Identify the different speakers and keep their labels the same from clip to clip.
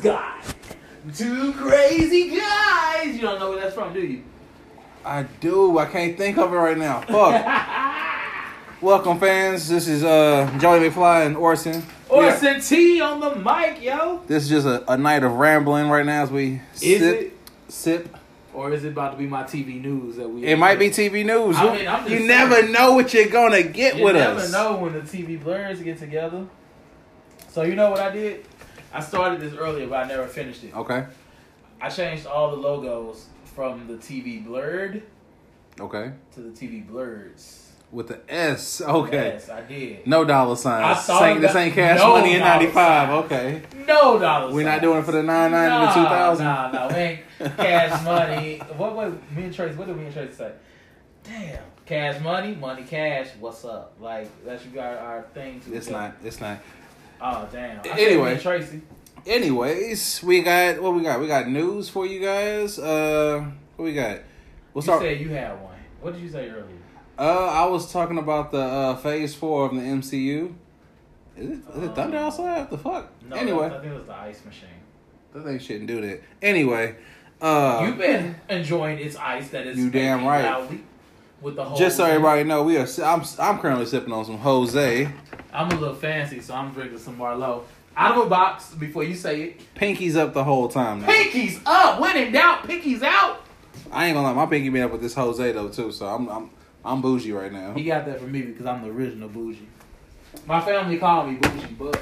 Speaker 1: guy. Two crazy guys. You don't know where that's from, do you?
Speaker 2: I do. I can't think of it right now. Fuck. Welcome, fans. This is uh Joey McFly and Orson.
Speaker 1: Orson T on the mic, yo.
Speaker 2: This is just a, a night of rambling right now as we
Speaker 1: Is
Speaker 2: sip,
Speaker 1: it?
Speaker 2: sip.
Speaker 1: Or is it about to be my TV news that we?
Speaker 2: It might be TV news.
Speaker 1: I mean, I'm just
Speaker 2: you
Speaker 1: saying.
Speaker 2: never know what you're gonna get
Speaker 1: You
Speaker 2: with
Speaker 1: never
Speaker 2: us.
Speaker 1: know when the TV blurs get together. So you know what I did? I started this earlier, but I never finished it.
Speaker 2: Okay.
Speaker 1: I changed all the logos from the TV blurred
Speaker 2: Okay.
Speaker 1: to the TV blurs.
Speaker 2: With the S. Okay.
Speaker 1: Yes, I did.
Speaker 2: No dollar sign.
Speaker 1: I saw
Speaker 2: Saying
Speaker 1: the-
Speaker 2: this ain't cash
Speaker 1: no
Speaker 2: money in
Speaker 1: dollar
Speaker 2: '95.
Speaker 1: signs.
Speaker 2: Okay.
Speaker 1: No dollars.
Speaker 2: We're not doing it for the nine nine and the two thousand.
Speaker 1: Nah, nah, we ain't cash money. What what me and Trace? What did me and Trace say? Damn, cash money, money cash. What's up? Like that should be our, our thing. To
Speaker 2: It's not. It's not.
Speaker 1: Oh damn. I said
Speaker 2: Anyway.
Speaker 1: me and Tracy.
Speaker 2: Anyways, we got what we got. We got news for you guys. Uh, what we got?
Speaker 1: you
Speaker 2: We'll start.
Speaker 1: said you had one. What did you say earlier?
Speaker 2: uh, I was talking about the uh, phase four of the MCU. Is it, is it thunder
Speaker 1: Um,
Speaker 2: outside? What the fuck?
Speaker 1: No,
Speaker 2: anyway,
Speaker 1: I think it was the ice machine.
Speaker 2: that thing shouldn't do that. Anyway, uh,
Speaker 1: You've been enjoying its ice that is
Speaker 2: You damn
Speaker 1: making
Speaker 2: right.
Speaker 1: loudly with the whole.
Speaker 2: just so everybody know, we are. si- I'm I'm currently sipping on some Jose.
Speaker 1: I'm a little fancy, so I'm drinking some Marlowe out of a box. Before you say it,
Speaker 2: Pinky's up the whole time. Now.
Speaker 1: pinkies up. When in doubt, pinkies out.
Speaker 2: I ain't gonna lie, my pinky been up with this Jose though too. So I'm I'm I'm bougie right now.
Speaker 1: He got that from me because I'm the original bougie. My family called me bougie, but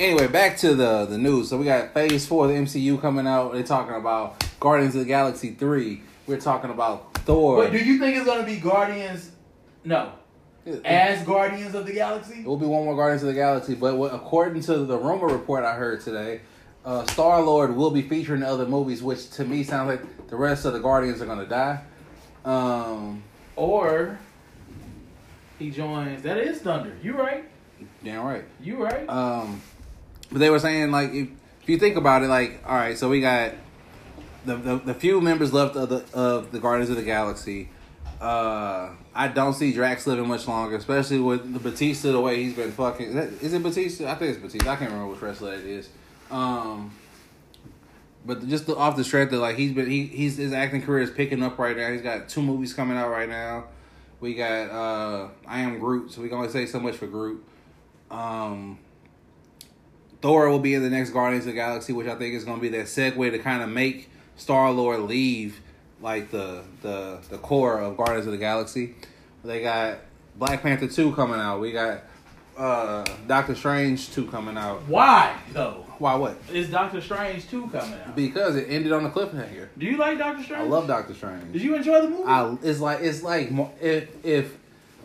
Speaker 2: Anyway, back to the the news. So we got Phase Four of the MCU coming out. They're talking about Guardians of the Galaxy Three. We're talking about Thor.
Speaker 1: wait, do you think it's gonna be Guardians? No,
Speaker 2: it,
Speaker 1: as Guardians of the Galaxy.
Speaker 2: will be one more Guardians of the Galaxy, but what, according to the rumor report I heard today, uh, Star Lord will be featured in other movies, which to me sounds like the rest of the Guardians are gonna die. Um,
Speaker 1: Or he joins. That is Thunder. You right?
Speaker 2: damn right.
Speaker 1: You right?
Speaker 2: Um, but they were saying like if, if you think about it, like all right, so we got the the, the few members left of the of the Guardians of the Galaxy. Uh, I don't see Drax living much longer, especially with the Batista the way he's been fucking. Is, that, is it Batista? I think it's Batista. I can't remember which wrestler it is. Um, but just the, off the strength that like he's been he he's his acting career is picking up right now. He's got two movies coming out right now. We got uh I am Groot, so we can only say so much for Groot. Um, Thor will be in the next Guardians of the Galaxy, which I think is going to be that segue to kind of make Star Lord leave like the the the core of Guardians of the Galaxy. They got Black Panther two coming out. We got uh Doctor Strange two coming out.
Speaker 1: Why though?
Speaker 2: Why what?
Speaker 1: Is Doctor Strange two coming out?
Speaker 2: Because it ended on a cliffhanger.
Speaker 1: Do you like Doctor Strange?
Speaker 2: I love Doctor
Speaker 1: Did
Speaker 2: Strange.
Speaker 1: you enjoy the movie?
Speaker 2: I it's like it's like mo- if if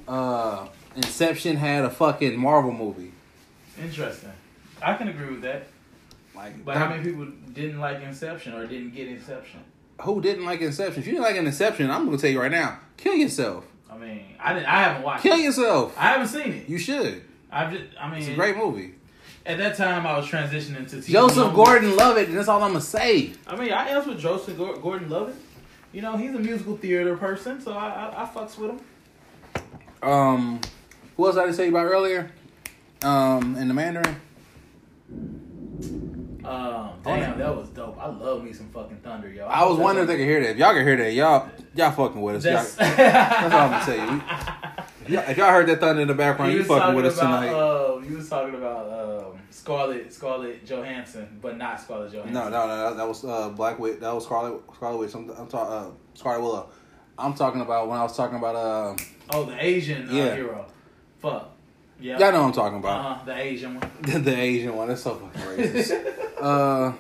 Speaker 2: uh Inception had a fucking Marvel movie.
Speaker 1: Interesting. I can agree with that.
Speaker 2: Like
Speaker 1: But how many people didn't like Inception or didn't get Inception?
Speaker 2: who didn't like Inception? If you didn't like an Inception, I'm gonna tell you right now, kill yourself.
Speaker 1: I mean, I didn't. I haven't watched.
Speaker 2: Kill
Speaker 1: it.
Speaker 2: yourself.
Speaker 1: I haven't seen it.
Speaker 2: You should.
Speaker 1: I've just. I mean,
Speaker 2: It's a great movie.
Speaker 1: At that time, I was transitioning to TV.
Speaker 2: Joseph
Speaker 1: only.
Speaker 2: Gordon love it, and that's all I'm gonna say.
Speaker 1: I mean, I asked with Joseph Gor- Gordon Levitt. You know, he's a musical theater person, so I I, I fucks with him.
Speaker 2: Um, who else I did tell you about earlier? Um, in the Mandarin.
Speaker 1: Um, damn, that was dope. I love me some fucking thunder, yo.
Speaker 2: I was wondering if they could hear that. If y'all can hear that, y'all y'all fucking with us. Y'all,
Speaker 1: That's,
Speaker 2: that's all I'm gonna tell you. We- y'all- If y'all heard that thunder in the background,
Speaker 1: You
Speaker 2: you
Speaker 1: was
Speaker 2: fucking
Speaker 1: talking
Speaker 2: with us
Speaker 1: about,
Speaker 2: tonight.
Speaker 1: um, you was talking about um, Scarlett Scarlett Johansson, but not Scarlett Johansson.
Speaker 2: No, no, no. That was uh, Black Witch. That was Scarlet. Scarlet Witch. I'm, I'm talking. Uh, Scarlet Willow. I'm talking about when I was talking about. Uh,
Speaker 1: Oh, the Asian uh,
Speaker 2: Yeah.
Speaker 1: hero. Fuck. Yeah.
Speaker 2: y'all know what I'm talking about.
Speaker 1: Uh-huh, the Asian one.
Speaker 2: The, the Asian one. That's so fucking racist. uh,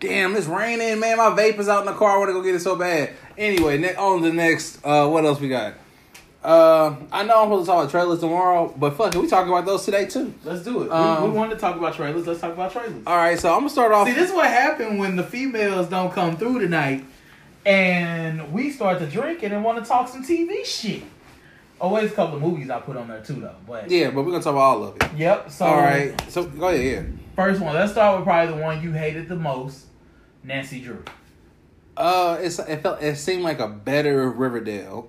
Speaker 2: damn, it's raining, man. My vapor's out in the car. I want to go get it so bad. Anyway, ne- on the next. Uh, what else we got? Uh, I know I'm supposed to talk about trailers tomorrow, but fuck it, we talking about those today too.
Speaker 1: Let's do it. we,
Speaker 2: Um,
Speaker 1: we wanted to talk about trailers. Let's talk about trailers.
Speaker 2: All right, so I'm gonna start off.
Speaker 1: See, this is what happened when the females don't come through tonight, and we start to drink it and want to talk some TV shit. Always a couple of movies I put on there too, though. But
Speaker 2: yeah, but we're gonna talk about all of it.
Speaker 1: yep. So
Speaker 2: All right, so go ahead. Yeah.
Speaker 1: first one. Let's start with probably the one you hated the most, Nancy Drew.
Speaker 2: Uh, it's it felt it seemed like a better Riverdale.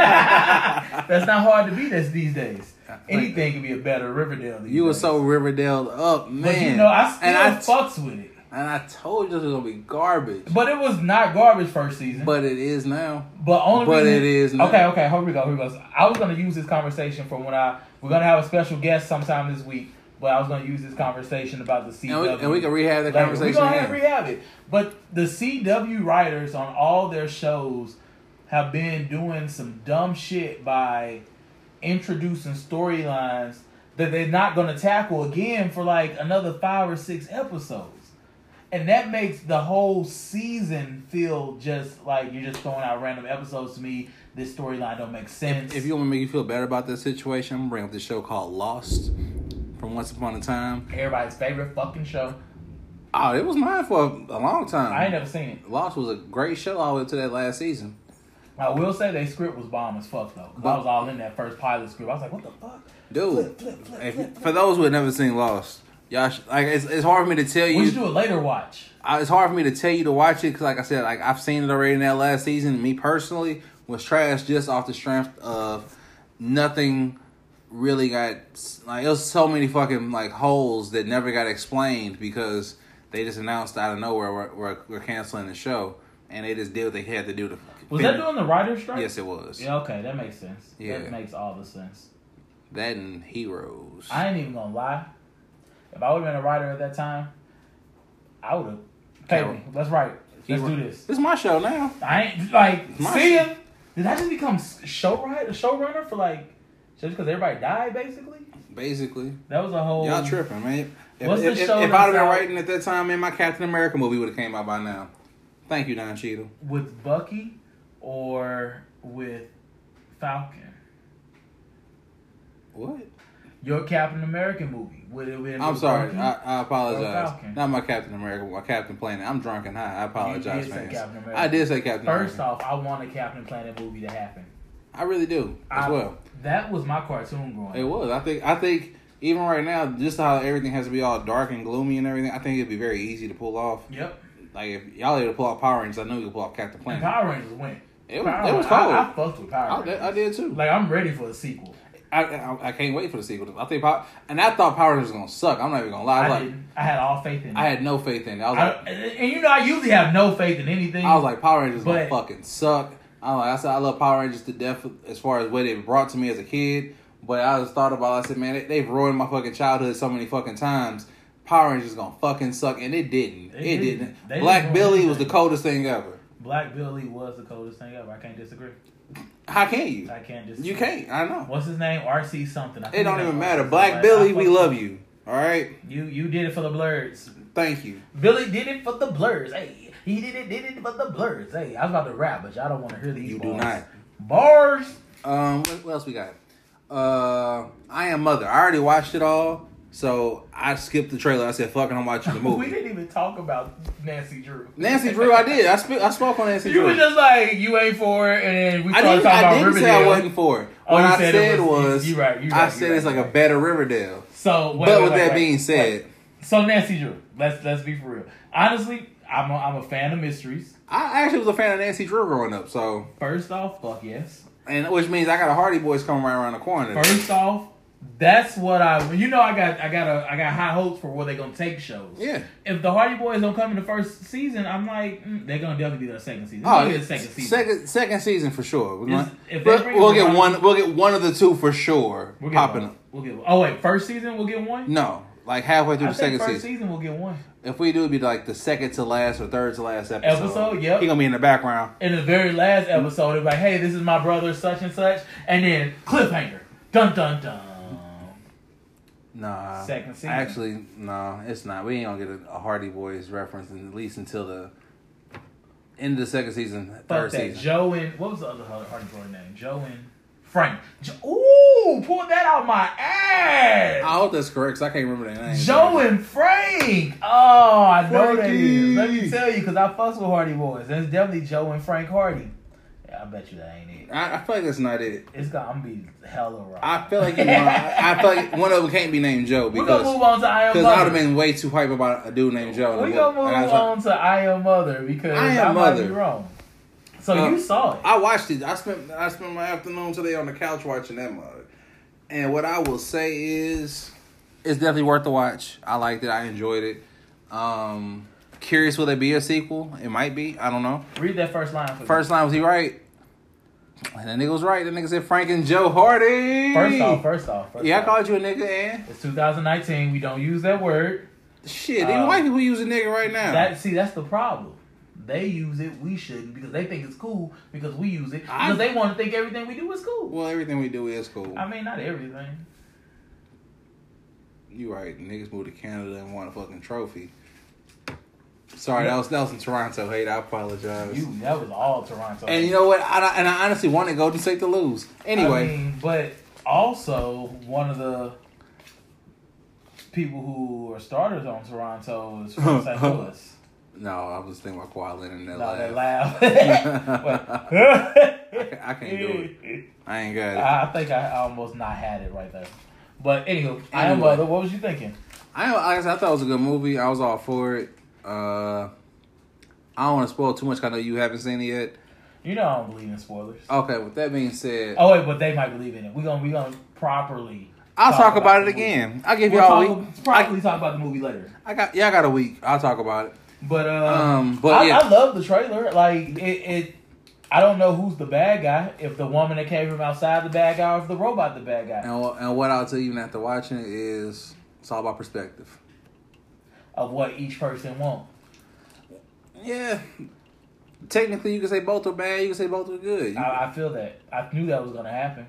Speaker 1: That's not hard to beat this these days. Anything could be a better Riverdale. These
Speaker 2: You were
Speaker 1: days.
Speaker 2: so Riverdale up, man.
Speaker 1: But you know, I still
Speaker 2: and I
Speaker 1: fucks with it.
Speaker 2: and I told you this was gonna be garbage,
Speaker 1: But it was not garbage first season.
Speaker 2: but it is now.
Speaker 1: But only
Speaker 2: But
Speaker 1: reason,
Speaker 2: it is not.
Speaker 1: okay. Okay, here we go. Here we go. I was gonna use this conversation from when I we're gonna have a special guest sometime this week, but I was gonna use this conversation about the CW.
Speaker 2: And we, and we can rehab that
Speaker 1: Like,
Speaker 2: conversation.
Speaker 1: We're gonna have,
Speaker 2: again.
Speaker 1: rehab it. But the CW writers on all their shows have been doing some dumb shit by introducing storylines that they're not gonna tackle again for like another five or six episodes. And that makes the whole season feel just like you're just throwing out random episodes to me. This storyline don't make sense.
Speaker 2: If you want to make you feel better about this situation, I'm gonna bring up this show called Lost from Once Upon a Time.
Speaker 1: everybody's favorite fucking show.
Speaker 2: Oh, it was mine for a, a long time.
Speaker 1: I ain't never seen it.
Speaker 2: Lost was a great show all the way up to that last season.
Speaker 1: I will say they script was bomb as fuck though. 'cause I
Speaker 2: But-
Speaker 1: was all in that first pilot script. I was like, what the fuck?
Speaker 2: Dude, if, for those who have never seen Lost, y'all, sh- like it's, it's hard for me to tell
Speaker 1: We
Speaker 2: you.
Speaker 1: should do a later watch.
Speaker 2: I- it's hard for me to tell you to watch it because, like I said, like I've seen it already in that last season. Me personally was trash just off the strength of nothing really got like it was so many fucking like holes that never got explained because they just announced out of nowhere we're, we're, we're canceling the show and they just did what they had to do to.
Speaker 1: Was that
Speaker 2: finish-
Speaker 1: during the writer's strike?
Speaker 2: Yes, it was.
Speaker 1: Yeah, okay, that makes sense.
Speaker 2: Yeah.
Speaker 1: That makes all the sense.
Speaker 2: That and Heroes.
Speaker 1: I ain't even gonna lie. If I would have been a writer at that time, I would have paid
Speaker 2: Yeah.
Speaker 1: me. Let's write. Let's
Speaker 2: Hero-
Speaker 1: do this.
Speaker 2: It's my show now.
Speaker 1: I ain't like
Speaker 2: My
Speaker 1: see
Speaker 2: shit.
Speaker 1: ya. Did I just become s- show writer, showrunner for like just because everybody died basically?
Speaker 2: Basically,
Speaker 1: That was a whole.
Speaker 2: y'all tripping, man. If,
Speaker 1: What's the
Speaker 2: if, if, if
Speaker 1: show
Speaker 2: I'd have
Speaker 1: that's
Speaker 2: been
Speaker 1: out?
Speaker 2: writing at that time, man, my Captain America movie would have came out by now. Thank you, Don Cheadle.
Speaker 1: with Bucky or with Falcon.
Speaker 2: What?
Speaker 1: Your Captain America movie. Would it have been?
Speaker 2: I'm
Speaker 1: with
Speaker 2: sorry.
Speaker 1: Bucky?
Speaker 2: I, I apologize.
Speaker 1: Falcon.
Speaker 2: Not my Captain America. My Captain Planet. I'm drunk and high. I apologize,
Speaker 1: say
Speaker 2: fans.
Speaker 1: Captain America.
Speaker 2: I did say Captain
Speaker 1: First
Speaker 2: America.
Speaker 1: off, I want a Captain Planet movie to happen.
Speaker 2: I really do as
Speaker 1: I-
Speaker 2: well.
Speaker 1: That was my cartoon growing.
Speaker 2: It
Speaker 1: up.
Speaker 2: was. I think. I think. Even right now, just how everything has to be all dark and gloomy and everything, I think it'd be very easy to pull off.
Speaker 1: Yep.
Speaker 2: Like if y'all able to pull off Power Rangers, I know you could pull off Captain
Speaker 1: And
Speaker 2: Planet.
Speaker 1: Power Rangers went.
Speaker 2: it was.
Speaker 1: Power,
Speaker 2: It was
Speaker 1: I-
Speaker 2: cold.
Speaker 1: I, fucked with Power
Speaker 2: I,
Speaker 1: Rangers.
Speaker 2: I did too.
Speaker 1: Like I'm ready for a sequel.
Speaker 2: I, I I can't wait for the sequel. I think Power, and I thought Power Rangers was gonna suck. I'm not even gonna lie. I,
Speaker 1: I,
Speaker 2: was like,
Speaker 1: didn't. I had all faith in. it.
Speaker 2: I had no faith in it. I was
Speaker 1: I-
Speaker 2: like,
Speaker 1: and you know, I usually have no faith in anything.
Speaker 2: I was like, Power Rangers
Speaker 1: But-
Speaker 2: gonna fucking suck. I'm like, I said I love Power Rangers to death as far as what it brought to me as a kid. But I just thought about, it, I said, man, they, they've ruined my fucking childhood so many fucking times. Power Rangers gonna fucking suck, and it didn't.
Speaker 1: They
Speaker 2: it
Speaker 1: didn't.
Speaker 2: didn't.
Speaker 1: They didn't
Speaker 2: Black
Speaker 1: ruin
Speaker 2: Billy was the
Speaker 1: anything.
Speaker 2: coldest thing ever.
Speaker 1: Black Billy was the coldest thing ever. I can't disagree.
Speaker 2: How can you?
Speaker 1: I can't disagree.
Speaker 2: You can't. I know.
Speaker 1: What's his name? RC something. I
Speaker 2: It
Speaker 1: think
Speaker 2: don't
Speaker 1: his
Speaker 2: even
Speaker 1: name
Speaker 2: matter.
Speaker 1: was-
Speaker 2: Black
Speaker 1: Like,
Speaker 2: Billy,
Speaker 1: I
Speaker 2: we
Speaker 1: fuck-
Speaker 2: love you. All right.
Speaker 1: You you did it for the blurs.
Speaker 2: Thank you.
Speaker 1: Billy did it for the blurs. Hey, he did it did it for the blurs. Hey, I was about to rap, but y'all don't want to hear these.
Speaker 2: You do
Speaker 1: bars.
Speaker 2: not.
Speaker 1: Bars.
Speaker 2: Um, what, what else we got? Uh, I am Mother. I already watched it all, so I skipped the trailer. I said, "Fucking, I'm watching the
Speaker 1: We
Speaker 2: movie."
Speaker 1: didn't even talk about Nancy Drew.
Speaker 2: Nancy Drew, I did. I sp- I spoke on Nancy
Speaker 1: You
Speaker 2: Drew.
Speaker 1: were just like you ain't for it, and then we
Speaker 2: I
Speaker 1: started
Speaker 2: didn't.
Speaker 1: talking
Speaker 2: I
Speaker 1: about
Speaker 2: didn't
Speaker 1: Riverdale.
Speaker 2: say I wasn't for it.
Speaker 1: Oh,
Speaker 2: what
Speaker 1: you
Speaker 2: I
Speaker 1: said
Speaker 2: said,
Speaker 1: it was-
Speaker 2: was,
Speaker 1: you- you right, you
Speaker 2: I
Speaker 1: right,
Speaker 2: said
Speaker 1: you
Speaker 2: it's
Speaker 1: right,
Speaker 2: like
Speaker 1: right.
Speaker 2: a better Riverdale.
Speaker 1: So, wait,
Speaker 2: but
Speaker 1: wait,
Speaker 2: with
Speaker 1: wait,
Speaker 2: that
Speaker 1: wait.
Speaker 2: being said,
Speaker 1: so Nancy Drew, let's let's be for real. Honestly, I'm a, I'm a fan of mysteries.
Speaker 2: I actually was a fan of Nancy Drew growing up. So,
Speaker 1: First off, fuck yes.
Speaker 2: and which means I got a Hardy Boys coming right around the corner.
Speaker 1: First off, that's what I. You know, I got I got a I got high hopes for where they gonna take shows.
Speaker 2: Yeah.
Speaker 1: If the Hardy Boys don't come in the first season, I'm like mm, they're gonna definitely be the second season.
Speaker 2: Oh,
Speaker 1: Oh, the second season.
Speaker 2: second second season for sure. We're
Speaker 1: Is-
Speaker 2: gonna-
Speaker 1: if they
Speaker 2: we'll,
Speaker 1: bring
Speaker 2: we'll
Speaker 1: the
Speaker 2: get
Speaker 1: Hardy-
Speaker 2: one. We'll get one of the two for sure.
Speaker 1: we'll get
Speaker 2: popping
Speaker 1: one.
Speaker 2: up.
Speaker 1: We'll get one. Oh wait, first season we'll get one.
Speaker 2: No, like halfway through
Speaker 1: I
Speaker 2: the
Speaker 1: think
Speaker 2: second
Speaker 1: first
Speaker 2: season.
Speaker 1: season. we'll get one.
Speaker 2: If we do, it'd be like the second to last or third to last episode.
Speaker 1: Episode, yep.
Speaker 2: He gonna be in the background.
Speaker 1: In the very last episode, it's like, hey, this is my brother, such and such, and then cliffhanger, dun dun dun.
Speaker 2: Nah.
Speaker 1: Second season.
Speaker 2: Actually, no, it's not. We ain't gonna get a, a Hardy Boys reference in, at least until the end of the second season,
Speaker 1: Fuck
Speaker 2: third
Speaker 1: that.
Speaker 2: season.
Speaker 1: Joe and what was the other Har- Hardy Boy name? Joe and Frank. Jo- Ooh, pull that out my ass.
Speaker 2: I hope that's correct. 'cause I can't remember their name.
Speaker 1: Joe and Frank. Oh, I know that is. Let me
Speaker 2: Frankie.
Speaker 1: tell you, because I fuss with Hardy Boys. That's definitely Joe and Frank Hardy. Yeah, I bet you that ain't it.
Speaker 2: I, I feel like that's not it.
Speaker 1: It's gonna I'm gonna be hella wrong.
Speaker 2: I feel like you know, I, I feel like one of them can't be named Joe
Speaker 1: We're gonna
Speaker 2: because
Speaker 1: move on to I Am
Speaker 2: because I would have
Speaker 1: Mother.
Speaker 2: been way too hype about a dude named Joe. in the
Speaker 1: We're
Speaker 2: book.
Speaker 1: gonna move
Speaker 2: And I was like-
Speaker 1: on to I Am Mother because I,
Speaker 2: I Am
Speaker 1: might be
Speaker 2: Mother.
Speaker 1: wrong. So
Speaker 2: Uh,
Speaker 1: you saw it.
Speaker 2: I watched it. I spent I spent my afternoon today on the couch watching that mug. And what I will say is, it's definitely worth the watch. I liked it. I enjoyed it. Um, Curious, will there be a sequel? It might be. I don't know.
Speaker 1: Read that first line. For me.
Speaker 2: First line was he right? And that nigga was right. That nigga said Frank and Joe Hardy.
Speaker 1: First off, first off, first
Speaker 2: yeah, I
Speaker 1: off.
Speaker 2: called you a nigga. And
Speaker 1: It's 2019. We don't use that word.
Speaker 2: shit, even
Speaker 1: Uh,
Speaker 2: white people use a nigga right now.
Speaker 1: That see, that's the problem. They use it. We shouldn't because they think it's cool because we use it because
Speaker 2: I-
Speaker 1: they want to think everything we do is cool.
Speaker 2: well, everything we do is cool.
Speaker 1: I mean, not everything.
Speaker 2: you right. Niggas moved to Canada and won a fucking trophy. Sorry, that was that was in Toronto. Hate, I apologize.
Speaker 1: You that was all Toronto.
Speaker 2: and you know what? I, and I honestly wanted Golden State to lose. Anyway.
Speaker 1: I mean, but also one of the people who are starters on Toronto is from St. Louis.
Speaker 2: No, I was thinking about Kawhi Leonard and that
Speaker 1: No, they
Speaker 2: laugh.
Speaker 1: laugh.
Speaker 2: I can't do it. I ain't got it.
Speaker 1: I I think I almost not had it right there. But anywho, I am
Speaker 2: Anyway.
Speaker 1: other. What was you thinking?
Speaker 2: I, like I, said, I thought it was a good movie. I was all for it. Uh, I don't want to spoil too much. 'cause I know you haven't seen it yet.
Speaker 1: You know I don't believe in spoilers.
Speaker 2: Okay, with that being said,
Speaker 1: Oh wait, but they might believe in it. We gonna we gonna properly.
Speaker 2: I'll talk, about, it
Speaker 1: the movie.
Speaker 2: again. I'll give
Speaker 1: We'll
Speaker 2: y'all a
Speaker 1: talk-
Speaker 2: week.
Speaker 1: properly talk about the movie later.
Speaker 2: I got y'all got a week. I'll talk about it.
Speaker 1: But uh,
Speaker 2: Um, but
Speaker 1: I,
Speaker 2: yeah,
Speaker 1: I love the trailer. Like it, it, I don't know who's the bad guy. If the woman that came from outside the bad guy, or if the robot the bad guy.
Speaker 2: and what- and what I'll tell you even after watching it is it's all about perspective.
Speaker 1: Of what each person wants.
Speaker 2: Yeah, technically you can say both are bad. You can say both are good. You-
Speaker 1: I, I feel that. I knew that was gonna happen.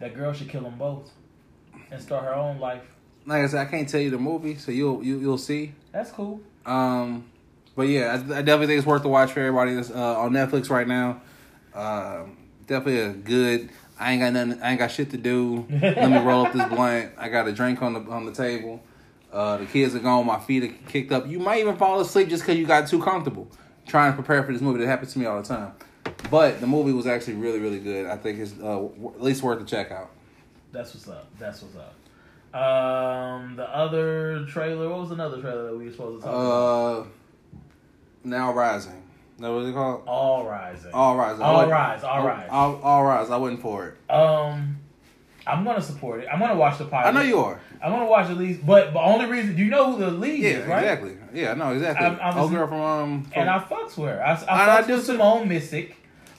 Speaker 1: That girl should kill them both, and start her own life.
Speaker 2: like I said, I can't tell you the movie, so you'll you, you'll see.
Speaker 1: That's cool.
Speaker 2: Um, but yeah, I, I definitely think it's worth the watch for everybody that's uh, on Netflix right now. Um, definitely a good. I ain't got nothing. I ain't got shit to do. Let me roll up this blunt. I got a drink on the on the table. Uh, the kids are gone. My feet are kicked up. You might even fall asleep just because you got too comfortable. Trying to prepare for this movie that happens to me all the time. But the movie was actually really, really good. I think it's uh, w- at least worth a check out.
Speaker 1: That's what's up. That's what's up. Um, the other trailer. What was another trailer that we were supposed to talk about?
Speaker 2: Uh, now rising. Is That what it's called?
Speaker 1: All Rising.
Speaker 2: All rise. I
Speaker 1: All
Speaker 2: wasn't-
Speaker 1: Rise, All
Speaker 2: I-
Speaker 1: Rise.
Speaker 2: All, all rise. I wasn't for it.
Speaker 1: Um, I'm gonna support it. I'm gonna watch the pilot.
Speaker 2: I know you are.
Speaker 1: I'm gonna watch the lead, but the only reason you know who the lead
Speaker 2: Yeah,
Speaker 1: is, right?
Speaker 2: exactly. Yeah, no, exactly.
Speaker 1: I'm- I'm
Speaker 2: Old
Speaker 1: just-
Speaker 2: girl from um. From,
Speaker 1: And I fucks with her. I, I fucks
Speaker 2: I do
Speaker 1: with
Speaker 2: too.
Speaker 1: Simone Missick,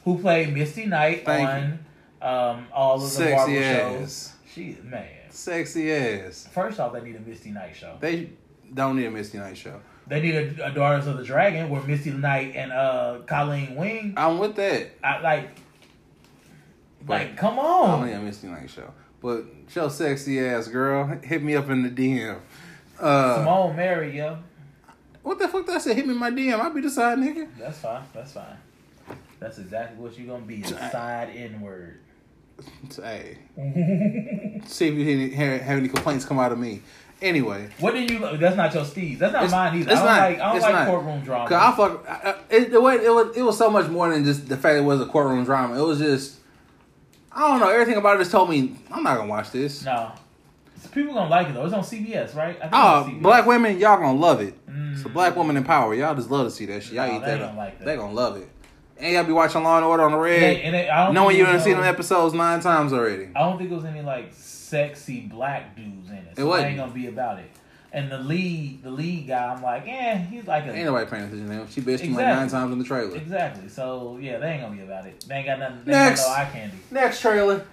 Speaker 1: who played Misty Knight
Speaker 2: Thank
Speaker 1: on um all of the
Speaker 2: Sexy
Speaker 1: Marvel shows.
Speaker 2: ass.
Speaker 1: She is man.
Speaker 2: sexy ass.
Speaker 1: First off, they need a Misty Knight show.
Speaker 2: They don't need a Misty Night show.
Speaker 1: They need a, a Daughters of the Dragon where Misty Knight and uh Colleen Wing.
Speaker 2: I'm with that.
Speaker 1: I like,
Speaker 2: Right.
Speaker 1: like, come
Speaker 2: I don't need
Speaker 1: on.
Speaker 2: a Misty Night show. But show sexy ass girl. Hit me up in the DM. Uh,
Speaker 1: Simone Mary, yo.
Speaker 2: what the fuck did I say? Hit me in my DM. I'll be the side nigga.
Speaker 1: That's fine. That's fine. That's exactly what you're gonna be. a Side inward.
Speaker 2: Hey, see if you hear any- hear- have any complaints come out of me. Anyway,
Speaker 1: What did you? That's not your Steve. That's not
Speaker 2: It's-
Speaker 1: mine either. I
Speaker 2: it's
Speaker 1: don't
Speaker 2: not.
Speaker 1: like. I don't
Speaker 2: It's
Speaker 1: like
Speaker 2: not.
Speaker 1: courtroom drama.
Speaker 2: Cause I fuck. I, I- it, the way it was, it was so much more than just the fact it was a courtroom drama. It was just, I don't know. Everything about it just told me I'm not gonna watch this.
Speaker 1: no, So people gonna like it though. It's on CBS, right? I think
Speaker 2: Oh,
Speaker 1: it's on CBS.
Speaker 2: black women, y'all gonna love it.
Speaker 1: Mm.
Speaker 2: It's a black woman in power. Y'all just love to see that shit. Y'all
Speaker 1: No,
Speaker 2: eat
Speaker 1: they
Speaker 2: that
Speaker 1: don't
Speaker 2: up.
Speaker 1: like that.
Speaker 2: They gonna love it. And y'all be watching Law and Order on the
Speaker 1: And
Speaker 2: red,
Speaker 1: they- and they- I don't
Speaker 2: knowing
Speaker 1: think
Speaker 2: you
Speaker 1: it
Speaker 2: done
Speaker 1: was
Speaker 2: seen
Speaker 1: no-
Speaker 2: them episodes nine times already.
Speaker 1: I don't think it was any like sexy black dudes in it. So it
Speaker 2: wasn't.
Speaker 1: ain't gonna be about it. And the lead, the lead guy, I'm like, eh, he's like a
Speaker 2: Ain't nobody paying attention to him. She bitched him like
Speaker 1: Exactly.
Speaker 2: nine times in the trailer.
Speaker 1: exactly. So yeah, they ain't gonna be about it. They ain't got nothing. They
Speaker 2: Next.
Speaker 1: ain't got no eye candy.
Speaker 2: Next trailer,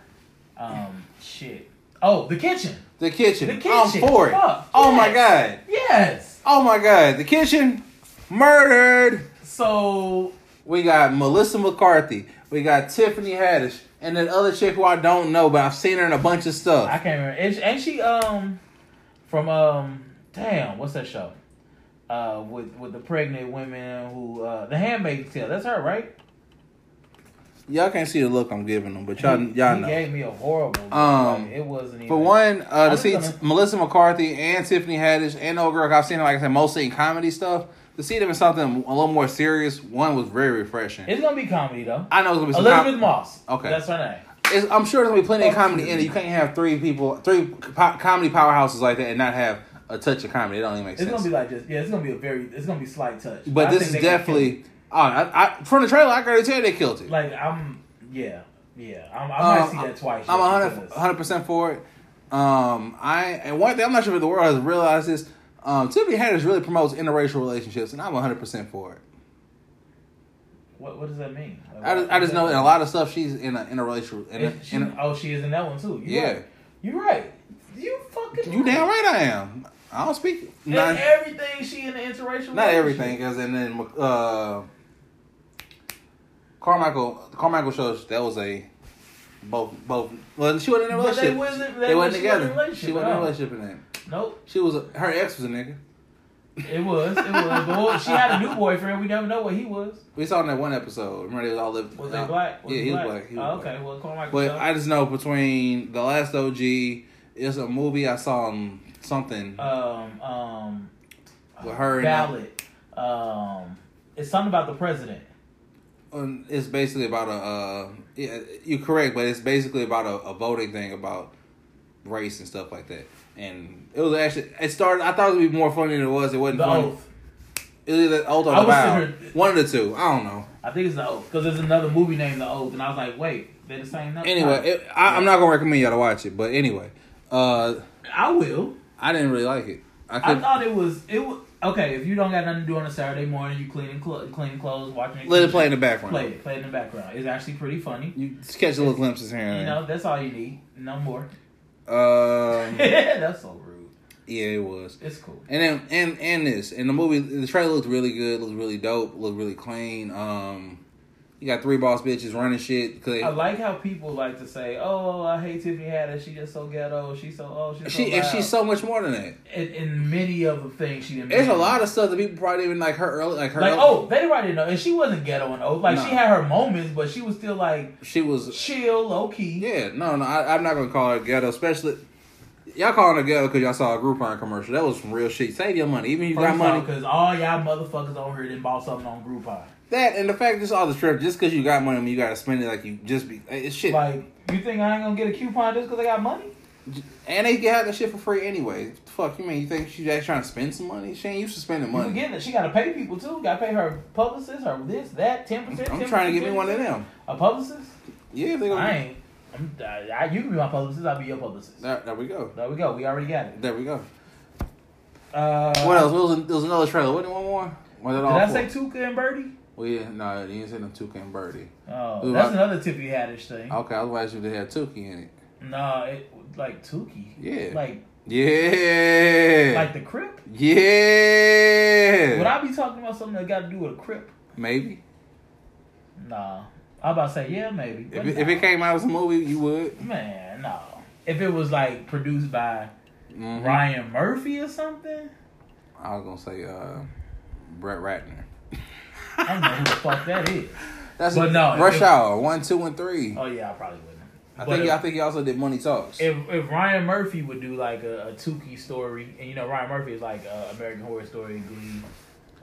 Speaker 1: Um, shit. Oh, the kitchen.
Speaker 2: the kitchen.
Speaker 1: The
Speaker 2: I'm
Speaker 1: Kitchen.
Speaker 2: for it.
Speaker 1: Fuck,
Speaker 2: Oh my
Speaker 1: yes.
Speaker 2: god.
Speaker 1: Yes.
Speaker 2: Oh my god. The kitchen murdered.
Speaker 1: So
Speaker 2: We got Melissa McCarthy. We got Tiffany Haddish, and that other chick who I don't know, but I've seen her in a bunch of stuff.
Speaker 1: I can't remember. And, and she um from um damn what's that show? Uh, with with the pregnant women who uh the Handmaid's Tale. That's her, right?
Speaker 2: y'all can't see the look I'm giving them, but y'all
Speaker 1: he,
Speaker 2: y'all
Speaker 1: he
Speaker 2: know.
Speaker 1: gave me a horrible. look.
Speaker 2: Um,
Speaker 1: Like, it wasn't even
Speaker 2: For one, uh, to
Speaker 1: I'm
Speaker 2: see
Speaker 1: gonna-
Speaker 2: t- Melissa McCarthy and Tiffany Haddish and old girl, I've seen her like I said mostly in comedy stuff. To see them in something a little more serious, one was very refreshing.
Speaker 1: It's gonna be comedy though.
Speaker 2: I know it's gonna be some
Speaker 1: Elizabeth
Speaker 2: com-
Speaker 1: Moss.
Speaker 2: Okay.
Speaker 1: that's her name.
Speaker 2: it's, I'm sure there's gonna be plenty of
Speaker 1: Fuck
Speaker 2: comedy
Speaker 1: you.
Speaker 2: in it. You can't have three people, three po- comedy powerhouses like that, and not have a touch of comedy. It don't even make
Speaker 1: It's
Speaker 2: sense.
Speaker 1: gonna be like just yeah. It's gonna be a very. It's gonna be slight touch.
Speaker 2: But
Speaker 1: I
Speaker 2: this
Speaker 1: think
Speaker 2: is
Speaker 1: they gonna kill it.
Speaker 2: definitely. Oh, I, I, from the trailer, I can already tell they killed it.
Speaker 1: like I'm yeah yeah. I'm, I might
Speaker 2: Um,
Speaker 1: see that twice.
Speaker 2: I'm
Speaker 1: yeah,
Speaker 2: 100
Speaker 1: because-
Speaker 2: percent for it. Um, I and one thing I'm not sure if the world has realized this. Um, Tiffany Haddish really promotes interracial relationships, and I'm 100 percent for it.
Speaker 1: What What does that mean? Like,
Speaker 2: I just, I
Speaker 1: what does
Speaker 2: just
Speaker 1: that
Speaker 2: know in
Speaker 1: mean?
Speaker 2: a lot of stuff she's in a interracial. In a,
Speaker 1: And she,
Speaker 2: in a,
Speaker 1: oh, she is in that one too. You
Speaker 2: Yeah.
Speaker 1: right. you right. You fucking.
Speaker 2: you damn right I am. I don't speak
Speaker 1: And
Speaker 2: not,
Speaker 1: everything she in the interracial.
Speaker 2: not
Speaker 1: relationship.
Speaker 2: everything, because and then uh, Carmichael Carmichael shows that was a both both. Well, she wasn't in a
Speaker 1: But they
Speaker 2: relationship.
Speaker 1: wasn't-
Speaker 2: They
Speaker 1: they-
Speaker 2: wasn't
Speaker 1: she wasn't in a
Speaker 2: together. She
Speaker 1: relationship
Speaker 2: wasn't in
Speaker 1: at
Speaker 2: a
Speaker 1: all.
Speaker 2: relationship in that.
Speaker 1: Nope.
Speaker 2: She was a, her ex was a nigga.
Speaker 1: It was. It was. But what- she had a new boyfriend. We never know what he was.
Speaker 2: We saw in that one episode. Remember they was all lived.
Speaker 1: Was
Speaker 2: uh,
Speaker 1: he black? Was
Speaker 2: yeah,
Speaker 1: he
Speaker 2: he was black. He was
Speaker 1: oh,
Speaker 2: black.
Speaker 1: okay. Well, Carmichael.
Speaker 2: But
Speaker 1: Bell.
Speaker 2: I just know between the last OG, it's a movie I saw in something
Speaker 1: um um
Speaker 2: with her. And,
Speaker 1: ballot. Um, it's something about the president.
Speaker 2: um, it's basically about a. Uh, yeah, you're correct, but it's basically about a, a voting thing about race and stuff like that. And it was actually it started. I thought it would be more funny than it was. It wasn't
Speaker 1: The
Speaker 2: funny.
Speaker 1: oath.
Speaker 2: It was either the oath or
Speaker 1: I
Speaker 2: the
Speaker 1: was
Speaker 2: vow.
Speaker 1: sitting here-
Speaker 2: One of the two. I don't know.
Speaker 1: I think it's the oath because there's another movie named The Oath, and I was like, wait, they're the same. number?
Speaker 2: Anyway, it, I, I'm not gonna recommend y'all to watch it. But anyway, uh,
Speaker 1: I will.
Speaker 2: I didn't really like it. I
Speaker 1: I
Speaker 2: could.
Speaker 1: thought it was it was okay. If you don't got nothing to do on a Saturday morning, you cleaning cl- cleaning clothes, watching it.
Speaker 2: Let it play in the background.
Speaker 1: Play it. Play it in the background. It's actually pretty funny.
Speaker 2: You just catch little glimpses here
Speaker 1: You
Speaker 2: and there.
Speaker 1: know, that's all you need. No more.
Speaker 2: Um,
Speaker 1: that's so rude.
Speaker 2: yeah, it was.
Speaker 1: It's cool.
Speaker 2: And then and and this and the movie the trailer looked really good, looked really dope, looked really clean. Um, you got three boss bitches running shit. 'cause they-
Speaker 1: I like how people like to say, "Oh, I hate Tiffany Haddish. She just so ghetto. She's so oh, she's
Speaker 2: she
Speaker 1: so
Speaker 2: and
Speaker 1: loud."
Speaker 2: she's so much more than that.
Speaker 1: and, and many of the things she didn't.
Speaker 2: There's a
Speaker 1: mention.
Speaker 2: lot of stuff that people probably even like her early like her.
Speaker 1: like
Speaker 2: early-
Speaker 1: oh, they probably didn't know, and she wasn't ghetto and old. Like
Speaker 2: Nah.
Speaker 1: she had her moments, but she was still like
Speaker 2: she was
Speaker 1: chill, low key.
Speaker 2: yeah no no I, I'm not gonna call her ghetto, especially y'all calling her ghetto because y'all saw a Groupon commercial. That was some real shit. Save your money, even if you got money.
Speaker 1: because all y'all motherfuckers on here didn't bought something on Groupon.
Speaker 2: That and the fact it's all the trip just because you got money, I mean, you gotta spend it like you just be it's shit.
Speaker 1: Like you think I ain't gonna get a coupon just because I got money?
Speaker 2: And they get that shit for free anyway. Fuck you, mean you think she's actually trying to spend some money? She ain't used to spending
Speaker 1: You
Speaker 2: money.
Speaker 1: Getting it. She gotta pay people too. Gotta pay her publicist, her this, that, ten percent.
Speaker 2: I'm trying to get me one of them.
Speaker 1: A publicist?
Speaker 2: Yeah, they
Speaker 1: I
Speaker 2: gonna.
Speaker 1: ain't. I'm, I, I, you can be my publicist. I'll be your publicist.
Speaker 2: There, there we go.
Speaker 1: There we go. We already got it.
Speaker 2: There we go.
Speaker 1: Uh,
Speaker 2: What else? What was, there was another trailer. What one more? What that
Speaker 1: Did
Speaker 2: all
Speaker 1: I
Speaker 2: for?
Speaker 1: say Tuca and Birdie?
Speaker 2: Well, yeah, no, you didn't say no Tuki and Birdie.
Speaker 1: Oh,
Speaker 2: Ooh,
Speaker 1: that's
Speaker 2: I- Oh.
Speaker 1: another Tiffany Haddish thing.
Speaker 2: Okay, I was glad you they had Tuki in it.
Speaker 1: No, it like Tuki.
Speaker 2: Yeah.
Speaker 1: Like
Speaker 2: Yeah.
Speaker 1: like the Crip.
Speaker 2: yeah.
Speaker 1: Would I be talking about something that got to do with a Crip?
Speaker 2: Maybe.
Speaker 1: Nah. I about to say yeah, maybe.
Speaker 2: If
Speaker 1: but
Speaker 2: it,
Speaker 1: nah.
Speaker 2: if it came out as a movie, you would.
Speaker 1: man, no. If it was like produced by
Speaker 2: Mhm.
Speaker 1: Ryan Murphy or something,
Speaker 2: I was gonna say uh, Brett Ratner.
Speaker 1: I don't know who the fuck that is.
Speaker 2: That's
Speaker 1: But no,
Speaker 2: Rush
Speaker 1: if-
Speaker 2: Hour one, two, and three.
Speaker 1: Oh yeah, I probably wouldn't.
Speaker 2: I
Speaker 1: But
Speaker 2: think
Speaker 1: if-
Speaker 2: I think he also did Money Talks.
Speaker 1: if if Ryan Murphy would do like a, a Tukey story, and you know Ryan Murphy is like uh, American Horror Story, Glee,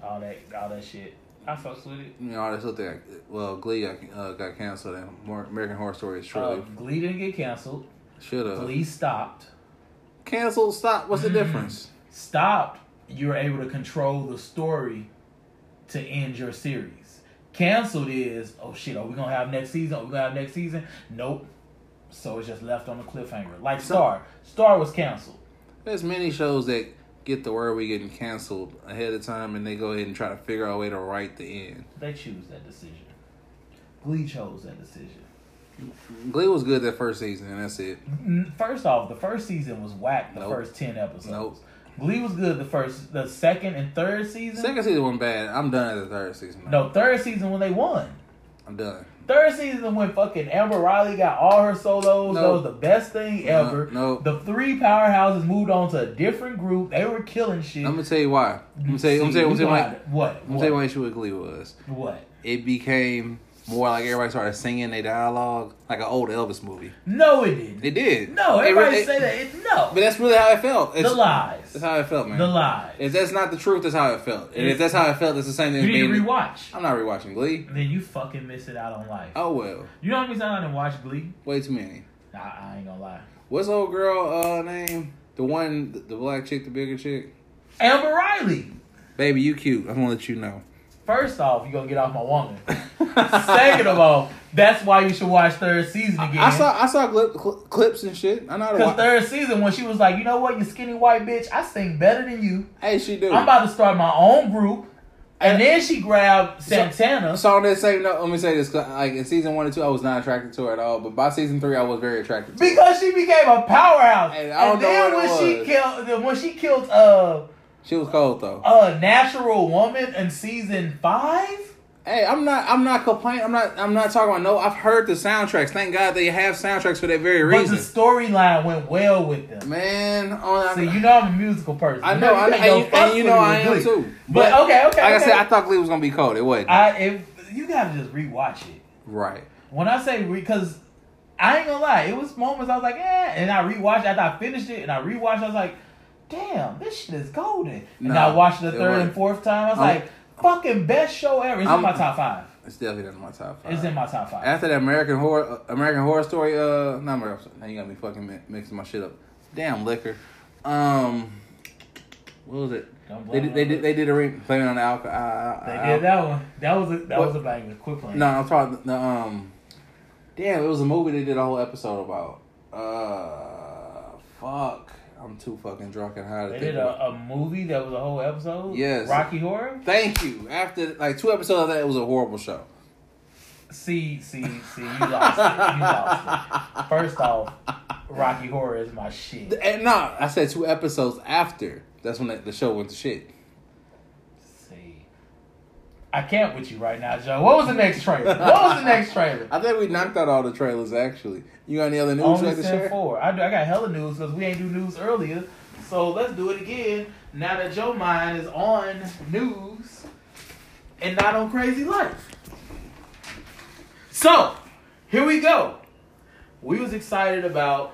Speaker 1: all that, all that shit. I fucks with it.
Speaker 2: you know, all this other thing. Well, Glee got, uh, got canceled. And More American Horror Story
Speaker 1: Uh,
Speaker 2: surely
Speaker 1: Glee didn't get canceled.
Speaker 2: should have
Speaker 1: Glee stopped.
Speaker 2: canceled. Stop. What's the
Speaker 1: Mm.
Speaker 2: difference?
Speaker 1: Stopped. You were able to control the story to end your series. Canceled is oh shit. Are we gonna have next season? Are we gonna have next season? Nope. So it's just left on a cliffhanger. Like Star. Star was canceled.
Speaker 2: There's many shows that get the word we getting canceled ahead of time, and they go ahead and try to figure out a way to write the end.
Speaker 1: They choose that decision. Glee chose that decision.
Speaker 2: Glee was good that first season, and that's it.
Speaker 1: N- First off, the first season was whack. The
Speaker 2: Nope.
Speaker 1: first ten episodes.
Speaker 2: Nope.
Speaker 1: Glee was good. The first, the second, and third season.
Speaker 2: Second season wasn't bad. I'm done at the third season.
Speaker 1: No, third season when they won.
Speaker 2: I'm done.
Speaker 1: Third season when fucking Amber Riley got all her solos. That
Speaker 2: Nope. Uh-huh.
Speaker 1: was the best thing ever.
Speaker 2: no.
Speaker 1: The three powerhouses moved on to a different group. They were killing shit.
Speaker 2: I'm gonna tell you why. I'm gonna tell you. I'm
Speaker 1: See,
Speaker 2: gonna tell you.
Speaker 1: we
Speaker 2: I'm gonna tell you
Speaker 1: gonna
Speaker 2: why.
Speaker 1: have to- what?
Speaker 2: I'm gonna
Speaker 1: what?
Speaker 2: tell you why issue with Glee was.
Speaker 1: what?
Speaker 2: it became more like everybody started singing their dialogue like an old Elvis movie.
Speaker 1: No, it didn't.
Speaker 2: It did.
Speaker 1: no,
Speaker 2: It
Speaker 1: everybody
Speaker 2: re- it-
Speaker 1: say that. It, no,
Speaker 2: But that's really how it felt. It's,
Speaker 1: the lies.
Speaker 2: That's how it felt, man.
Speaker 1: The lies.
Speaker 2: If that's not the truth, that's how it felt. And
Speaker 1: It's-
Speaker 2: if that's how it felt, it's the same thing.
Speaker 1: you
Speaker 2: as
Speaker 1: didn't
Speaker 2: being-
Speaker 1: rewatch.
Speaker 2: I'm not rewatching Glee.
Speaker 1: Then you fucking miss it out on life.
Speaker 2: Oh well,
Speaker 1: You know how many times I didn't watch Glee?
Speaker 2: way too many.
Speaker 1: Nah, I ain't gonna lie.
Speaker 2: What's the old girl uh name? The one, the, the black chick, the bigger chick.
Speaker 1: Amber Riley.
Speaker 2: Baby, you cute. I'm gonna let you know.
Speaker 1: First off, you gonna get off my woman. Second of all, That's why you should watch third season again.
Speaker 2: I saw I saw clip, cl- clips and shit. I know how to
Speaker 1: Because
Speaker 2: watch.
Speaker 1: third season, when she was like, you know what, you skinny white bitch, I sing better than you.
Speaker 2: Hey, she do.
Speaker 1: I'm about to start my own group. And
Speaker 2: And-
Speaker 1: then she grabbed Santana.
Speaker 2: So on that same note, let me say this: 'cause, like in season one and two, I was not attracted to her at all, but by season three, I was very attracted. to her.
Speaker 1: because she became a powerhouse.
Speaker 2: Hey,
Speaker 1: And,
Speaker 2: I don't know
Speaker 1: then
Speaker 2: what it
Speaker 1: when she
Speaker 2: was.
Speaker 1: killed then when she killed uh,
Speaker 2: She was cold though.
Speaker 1: a natural woman in season five?
Speaker 2: Hey, I'm not. I'm not complaining. I'm not. I'm not talking about no. I've heard the soundtracks. Thank God they have soundtracks for that very
Speaker 1: But the
Speaker 2: reason.
Speaker 1: storyline went well with them.
Speaker 2: Man, on.
Speaker 1: See, you know I'm a musical person.
Speaker 2: I know, I know,
Speaker 1: You don't
Speaker 2: and, you- and you know
Speaker 1: fuck
Speaker 2: I am
Speaker 1: with me.
Speaker 2: too.
Speaker 1: But, okay, okay.
Speaker 2: like I
Speaker 1: okay.
Speaker 2: said, I thought Glee was gonna be cold. It wasn't.
Speaker 1: I if you gotta just rewatch it.
Speaker 2: right.
Speaker 1: When I say because I ain't gonna lie, it was moments I was like, eh, and I rewatched after I finished it, and I rewatched. I was like, damn, this shit is golden. And
Speaker 2: Nah,
Speaker 1: I watched it
Speaker 2: it
Speaker 1: the third and
Speaker 2: wasn't.
Speaker 1: fourth time. I was
Speaker 2: I'm-
Speaker 1: like, fucking best show ever. It's in
Speaker 2: I'm-
Speaker 1: my top five.
Speaker 2: It's definitely in my top five.
Speaker 1: It's in my top five.
Speaker 2: After that American horror, uh, American horror story. Uh, not American. Now you got me fucking mi- mixing my shit up. Damn liquor. Um, what was it?
Speaker 1: Don't
Speaker 2: They
Speaker 1: blame
Speaker 2: did, they
Speaker 1: me.
Speaker 2: did they did a re- blaming on the alcohol.
Speaker 1: They did that one. That was a, that
Speaker 2: What-
Speaker 1: was a banger. Quick play.
Speaker 2: No, I'm talking the um. Damn, it was a movie they did a whole episode about. Uh, fuck. I'm too fucking drunk and high to
Speaker 1: They
Speaker 2: think
Speaker 1: did
Speaker 2: about.
Speaker 1: a, uh, a movie that was a whole episode.
Speaker 2: Yes.
Speaker 1: Rocky Horror.
Speaker 2: Thank you. After like two episodes of that, it was a horrible show.
Speaker 1: See, see, see, you lost it. You lost it. First off, Rocky Horror is my shit.
Speaker 2: And no, I said two episodes after. That's when the, the show went to shit.
Speaker 1: See, I can't with you right now, Joe. What was the next trailer? What was the next trailer?
Speaker 2: I think we knocked out all the trailers. Actually, you got any other news you
Speaker 1: Only
Speaker 2: like to
Speaker 1: send
Speaker 2: share?
Speaker 1: four. I, do, I got hella news because we ain't do news earlier. So let's do it again. Now that your mind is on news and not on crazy life. So here we go. We was excited about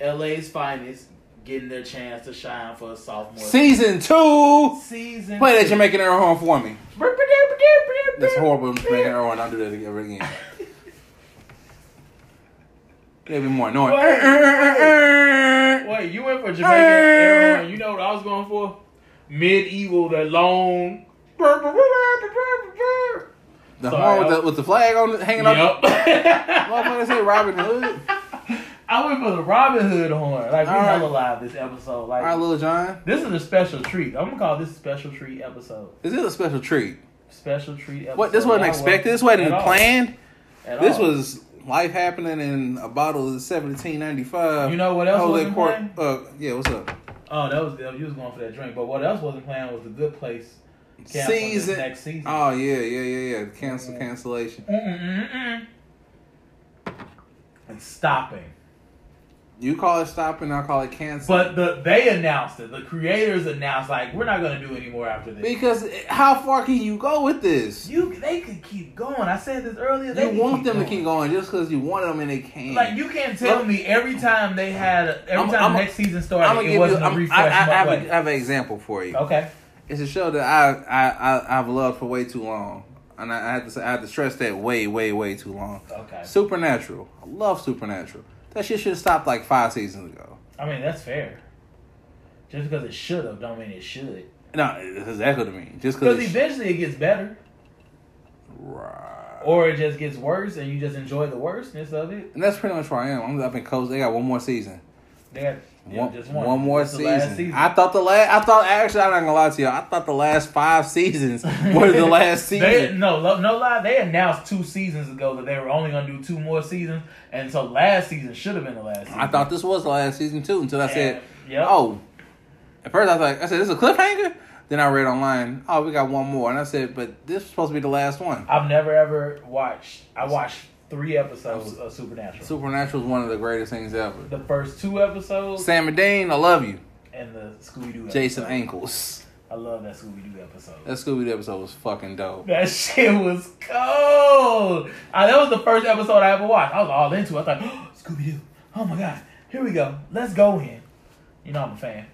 Speaker 1: LA's finest getting their chance to shine for a sophomore
Speaker 2: Season two.
Speaker 1: season.
Speaker 2: Play that
Speaker 1: two.
Speaker 2: Jamaican air horn for me. That's horrible. Jamaican air horn. I'll do that ever again. It'll be more annoying.
Speaker 1: Wait, wait, wait, you went for Jamaican air horn. You know what I was going for? Medieval, that long. Yep.
Speaker 2: The
Speaker 1: Sorry,
Speaker 2: horn
Speaker 1: I
Speaker 2: with the,
Speaker 1: was-
Speaker 2: with the flag on it hanging up. Motherfucker say Robin Hood.
Speaker 1: I went for the Robin Hood horn. Like, we
Speaker 2: All right.
Speaker 1: hella live this episode.
Speaker 2: All right,
Speaker 1: Like,
Speaker 2: Lil John.
Speaker 1: this is a special treat. I'm going to call this a special treat episode.
Speaker 2: This is a special treat.
Speaker 1: Special treat episode.
Speaker 2: What? This wasn't
Speaker 1: Y'all
Speaker 2: expected. This
Speaker 1: wasn't
Speaker 2: wasn't
Speaker 1: at all.
Speaker 2: planned.
Speaker 1: At
Speaker 2: This
Speaker 1: all.
Speaker 2: was life happening in a bottle of seventeen ninety five.
Speaker 1: You know what else wasn't planned?
Speaker 2: Uh, yeah, what's up?
Speaker 1: Oh, that was you was going for that drink. But what else wasn't planned was the good place canceled this
Speaker 2: Season.
Speaker 1: next season.
Speaker 2: Oh yeah, yeah, yeah, yeah. Cancel
Speaker 1: Yeah.
Speaker 2: cancellation.
Speaker 1: Mm-mm-mm-mm. It's stopping.
Speaker 2: You call it stopping, I call it cancel.
Speaker 1: But the they announced it. The creators announced like we're not gonna do any more after this.
Speaker 2: because it- how far can you go with this?
Speaker 1: You they could keep going. I said this earlier. They
Speaker 2: You
Speaker 1: could
Speaker 2: want them to keep going just because you want them and they can't.
Speaker 1: Like you can't tell
Speaker 2: Look-
Speaker 1: me every time they had every
Speaker 2: I'm-
Speaker 1: time
Speaker 2: I'm-
Speaker 1: next season
Speaker 2: I'm
Speaker 1: started
Speaker 2: gonna
Speaker 1: it
Speaker 2: give you.
Speaker 1: wasn't a
Speaker 2: I'm, I, I,
Speaker 1: refresh.
Speaker 2: I have
Speaker 1: button.
Speaker 2: a, I have an example for you.
Speaker 1: okay.
Speaker 2: It's a show that I, I, I I've loved for way too long, and I, I had to say I had to stress that way, way, way too long.
Speaker 1: Okay.
Speaker 2: Supernatural. I love Supernatural. That shit should have stopped like five seasons ago.
Speaker 1: I mean that's fair. Just because it should have don't mean it should.
Speaker 2: No, that's exactly what I mean. Just
Speaker 1: Because
Speaker 2: because.
Speaker 1: eventually it gets better. Or it just gets worse and you just enjoy the worstness of it.
Speaker 2: And that's pretty much where I am. I'm up in coast. They got one more season.
Speaker 1: They got yeah,
Speaker 2: one,
Speaker 1: just
Speaker 2: one,
Speaker 1: one.
Speaker 2: more
Speaker 1: That's the
Speaker 2: season.
Speaker 1: last
Speaker 2: I thought the last. I thought actually, I'm not gonna lie to you. all I thought the last five seasons were the last
Speaker 1: They,
Speaker 2: season.
Speaker 1: no, lo- no lie. They announced two seasons ago that they were only gonna do two more seasons, and so last season should have been the last. Season.
Speaker 2: I thought this was the last season too until I said,
Speaker 1: And- yep.
Speaker 2: "Oh." At first, I was like, "I said this is a cliffhanger." Then I read online, "Oh, we got one more," and I said, "But this is supposed to be the last one."
Speaker 1: I've never ever watched. I watched three episodes of Supernatural.
Speaker 2: Supernatural is one of the greatest things ever.
Speaker 1: the first two episodes
Speaker 2: Sam and Dean, I love you.
Speaker 1: and the Scooby Doo.
Speaker 2: Jason Ankles.
Speaker 1: I love that Scooby Doo episode.
Speaker 2: That Scooby Doo episode was fucking dope.
Speaker 1: That shit was cold. Uh, that was the first episode I ever watched. I was all into it. I was like, Scooby Doo. Oh my God. Here we go. Let's go in. You know, I'm a fan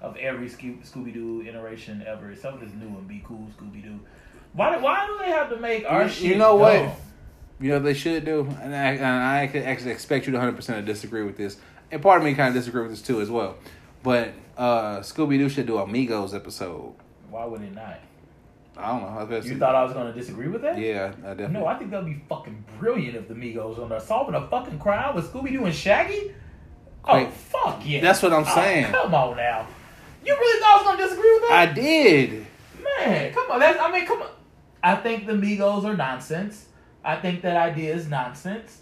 Speaker 1: of every Scooby Doo iteration ever, except for this new one, Be Cool Scooby Doo. Why, do- why do they have to make our
Speaker 2: You-
Speaker 1: shit?
Speaker 2: you know what?
Speaker 1: dumb?
Speaker 2: You know what they should do, and I, and I could actually expect you to 100 percent disagree with this, and part of me kind of disagree with this too as well. But uh, Scooby Doo should do a Migos episode.
Speaker 1: Why would it not?
Speaker 2: I don't know. I was about to
Speaker 1: You
Speaker 2: say-
Speaker 1: thought I was gonna disagree with that?
Speaker 2: Yeah, I definitely.
Speaker 1: No, I think that'd be fucking brilliant if the Migos on there solving a fucking crime with Scooby Doo and Shaggy. Oh
Speaker 2: Wait,
Speaker 1: fuck yeah!
Speaker 2: that's what I'm
Speaker 1: Oh,
Speaker 2: saying.
Speaker 1: Come on now, you really thought I was gonna disagree with
Speaker 2: I
Speaker 1: that?
Speaker 2: did.
Speaker 1: Man, come on. That's, I mean, come on. I think the Migos are nonsense. I think that idea is nonsense.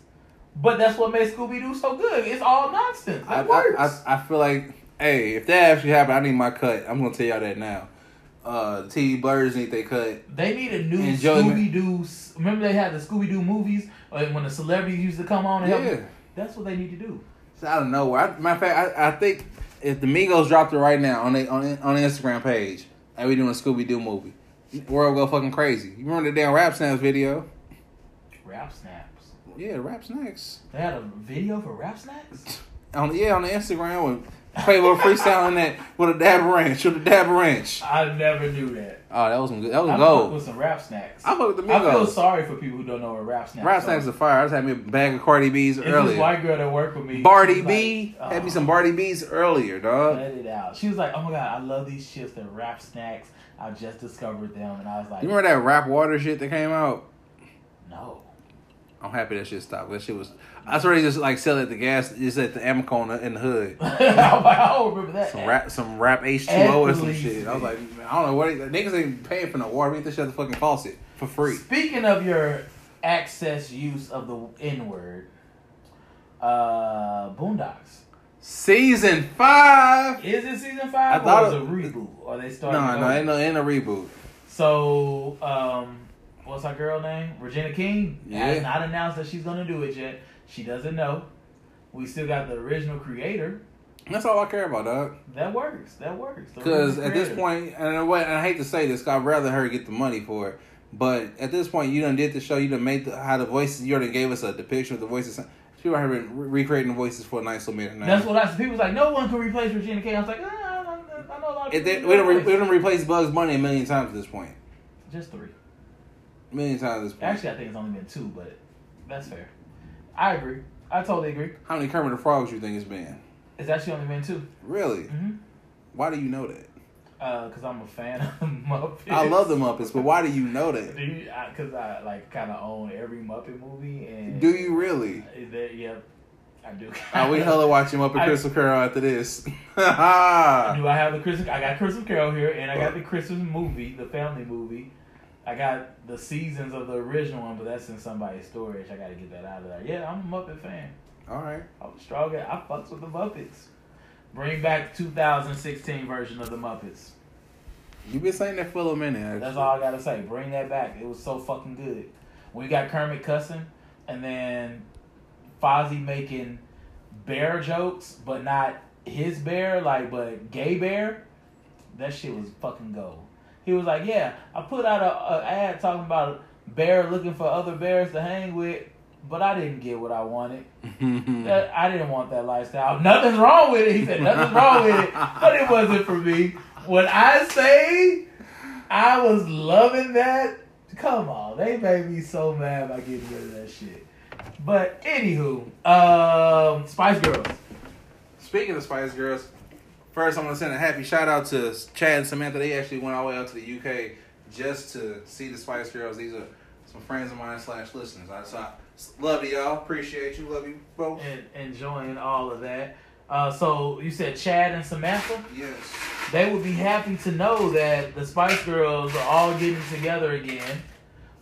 Speaker 1: But that's what made Scooby Doo so good. It's all nonsense. It
Speaker 2: I,
Speaker 1: works.
Speaker 2: I, I, I feel like, hey, if that actually happened, I need my cut. I'm gonna tell y'all that now. Uh, T Birds need their cut.
Speaker 1: They need a new
Speaker 2: Enjoyment.
Speaker 1: Scooby Doo. Remember they had the Scooby Doo movies uh, when the celebrities used to come on and help.
Speaker 2: Yeah.
Speaker 1: That's what they need to do.
Speaker 2: So I don't know where. I, matter of fact, I, I think if the Migos dropped it right now on they, on on the Instagram page, and we doing a Scooby Doo movie, world go fucking crazy. You remember the damn Rap Snaps video?
Speaker 1: Rap snaps.
Speaker 2: Yeah, Rap Snacks.
Speaker 1: They had a video for rap snacks.
Speaker 2: On yeah, on the Instagram with Playboy freestyling that with a dab wrench with a dab wrench.
Speaker 1: I never knew that.
Speaker 2: Oh, that was some good. That was
Speaker 1: I fuck
Speaker 2: gold.
Speaker 1: with some rap snacks.
Speaker 2: I fuck with the
Speaker 1: I feel
Speaker 2: Migos.
Speaker 1: sorry for people who don't know what rap snacks.
Speaker 2: Rap
Speaker 1: are.
Speaker 2: Snacks are fire. I just had me a bag of Cardi B's
Speaker 1: It's
Speaker 2: earlier.
Speaker 1: This white girl that worked with me.
Speaker 2: Barty
Speaker 1: she was
Speaker 2: B
Speaker 1: like,
Speaker 2: had me
Speaker 1: "Oh,
Speaker 2: some Barty B's earlier, dog.
Speaker 1: Let it out. She was like, "Oh my god, I love these chips. They're rap snacks. I just discovered them." And I was like,
Speaker 2: You remember that rap water shit that came out?
Speaker 1: "No."
Speaker 2: I'm happy that shit stopped. That shit was. I swear they just like sell it at the gas, just at the Amoco in the- in the hood.
Speaker 1: I'm like, "I don't remember that."
Speaker 2: Some rap, some rap H2O or some
Speaker 1: Athletes.
Speaker 2: shit. I was like, man, I don't know what it- niggas ain't paying for no water. We get this shit at the fucking faucet for free.
Speaker 1: Speaking of your access use of the N word, uh, Boondocks.
Speaker 2: Season five.
Speaker 1: Is it season five
Speaker 2: I thought
Speaker 1: or is it
Speaker 2: it-
Speaker 1: a reboot? Or they starting?
Speaker 2: No, no,
Speaker 1: over?
Speaker 2: ain't no, ain't no reboot.
Speaker 1: So, um, what's her girl name? Regina King
Speaker 2: Yeah.
Speaker 1: has not announced that she's gonna do it yet. She doesn't know. We still got the original creator.
Speaker 2: That's all I care about, dog.
Speaker 1: That works. That works. The
Speaker 2: Because
Speaker 1: original
Speaker 2: at this
Speaker 1: creator.
Speaker 2: point, and I, and I hate to say this, 'cause I'd rather her get the money for it. But at this point, you done did the show. You done made the, how the voices. You already gave us a depiction of the voices. She right here re- recreating the voices for a nice little minute now.
Speaker 1: that's what I see. People was like no one can replace Regina King. I was like, ah, I, don't- I know a lot of people.
Speaker 2: If they,
Speaker 1: can
Speaker 2: we don't re-
Speaker 1: replace.
Speaker 2: we don't replace Bugs Bunny a million times at this point.
Speaker 1: Just three.
Speaker 2: A million times at this point.
Speaker 1: Actually, I think it's only been two, but that's fair. I agree. I totally agree.
Speaker 2: how many Kermit the Frogs you think it's been?
Speaker 1: It's actually only been two.
Speaker 2: Really?
Speaker 1: Mm-hmm.
Speaker 2: Why do you know that?
Speaker 1: Because I'm a fan of Muppets.
Speaker 2: I love the Muppets, but why do you know
Speaker 1: Do
Speaker 2: that?
Speaker 1: you? Because I, like kind of own every Muppet movie and.
Speaker 2: Do you really?
Speaker 1: Is that, yep, I do.
Speaker 2: Are we hella watching Muppet
Speaker 1: I-
Speaker 2: Crystal Carol after this?
Speaker 1: Do I have the Christmas? I got Christmas Carol here, and I got the Christmas movie, the family movie. I got the seasons of the original one, but that's in somebody's storage. I got to get that out of there. Yeah, I'm a Muppet fan.
Speaker 2: All right.
Speaker 1: I'm strong. I fucks with the Muppets. Bring back 2016 version of the Muppets.
Speaker 2: You've been saying that for a little minute. Actually.
Speaker 1: That's all I gotta say. Bring that back. It was so fucking good. We got Kermit cussing, and then Fozzie making bear jokes, but not his bear, like but gay bear. That shit was fucking gold. He was like, "Yeah, I put out a, a ad talking about a bear looking for other bears to hang with, but I didn't get what I wanted.
Speaker 2: Uh,
Speaker 1: That, I didn't want that lifestyle. Nothing's wrong with it." He said, "Nothing's wrong with it, but it wasn't for me." When I say I was loving that. Come on, they made me so mad by getting rid of that shit. But anywho, um, Spice Girls.
Speaker 2: Speaking of Spice Girls, first I want to send a happy shout out to Chad and Samantha. They actually went all the way out to the UK just to see the Spice Girls. These are some friends of mine slash listeners. I, so I love you y'all. Appreciate you. Love you both.
Speaker 1: And enjoying all of that. Uh, so you said Chad and Samantha.
Speaker 2: Yes.
Speaker 1: They would be happy to know that the Spice Girls are all getting together again.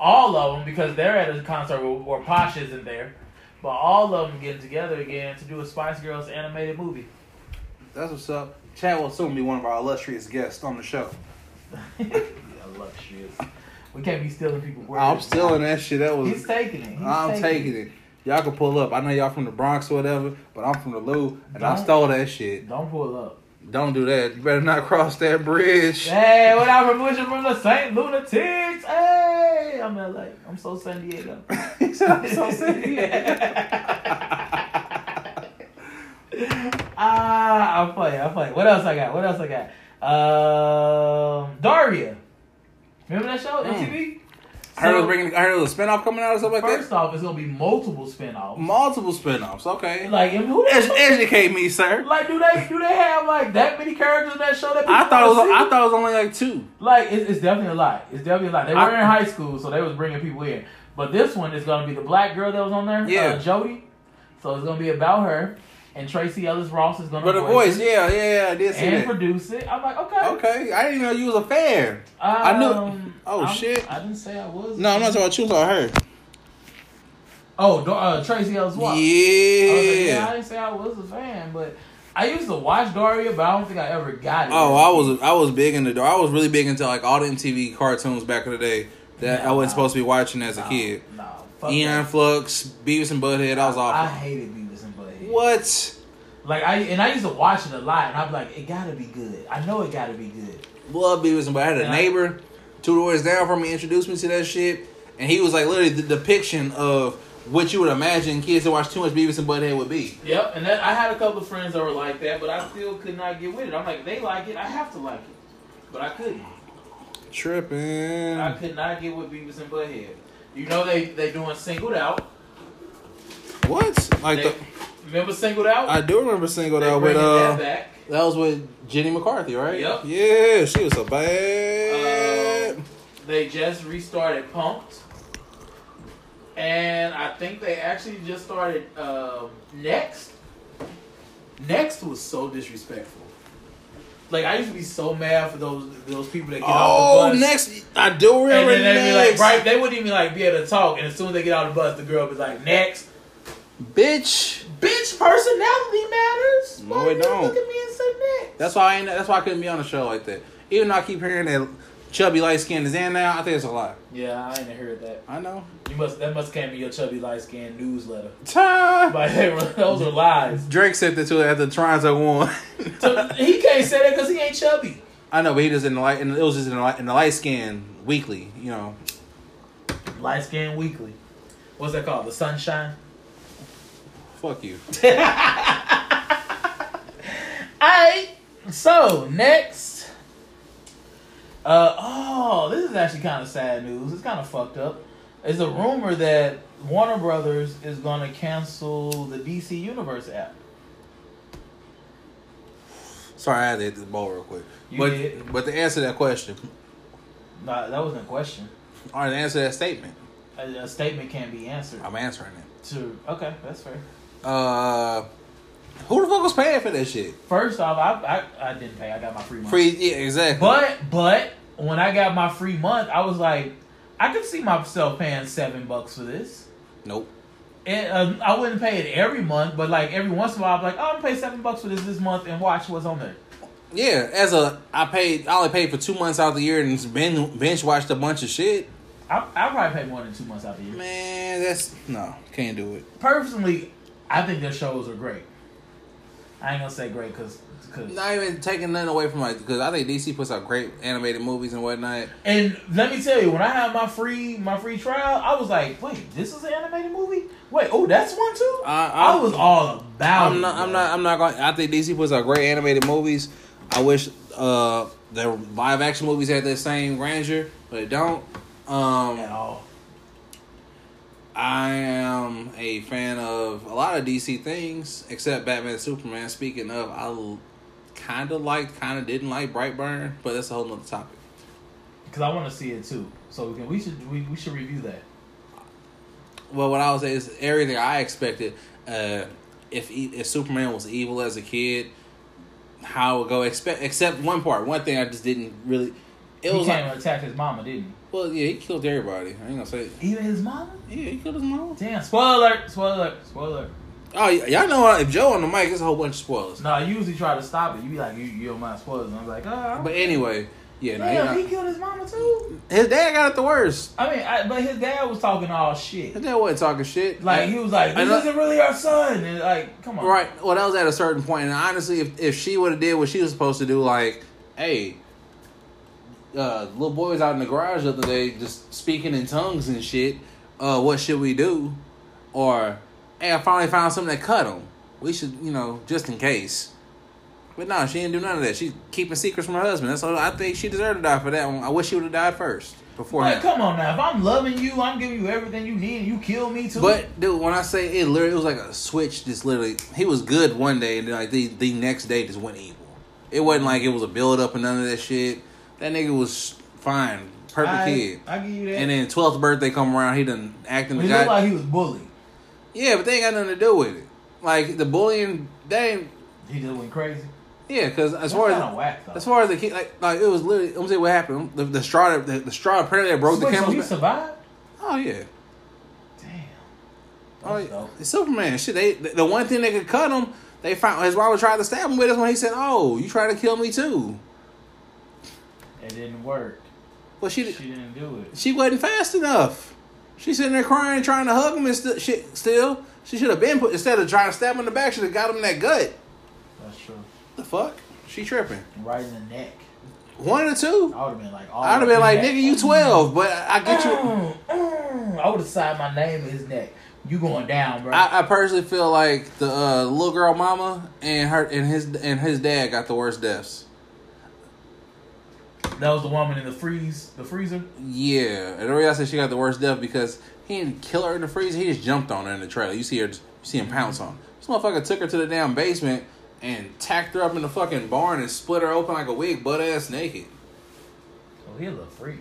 Speaker 1: All of them because they're at a concert where, where Posh isn't there. But all of them getting together again to do a Spice Girls animated movie.
Speaker 2: That's what's up. Chad will soon be one of our illustrious guests on the show.
Speaker 1: Illustrious. We can't be stealing people's words.
Speaker 2: I'm stealing that shit. That was
Speaker 1: He's taking it. He's
Speaker 2: I'm taking it. Y'all can pull up. I know y'all from the Bronx or whatever, but I'm from the Lou and I
Speaker 1: Don't-
Speaker 2: stole that shit.
Speaker 1: Don't pull up.
Speaker 2: Don't do that. You better not cross that bridge.
Speaker 1: Hey, what up, Revolution from the Saint Lunatics? Hey, I'm LA. I'm so San Diego.
Speaker 2: He said, "I'm so sick."
Speaker 1: Ah, I'm playing. I'm playing. What else I got? What else I got? Um, Daria. Remember that show?
Speaker 2: Mm.
Speaker 1: MTV.
Speaker 2: I heard it was
Speaker 1: So-
Speaker 2: bringing. I heard it was a spinoff coming out or something like
Speaker 1: First
Speaker 2: that.
Speaker 1: off, it's gonna be multiple spinoffs.
Speaker 2: Multiple spinoffs. Okay.
Speaker 1: Like, and who the
Speaker 2: Ed-
Speaker 1: fuck-
Speaker 2: educate me, sir.
Speaker 1: like do they do they have like that many characters in that show that people
Speaker 2: I thought it was.
Speaker 1: wanna see?
Speaker 2: I thought it was only like two.
Speaker 1: Like it's, it's definitely a lot. It's definitely a lot. They were
Speaker 2: I-
Speaker 1: in high school, so they was bringing people in. But this one is gonna be the black girl that was on there,
Speaker 2: Yeah.
Speaker 1: uh, Jody. So it's gonna be about her, and Tracy Ellis Ross is gonna
Speaker 2: But the
Speaker 1: voice,
Speaker 2: voice, yeah, yeah, yeah, I did
Speaker 1: it
Speaker 2: see
Speaker 1: and
Speaker 2: that.
Speaker 1: produce it. I'm like, okay,
Speaker 2: Okay, I didn't even know you was a fan. I knew- oh,
Speaker 1: Um, I'm-
Speaker 2: shit.
Speaker 1: I didn't say I was.
Speaker 2: No, I'm not talking about you, I'm talking about
Speaker 1: Oh, Do- uh, Tracy Ellis
Speaker 2: her.
Speaker 1: Ross. I was like, yeah, I
Speaker 2: Yeah.
Speaker 1: didn't say I was a fan, but I used to watch Daria, but I don't think I ever got it.
Speaker 2: Oh, I was I was big into I was really big into like all the MTV cartoons back in the day that I wasn't supposed to be watching as a
Speaker 1: No,
Speaker 2: kid.
Speaker 1: No, fuck
Speaker 2: Eon
Speaker 1: that.
Speaker 2: Flux, Beavis and Butthead, I was
Speaker 1: I
Speaker 2: awful.
Speaker 1: hated Beavis and Butthead.
Speaker 2: What?
Speaker 1: Like I and I used to watch it a lot, and I'm like, it gotta be good. I know it gotta be good.
Speaker 2: Love Beavis and Butthead. I had a
Speaker 1: And I-
Speaker 2: neighbor two doors down from me introduced me to that shit, and he was like literally the depiction of what you would imagine kids that watch too much Beavis and Butthead would be.
Speaker 1: Yep. And that, I had a couple of friends that were like that, but I still could not get with it. I'm like, they like it, I have to like it, but I couldn't.
Speaker 2: Tripping.
Speaker 1: I could not get with Beavis and Butthead. You know they they doing singled out.
Speaker 2: What? Like
Speaker 1: They-
Speaker 2: the
Speaker 1: remember singled out?
Speaker 2: I do remember singled
Speaker 1: they
Speaker 2: out with
Speaker 1: bringing
Speaker 2: uh
Speaker 1: that back.
Speaker 2: that was with Jenny McCarthy, right?
Speaker 1: Yep.
Speaker 2: Yeah, she was so bad.
Speaker 1: Um, They just restarted Pumped. And I think they actually just started um Next. Next was so disrespectful. Like I used to be so mad for those those people that get
Speaker 2: oh,
Speaker 1: off the bus.
Speaker 2: next I do
Speaker 1: and
Speaker 2: remember
Speaker 1: then they'd be like
Speaker 2: next.
Speaker 1: right they wouldn't even like be able to talk and as soon as they get out of the bus the girl would be like next
Speaker 2: Bitch.
Speaker 1: bitch personality matters.
Speaker 2: No,
Speaker 1: Why
Speaker 2: it
Speaker 1: you
Speaker 2: don't.
Speaker 1: look at me and say next?
Speaker 2: That's why I ain't, that's why I couldn't be on a show like that. Even though I keep hearing that chubby light skin is in now, I think it's a lie.
Speaker 1: Yeah, I ain't heard that.
Speaker 2: I know.
Speaker 1: You must that must came in your chubby light skin newsletter.
Speaker 2: Ta-
Speaker 1: But they were, those are lies.
Speaker 2: Drake said that to her after Toronto won.
Speaker 1: So, he can't say that because he ain't chubby.
Speaker 2: I know, but he just in the light, and it was just in the light, in the light skin weekly. You know,
Speaker 1: Light Skin Weekly. What's that called? The Sunshine?
Speaker 2: fuck you.
Speaker 1: Alright. So, next. Uh, oh, this is actually kind of sad news. It's kind of fucked up. It's a rumor that Warner Brothers is going to cancel the DC Universe app.
Speaker 2: Sorry, I had to hit this ball real quick.
Speaker 1: You
Speaker 2: but
Speaker 1: did.
Speaker 2: but to answer that question,
Speaker 1: Nah, that wasn't a question.
Speaker 2: or to answer that statement,
Speaker 1: A, a statement can't be answered.
Speaker 2: I'm answering it.
Speaker 1: To, okay, that's fair.
Speaker 2: Uh, who the fuck was paying for that shit?
Speaker 1: First off, I, I, I didn't pay. I got my free money.
Speaker 2: Free, yeah, exactly.
Speaker 1: But but when I got my free month, I was like, I could see myself paying seven bucks for this.
Speaker 2: nope.
Speaker 1: And um, I wouldn't pay it every month, but like every once in a while, I'm like, oh, I'm gonna pay seven bucks for this this month and watch what's on there.
Speaker 2: Yeah, as a I paid, I only paid for two months out of the year and ben, bench watched a bunch of shit.
Speaker 1: I I probably pay more than two months out of the year.
Speaker 2: Man, that's no, can't do it.
Speaker 1: Personally, I think their shows are great. I ain't gonna say great because
Speaker 2: Not even taking nothing away from like because I think DC puts out great animated movies and whatnot.
Speaker 1: and let me tell you, when I had my free my free trial, I was like, wait, this is an animated movie? Wait, oh, that's one too.
Speaker 2: I-
Speaker 1: I,
Speaker 2: I-
Speaker 1: was all about.
Speaker 2: Uh, I'm
Speaker 1: it,
Speaker 2: not.
Speaker 1: man.
Speaker 2: I'm not. I'm not going. I think DC puts out great animated movies. I wish uh their live action movies had that same grandeur, but they don't.
Speaker 1: at
Speaker 2: Um,
Speaker 1: all.
Speaker 2: I am a fan of a lot of DC things except Batman and Superman. Speaking of, I kind of liked, kind of didn't like Brightburn, but that's a whole nother topic.
Speaker 1: Because I want to see it too. So we can we should we, we should review that.
Speaker 2: Well, what I would say is everything I expected. Uh, if e- if Superman was evil as a kid, how it would go? Expect except one part. One thing I just didn't really. It
Speaker 1: he
Speaker 2: was
Speaker 1: came
Speaker 2: like,
Speaker 1: and attacked his mama, didn't
Speaker 2: well, yeah, he killed everybody. I ain't gonna say.
Speaker 1: he? Even his mama?
Speaker 2: Yeah, he killed his mom.
Speaker 1: Damn! Spoiler! alert, Spoiler! alert, Spoiler! alert.
Speaker 2: Oh, y- y'all know uh, if Joe on the mic, it's a whole bunch of spoilers.
Speaker 1: No, I usually try to stop it. You be like, you, you don't mind spoilers? And I'm like, oh.
Speaker 2: But anyway, yeah, no, he
Speaker 1: Damn,
Speaker 2: not-
Speaker 1: he killed his mama too.
Speaker 2: his dad got it the worst.
Speaker 1: I mean, I, but his dad was talking all shit.
Speaker 2: His dad wasn't talking shit.
Speaker 1: Like he was like,
Speaker 2: I
Speaker 1: "This
Speaker 2: know-
Speaker 1: isn't really our son." And like, come on,
Speaker 2: Right. Well, that was at a certain point, and honestly, if if she would have did what she was supposed to do, like, hey, uh, little boy was out in the garage the other day, just speaking in tongues and shit. Uh, what should we do? Or, hey, I finally found something that cut him. We should, you know, just in case. But no, she didn't do none of that. She keeping secrets from her husband. That's all. I think she deserved to die for that one. I wish she would have died first.
Speaker 1: But
Speaker 2: beforehand.
Speaker 1: come on now, if I'm loving you, I'm giving you everything you need, and you kill me too.
Speaker 2: But dude, when I say it, literally, it was like a switch. Just literally, he was good one day, and then like the the next day just went evil. It wasn't like it was a build up and none of that shit. That nigga was fine, perfect
Speaker 1: I,
Speaker 2: kid.
Speaker 1: I give you that.
Speaker 2: and then twelfth birthday come around, he done acting.
Speaker 1: he
Speaker 2: the
Speaker 1: looked
Speaker 2: guy.
Speaker 1: like he was bullied.
Speaker 2: yeah, but they ain't got nothing to do with it. Like the bullying, they ain't.
Speaker 1: He just went crazy.
Speaker 2: Yeah, because
Speaker 1: That's
Speaker 2: as far
Speaker 1: kind of
Speaker 2: as
Speaker 1: whack though.
Speaker 2: as far as the kid, like like it was literally. I'm saying what happened. The, the straw that- the, the straw apparently that broke the
Speaker 1: Wait, so
Speaker 2: camel's
Speaker 1: he
Speaker 2: back.
Speaker 1: survived.
Speaker 2: Oh yeah.
Speaker 1: Damn.
Speaker 2: Oh,
Speaker 1: That's
Speaker 2: yeah.
Speaker 1: dope.
Speaker 2: It's Superman. Shit, they the the one thing that could cut him, they found his rival tried to stab him with. That's when he said, "Oh, you tried to kill me too."
Speaker 1: It didn't work.
Speaker 2: Well, she
Speaker 1: She didn't do it.
Speaker 2: she wasn't fast enough. She sitting there crying, trying to hug him and st- shit. Still, she should have been put instead of trying to stab him in the back. Should have got him in that gut.
Speaker 1: That's true.
Speaker 2: The fuck? She tripping.
Speaker 1: Right in the neck.
Speaker 2: One or two?
Speaker 1: I would have been like, all
Speaker 2: I'd have
Speaker 1: the
Speaker 2: been
Speaker 1: way
Speaker 2: like,
Speaker 1: back.
Speaker 2: "Nigga, you 12, but I I get you."
Speaker 1: Mm, mm. I would have signed my name in his neck. You going down, bro?
Speaker 2: I, I personally feel like the uh, little girl mama and her and his and his dad got the worst deaths.
Speaker 1: that was the woman in the freeze, the freezer.
Speaker 2: Yeah, and the reason I said she got the worst death because he didn't kill her in the freezer. He just jumped on her in the trailer. You see her, you see him pounce on. her. This motherfucker took her to the damn basement and tacked her up in the fucking barn and split her open like a wig, butt ass naked.
Speaker 1: Oh, he a little freak.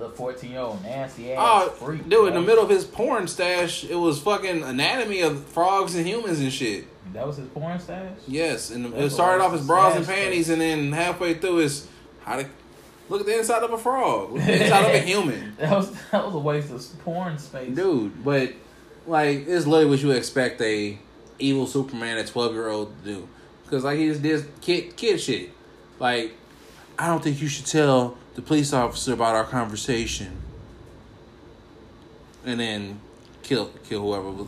Speaker 1: Little fourteen year old nasty ass
Speaker 2: Oh,
Speaker 1: freak.
Speaker 2: dude! In
Speaker 1: bro.
Speaker 2: the middle of his porn stash, it was fucking anatomy of frogs and humans and shit.
Speaker 1: That was his porn stash.
Speaker 2: Yes, and it
Speaker 1: That's
Speaker 2: started
Speaker 1: a
Speaker 2: off as bras and
Speaker 1: nasty.
Speaker 2: panties, and then halfway through is how to look at the inside of a frog, look at the inside of a human.
Speaker 1: That was that was a waste of porn space.
Speaker 2: dude. But like, it's literally what you expect a evil Superman at twelve year old to do, because like he just did kid kid shit. Like, I don't think you should tell the police officer about our conversation, and then kill kill whoever. was-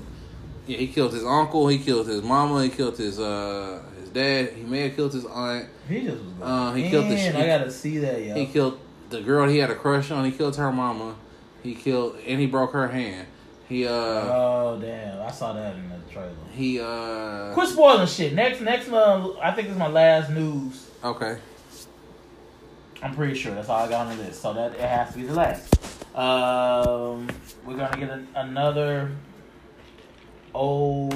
Speaker 2: Yeah, he killed his uncle. He killed his mama. He killed his uh his dad. He may have killed his aunt.
Speaker 1: He just was like,
Speaker 2: Uh, he
Speaker 1: man,
Speaker 2: killed the shit.
Speaker 1: I gotta see that, yo.
Speaker 2: He killed the girl he had a crush on. He killed her mama. He killed and he broke her hand. He uh
Speaker 1: oh damn, I saw that in the trailer.
Speaker 2: He uh
Speaker 1: Quit spoiling shit. Next, next, uh, I think this is my last news.
Speaker 2: okay.
Speaker 1: I'm pretty sure that's all I got on the list. So that it has to be the last. Um, we're gonna get an, another old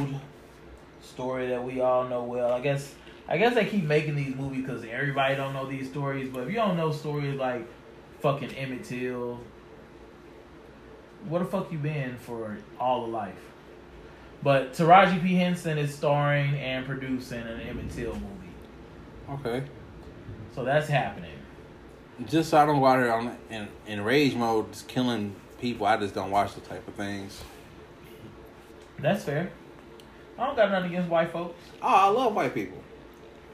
Speaker 1: story that we all know well. I guess I guess they keep making these movies because everybody don't know these stories. But if you don't know stories like fucking Emmett Till, where the fuck you been for all of life? But Taraji P Henson is starring and producing an Emmett Till movie,
Speaker 2: Okay.
Speaker 1: so that's happening.
Speaker 2: Just so I don't go out here on in, in rage mode just killing people, I just don't watch the type of things.
Speaker 1: That's fair. I don't got nothing against white folks.
Speaker 2: Oh, I love white people.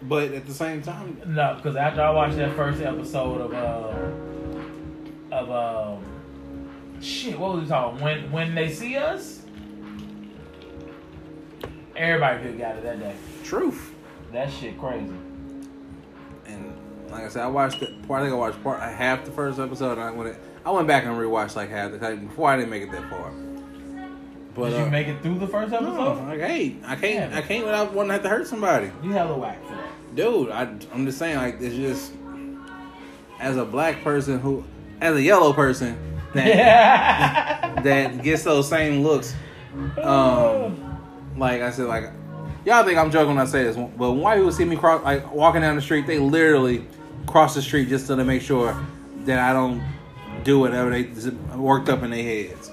Speaker 2: But at the same time
Speaker 1: No, because after I watched that first episode of um of um shit, what was we talking? When when they see us, everybody could got it that day.
Speaker 2: truth.
Speaker 1: That shit crazy.
Speaker 2: And like I said, I watched the part I think I watched part uh, half the first episode and I went I went back and rewatched like half the time before I didn't make it that far. But
Speaker 1: Did
Speaker 2: uh,
Speaker 1: you make it through the first
Speaker 2: no,
Speaker 1: episode?
Speaker 2: I can't. I can't.
Speaker 1: Yeah.
Speaker 2: I can't without wanting to have to hurt somebody.
Speaker 1: You have a whack for that.
Speaker 2: dude I, i'm just saying like it's just as a black person who as a yellow person that
Speaker 1: Yeah.
Speaker 2: that gets those same looks um like i said like y'all think i'm joking when i say this but when white people see me cross like walking down the street they literally cross the street just to make sure that i don't do whatever they worked up in their heads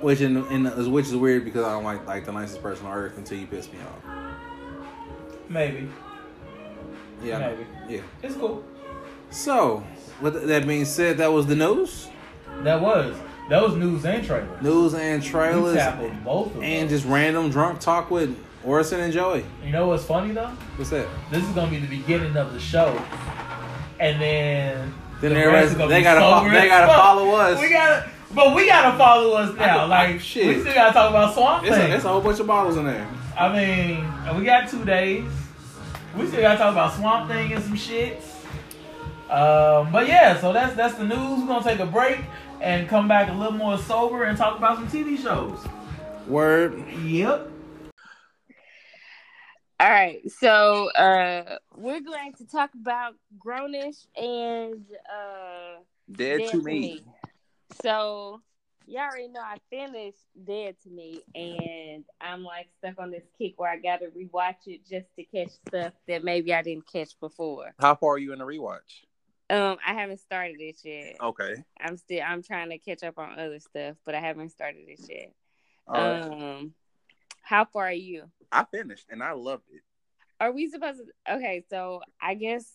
Speaker 2: which in, in which is weird because i don't like like the nicest person on earth until you piss me off
Speaker 1: Maybe.
Speaker 2: yeah I know.
Speaker 1: Maybe.
Speaker 2: yeah
Speaker 1: It's cool.
Speaker 2: So, with that being said, that was the news,
Speaker 1: That was. That was news and trailer.
Speaker 2: news and
Speaker 1: We
Speaker 2: trailers,
Speaker 1: tackled both of them.
Speaker 2: and just random drunk talk with Orson and Joey.
Speaker 1: you know what's funny though?
Speaker 2: What's that?
Speaker 1: this is gonna be the beginning of the show, and then
Speaker 2: Then
Speaker 1: the
Speaker 2: everybody-
Speaker 1: rest is gonna
Speaker 2: they
Speaker 1: be
Speaker 2: gotta fo-
Speaker 1: sober
Speaker 2: they
Speaker 1: as
Speaker 2: gotta
Speaker 1: fuck.
Speaker 2: follow us.
Speaker 1: We gotta, but we gotta follow us now.
Speaker 2: I-
Speaker 1: like
Speaker 2: shit.
Speaker 1: we still gotta talk about Swamp
Speaker 2: It's a,
Speaker 1: Thing.
Speaker 2: it's a whole bunch of bottles in there.
Speaker 1: I mean, we got two days. We still gotta talk about Swamp Thing and some shit. Um, but yeah, so that's that's the news. We're gonna take a break and come back a little more sober and talk about some TV shows.
Speaker 2: Word.
Speaker 1: Yep.
Speaker 3: All right, so uh, we're going to talk about Grownish and uh,
Speaker 2: Dead,
Speaker 4: Dead
Speaker 2: to
Speaker 4: to
Speaker 2: me.
Speaker 4: Me. So you already know I finished Dead to Me, and I'm like stuck on this kick where I got to rewatch it just to catch stuff that maybe I didn't catch before.
Speaker 2: How far are you in the rewatch?
Speaker 4: Um, I haven't started it yet.
Speaker 2: Okay.
Speaker 4: I'm still I'm trying to catch up on other stuff, but I haven't started it yet.
Speaker 2: All right.
Speaker 4: Um, how far are you?
Speaker 2: I finished and I loved it.
Speaker 4: Are we supposed to? Okay, so I guess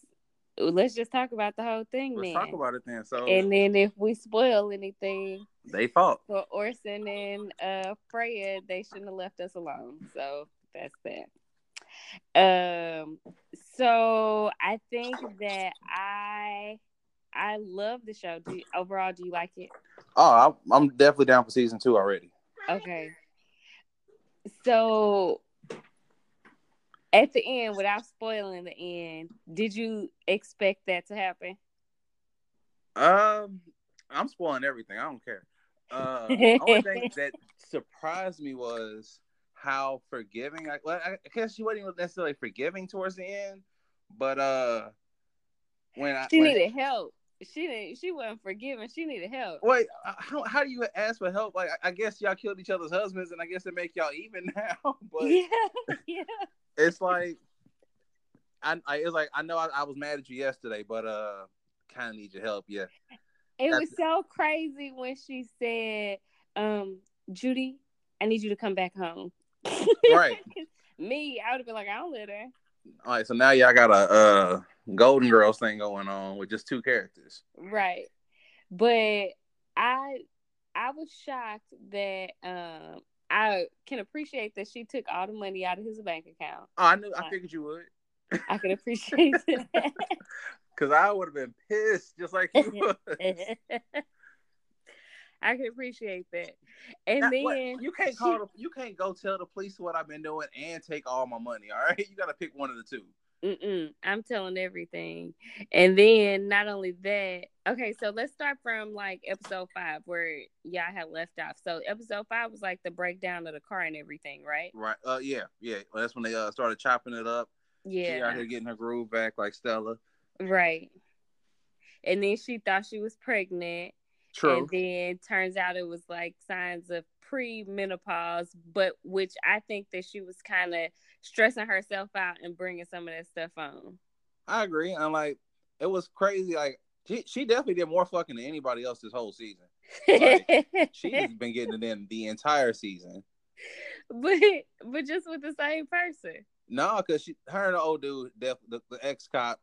Speaker 4: let's just talk about the whole thing
Speaker 2: Let's
Speaker 4: then.
Speaker 2: talk about it then. So
Speaker 4: and then if we spoil anything,
Speaker 2: they fought.
Speaker 4: for Orson and uh Freya, they shouldn't have left us alone. So that's that. Um so I think that I I love the show. Do you, overall do you like it?
Speaker 2: Oh, I, I'm definitely down for season two already.
Speaker 4: Okay. So at the end, without spoiling the end, did you expect that to happen?
Speaker 2: Um, I'm spoiling everything. I don't care. Uh, only thing that surprised me was how forgiving. I, well, I I guess she wasn't even necessarily forgiving towards the end, but uh, when I
Speaker 4: She
Speaker 2: when-
Speaker 4: needed help. She didn't she wasn't forgiving. She needed help.
Speaker 2: Wait, uh, how, how do you ask for help? Like, I- I guess y'all killed each other's husbands, and I guess it make y'all even now. But
Speaker 4: yeah, yeah.
Speaker 2: it's like, I, I it's like I know I, I was mad at you yesterday, but uh, kind of need your help. Yeah,
Speaker 4: It
Speaker 2: That's-
Speaker 4: was so crazy when she said, um, Judy, I need you to come back home.
Speaker 2: right.
Speaker 4: Me, I would have been like, I don't live there.
Speaker 2: All right, so now y'all got a uh, Golden Girls thing going on with just two characters.
Speaker 4: Right. But I I was shocked that um I can appreciate that she took all the money out of his bank account.
Speaker 2: Oh, I knew, I
Speaker 4: Right.
Speaker 2: figured you would,
Speaker 4: I can appreciate that.
Speaker 2: cause I would have been pissed just like you would.
Speaker 4: I can appreciate that. And
Speaker 2: Not-
Speaker 4: then
Speaker 2: what? you can't call, the, you can't go tell the police what I've been doing and take all my money. All right, you got to pick one of the two.
Speaker 4: Mm-mm, I'm telling everything. And then not only that, okay, so let's start from like episode five where y'all had left off. So episode five was like the breakdown of the car and everything, right?
Speaker 2: Right. Uh. Yeah. Yeah. Well, that's when they uh, started chopping it up. She out
Speaker 4: Yeah.
Speaker 2: here getting her groove back, like Stella.
Speaker 4: Right. And then she thought she was pregnant. And then turns out it was like signs of pre-menopause, but which I think that she was kind of stressing herself out and bringing some of that stuff on.
Speaker 2: I agree. I'm like, it was crazy. Like she, she definitely did more fucking than anybody else this whole season. Right. She's been getting it in the entire season.
Speaker 4: but but just with the same person.
Speaker 2: No, because she, her and the old dude, def, the, the ex cop,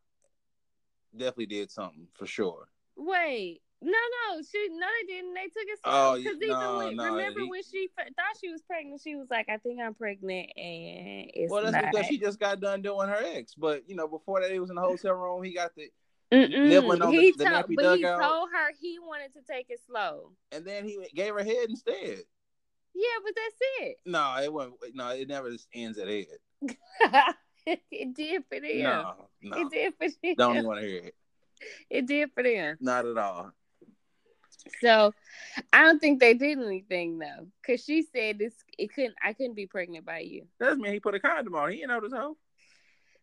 Speaker 2: definitely did something for sure.
Speaker 4: Wait, no, no, she no, they didn't. They took it
Speaker 2: Oh,
Speaker 4: slow because
Speaker 2: yeah, no,
Speaker 4: even when,
Speaker 2: no,
Speaker 4: remember
Speaker 2: he-
Speaker 4: when she f- thought she was pregnant, she was like, "I think I'm pregnant," and it's
Speaker 2: well, that's
Speaker 4: not.
Speaker 2: because she just got done doing her ex. But you know, before that, he was in the hotel room. He got the,
Speaker 4: Mm-mm.
Speaker 2: nibbling on
Speaker 4: he
Speaker 2: the- the
Speaker 4: told,
Speaker 2: nappy
Speaker 4: but he
Speaker 2: dugout.
Speaker 4: told her he wanted to take it slow.
Speaker 2: and then he gave her head instead.
Speaker 4: Yeah, but that's
Speaker 2: No, it wasn't. No, it never ends at head.
Speaker 4: it. it did for them.
Speaker 2: No, no,
Speaker 4: It did for them.
Speaker 2: don't even want to hear it.
Speaker 4: It did for them.
Speaker 2: Not at all.
Speaker 4: So I don't think they did anything though, because she said this. It couldn't. I couldn't be pregnant by you.
Speaker 2: That's mean he put a condom on. He didn't know this hoe.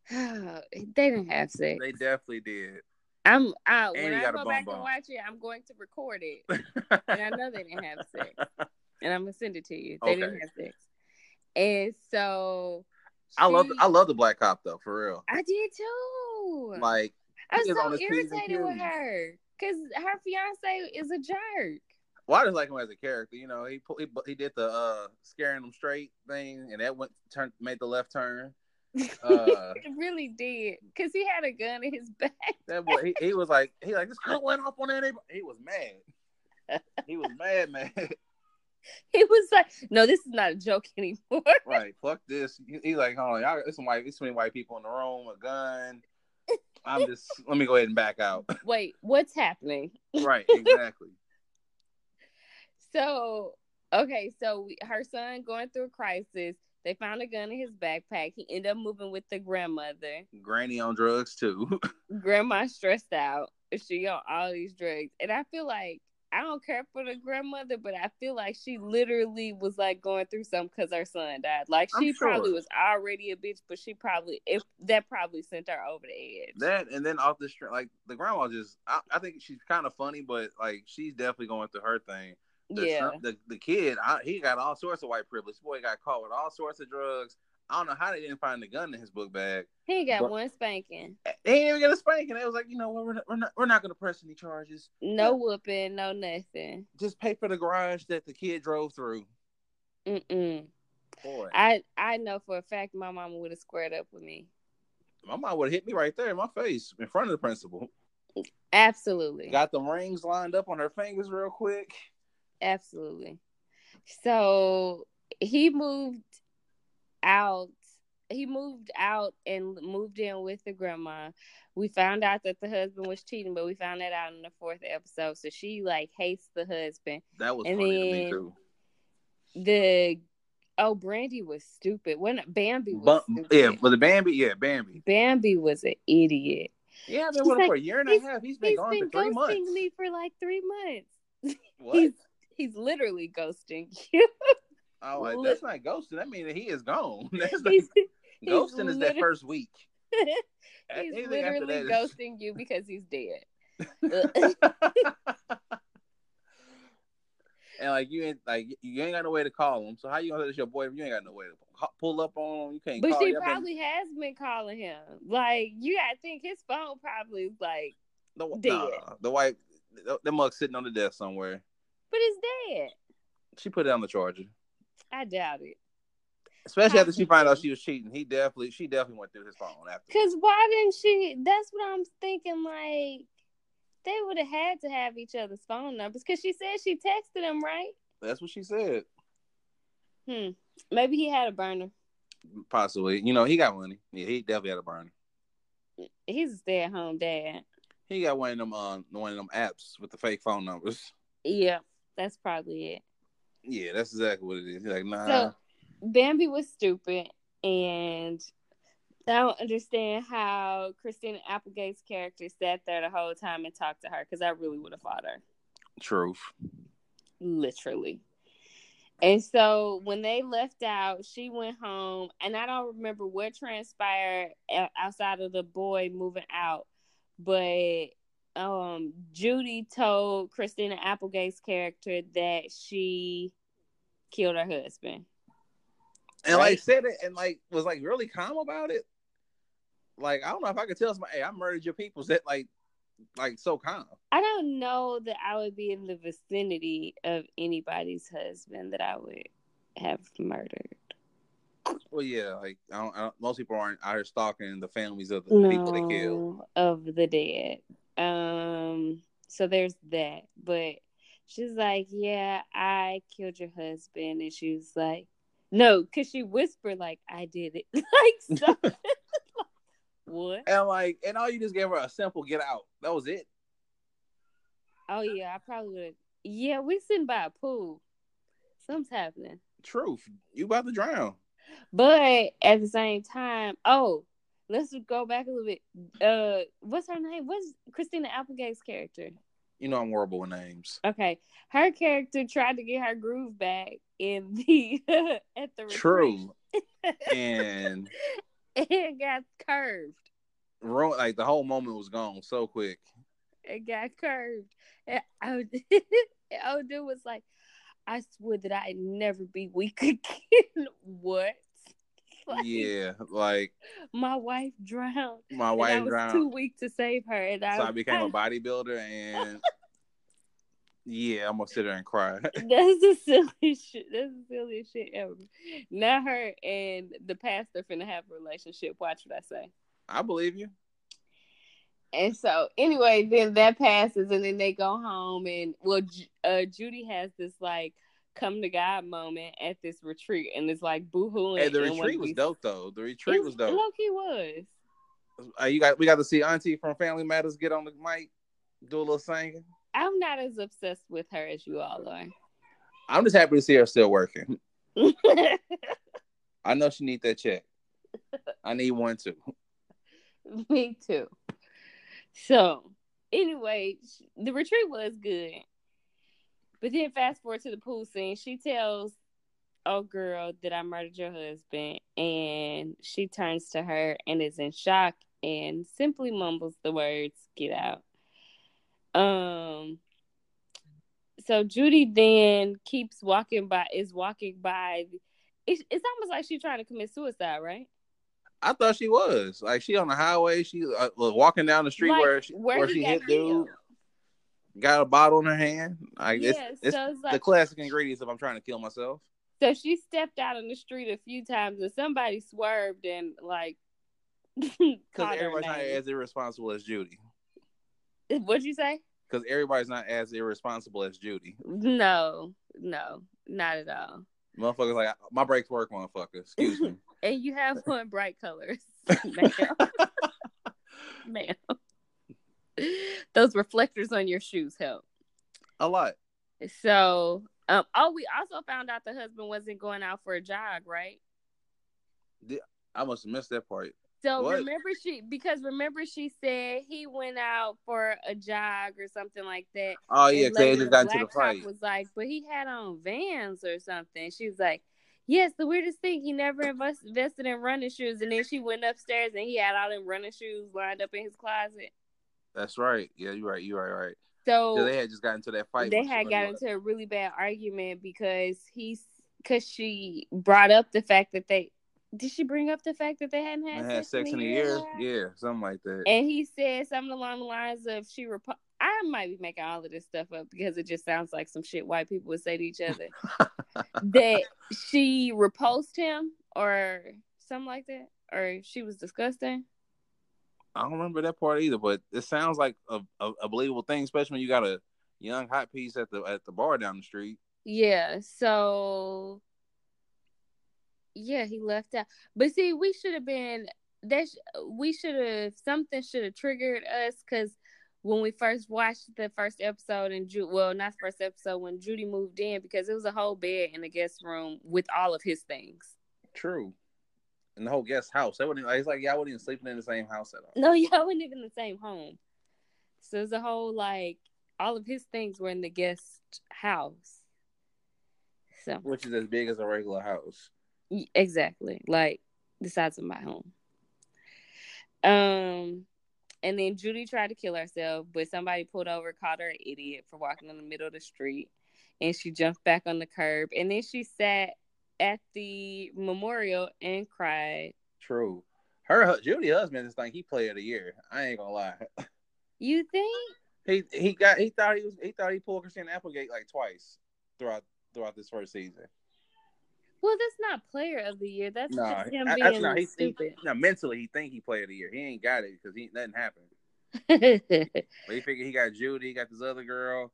Speaker 4: they didn't have sex.
Speaker 2: They definitely did.
Speaker 4: I'm I, when
Speaker 2: he
Speaker 4: I
Speaker 2: got a
Speaker 4: go back
Speaker 2: bum bum.
Speaker 4: and watch it, I'm going to record it, and I know they didn't have sex, and I'm gonna send it to you. They didn't
Speaker 2: Okay.
Speaker 4: have sex, and so
Speaker 2: I love
Speaker 4: she-
Speaker 2: I love the black cop though, for real.
Speaker 4: I did too.
Speaker 2: Like
Speaker 4: I was
Speaker 2: he is on
Speaker 4: so
Speaker 2: his P's and
Speaker 4: irritated with
Speaker 2: Q's.
Speaker 4: her because her fiance is a jerk.
Speaker 2: well, I just like him as a character. You know, he pu- he, he did the uh scaring him straight thing, and that went turned made the left turn. Uh,
Speaker 4: It really did because he had a gun in his back.
Speaker 2: that boy, he, he was like he like this cut went off on anybody. He was mad. He was mad, man.
Speaker 4: He was like, "No, this is not a joke anymore."
Speaker 2: right, fuck this. He- He's like, hold on, y'all, there's some white, there's too many white people in the room, a gun. I'm just, let me go ahead and back out.
Speaker 4: Wait, what's happening?
Speaker 2: right, exactly.
Speaker 4: So, okay, so we, her son going through a crisis. They found a gun in his backpack. He ended up moving with the grandmother.
Speaker 2: Granny on drugs too.
Speaker 4: Grandma stressed out. She on all these drugs, and I feel like I don't care for the grandmother, but I feel like she literally was like going through something because her son died. Like she
Speaker 2: sure.
Speaker 4: probably was already a bitch, but she probably if that probably sent her over the edge.
Speaker 2: That and then off the street, like the grandma just, I, I think she's kind of funny, but like she's definitely going through her thing. The,
Speaker 4: yeah,
Speaker 2: son- the, the kid, I, he got all sorts of white privilege. Boy got caught with all sorts of drugs. I don't know how they didn't find the gun in his book bag.
Speaker 4: he ain't got
Speaker 2: but-
Speaker 4: one spanking,
Speaker 2: Eh, They didn't even get a spanking. They was like, you know what, we're not, we're not, we're not going to press any charges.
Speaker 4: no whooping, no nothing.
Speaker 2: Just pay for the garage that the kid drove through.
Speaker 4: Mm-mm.
Speaker 2: Boy,
Speaker 4: I I know for a fact my mama would have squared up with me.
Speaker 2: my mom would have hit me right there in my face in front of the principal.
Speaker 4: Absolutely,
Speaker 2: Got the rings lined up on her fingers real quick.
Speaker 4: absolutely. So he moved out. He moved out and moved in with the grandma. We found out that the husband was cheating, but we found that out in the fourth episode. So she like hates the husband.
Speaker 2: That was
Speaker 4: And
Speaker 2: funny to me
Speaker 4: then-
Speaker 2: too.
Speaker 4: the oh Brandy was stupid. When Bambi was
Speaker 2: But yeah,
Speaker 4: stupid.
Speaker 2: but the Bambi, yeah, Bambi.
Speaker 4: Bambi was an idiot.
Speaker 2: Yeah, I've been
Speaker 4: He's
Speaker 2: with him
Speaker 4: like-
Speaker 2: for a year and a
Speaker 4: he's-
Speaker 2: half. He's been
Speaker 4: He's
Speaker 2: gone
Speaker 4: been
Speaker 2: for three
Speaker 4: ghosting
Speaker 2: months.
Speaker 4: me for like three months.
Speaker 2: What?
Speaker 4: He's he's literally ghosting you.
Speaker 2: I was like,
Speaker 4: li-
Speaker 2: that's not ghosting. That means that he is gone. That's not,
Speaker 4: he's he's
Speaker 2: ghosting is that
Speaker 4: liter-
Speaker 2: first week.
Speaker 4: he's
Speaker 2: Anything after
Speaker 4: literally
Speaker 2: that is-
Speaker 4: ghosting you because he's dead.
Speaker 2: and like you ain't like you ain't got no way to call him. So how you gonna say it's your boy if you ain't got no way to pu- pull up on him? You can't.
Speaker 4: But
Speaker 2: call
Speaker 4: she
Speaker 2: your baby-
Speaker 4: probably has been calling him. Like you gotta think his phone probably is like,
Speaker 2: the, nah,
Speaker 4: dead.
Speaker 2: the wife, the, the mug sitting on the desk somewhere.
Speaker 4: but it's dead.
Speaker 2: She put it on the charger.
Speaker 4: I doubt it.
Speaker 2: Especially after she found out she was cheating, he definitely, she definitely went through his phone after.
Speaker 4: Cause why didn't she? That's what I'm thinking. Like they would have had to have each other's phone numbers. Cause she said she texted him, right?
Speaker 2: That's what she said.
Speaker 4: Hmm. Maybe he had a burner.
Speaker 2: Possibly, you know, he got money. Yeah, he definitely had a burner.
Speaker 4: He's a stay at home dad.
Speaker 2: He got one of them, um, one of them apps with the fake phone numbers.
Speaker 4: Yeah, that's probably it.
Speaker 2: Yeah, that's exactly what it is. He's like, nah,
Speaker 4: So Bambi was stupid, and I don't understand how Christina Applegate's character sat there the whole time and talked to her. Cause I really would have fought her.
Speaker 2: truth.
Speaker 4: literally. And so when they left out, she went home, and I don't remember what transpired o- outside of the boy moving out, but um, Judy told Christina Applegate's character that she killed her husband.
Speaker 2: and like
Speaker 4: Right.
Speaker 2: said it and like was like really calm about it. Like I don't know if I could tell somebody, hey, I murdered your people. That like, like so calm.
Speaker 4: I don't know that I would be in the vicinity of anybody's husband that I would have murdered.
Speaker 2: Well, yeah, like I don't, I don't, most people aren't out here stalking the families of the
Speaker 4: no,
Speaker 2: people they killed.
Speaker 4: of the dead. Um, so there's that. But she's like, "Yeah, I killed your husband," and she was like, "No," because she whispered like, "I did it," like something. what?
Speaker 2: And like, and all you just gave her a simple get out. That was it.
Speaker 4: Oh yeah, I probably would. Yeah, we sitting by a pool. Something's happening.
Speaker 2: Truth. You about to drown.
Speaker 4: But at the same time, oh, let's go back a little bit. Uh, what's her name? What's Christina Applegate's character?
Speaker 2: You know I'm horrible with names.
Speaker 4: Okay, her character tried to get her groove back in the at the retreat
Speaker 2: True. and
Speaker 4: and got curved.
Speaker 2: ruin like the whole moment was gone so quick.
Speaker 4: It got curved. And old, old dude was like, "I swear that I'd never be weak again." what? Like,
Speaker 2: yeah, like
Speaker 4: my wife drowned.
Speaker 2: my
Speaker 4: and I
Speaker 2: wife
Speaker 4: was
Speaker 2: drowned.
Speaker 4: too weak to save her, and I,
Speaker 2: so I became a bodybuilder and yeah, I'm gonna sit there and cry.
Speaker 4: That's the silly shit. That's the silliest shit ever. Now her and the pastor finna have a relationship. Watch what I say.
Speaker 2: I believe you.
Speaker 4: And so, anyway, then that passes, and then they go home, and well, Ju- uh, Judy has this like come to God moment at this retreat, and it's like boohooing.
Speaker 2: Hey, the
Speaker 4: and one
Speaker 2: retreat
Speaker 4: of
Speaker 2: was
Speaker 4: these-
Speaker 2: dope though. The retreat was dope.
Speaker 4: Loki was.
Speaker 2: Uh, you got we got to see Auntie from Family Matters get on the mic, do a little singing.
Speaker 4: I'm not as obsessed with her as you all are.
Speaker 2: I'm just happy to see her still working. I know she need that check. I need one too.
Speaker 4: Me too. So, anyway, sh- the retreat was good. But then fast forward to the pool scene, she tells oh girl that I murdered your husband and she turns to her and is in shock and simply mumbles the words get out. Um so Judy then keeps walking by is walking by it's, it's almost like she's trying to commit suicide, right?
Speaker 2: I thought she was like she on the highway. She uh, walking down the street
Speaker 4: Like,
Speaker 2: where she
Speaker 4: where
Speaker 2: where,
Speaker 4: he
Speaker 2: she
Speaker 4: got
Speaker 2: hit
Speaker 4: killed.
Speaker 2: dude. Got a bottle in her hand. Like
Speaker 4: Yeah,
Speaker 2: it's, it's
Speaker 4: so it's
Speaker 2: the
Speaker 4: like-
Speaker 2: classic ingredients of I'm trying to kill myself.
Speaker 4: So she stepped out on the street a few times and somebody swerved and like
Speaker 2: Because
Speaker 4: caught her
Speaker 2: everybody's not
Speaker 4: name.
Speaker 2: as irresponsible as Judy.
Speaker 4: What'd you say?
Speaker 2: Because everybody's not as irresponsible as Judy.
Speaker 4: No, no, not at all.
Speaker 2: Motherfuckers like my brakes work, motherfucker. Excuse me.
Speaker 4: And you have one bright colors, ma'am. ma'am. Those reflectors on your shoes help.
Speaker 2: a lot.
Speaker 4: So, um, oh, we also found out the husband wasn't going out for a jog, right?
Speaker 2: I must have missed that part.
Speaker 4: So
Speaker 2: What?
Speaker 4: remember she because remember she said he went out for a jog or something like that.
Speaker 2: Oh yeah,
Speaker 4: And
Speaker 2: because they
Speaker 4: later
Speaker 2: just got into the
Speaker 4: Black Hawk
Speaker 2: fight.
Speaker 4: Was like, but he had on Vans or something. She was like, yes, the weirdest thing. He never invest- invested in running shoes, and then she went upstairs and he had all them running shoes lined up in his closet.
Speaker 2: That's right. Yeah, you're right. You're right. Right.
Speaker 4: So
Speaker 2: 'Cause they had just got into that fight.
Speaker 4: Oh, they
Speaker 2: when she
Speaker 4: had
Speaker 2: went
Speaker 4: got
Speaker 2: up.
Speaker 4: into a really bad argument because he's because she brought up the fact that they did she bring up the fact that they hadn't had,
Speaker 2: They had sex in a year. Yeah, something like that.
Speaker 4: And he said something along the lines of she repu- I might be making all of this stuff up because it just sounds like some shit white people would say to each other. that she repulsed him or something like that. Or she was disgusting.
Speaker 2: I don't remember that part either, but it sounds like a, a, a believable thing, especially when you got a young hot piece at the at the bar down the street.
Speaker 4: Yeah, so yeah, he left out. But see, we should have been that sh- we should have something should have triggered us because when we first watched the first episode and Ju- well, not the first episode when Judy moved in because it was a whole bed in the guest room with all of his things.
Speaker 2: True. And the whole guest house. They wouldn't like, it's like y'all wasn't even sleeping in the same house at all.
Speaker 4: No, y'all weren't even in the same home. So it was a whole like all of his things were in the guest house. So
Speaker 2: Which is as big as a regular house.
Speaker 4: Y- Exactly. Like the size of my home. Um and then Judy tried to kill herself, but somebody pulled over, called her an idiot for walking in the middle of the street, and she jumped back on the curb. And then she sat at the memorial and cried.
Speaker 2: True. Her hu- Judy husband is like he played a year. I ain't gonna lie.
Speaker 4: You think?
Speaker 2: He he got he thought he was he thought he pulled Christina Applegate like twice throughout throughout this first season.
Speaker 4: Well, that's not player of the year. That's
Speaker 2: No,
Speaker 4: just him
Speaker 2: I-
Speaker 4: being
Speaker 2: that's not he, he,
Speaker 4: stupid.
Speaker 2: no, mentally he think he played a year. He ain't got it because he nothing happened. But he figured he got Judy, he got this other girl.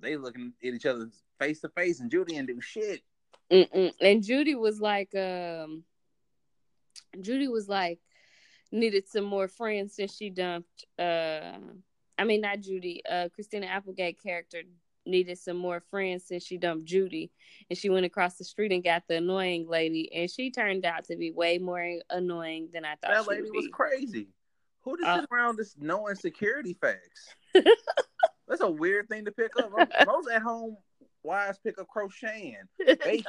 Speaker 2: They looking at each other face to face, and Judy ain't do shit.
Speaker 4: Mm-mm. And Judy was like, um, Judy was like, needed some more friends since she dumped. Uh, I mean, not Judy. Uh, Christina Applegate character needed some more friends since she dumped Judy, and she went across the street and got the annoying lady, and she turned out to be way more annoying than I thought.
Speaker 2: That
Speaker 4: she
Speaker 2: lady
Speaker 4: would
Speaker 2: was
Speaker 4: be.
Speaker 2: crazy. Who just
Speaker 4: Uh.
Speaker 2: sit around just knowing security facts? That's a weird thing to pick up. Most- Most at home wives pick up crocheting, baking,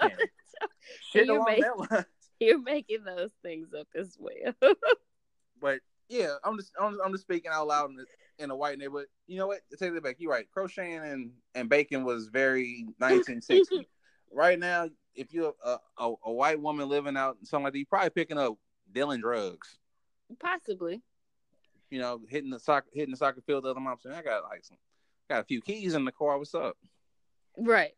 Speaker 2: shit
Speaker 4: you
Speaker 2: along
Speaker 4: make-
Speaker 2: that line.
Speaker 4: You're making those things up as well.
Speaker 2: But yeah, I'm just I'm just, I'm just speaking out loud in the, in a white neighborhood. You know what? Take that back. You're right. Crocheting and, and baking was very 1960. right now, if you're a, a, a white woman living out in something like that, you're probably picking up dealing drugs.
Speaker 4: Possibly.
Speaker 2: You know, hitting the soccer hitting the soccer field the other mom saying, "I got like some, got a few keys in the car. What's up?"
Speaker 4: Right.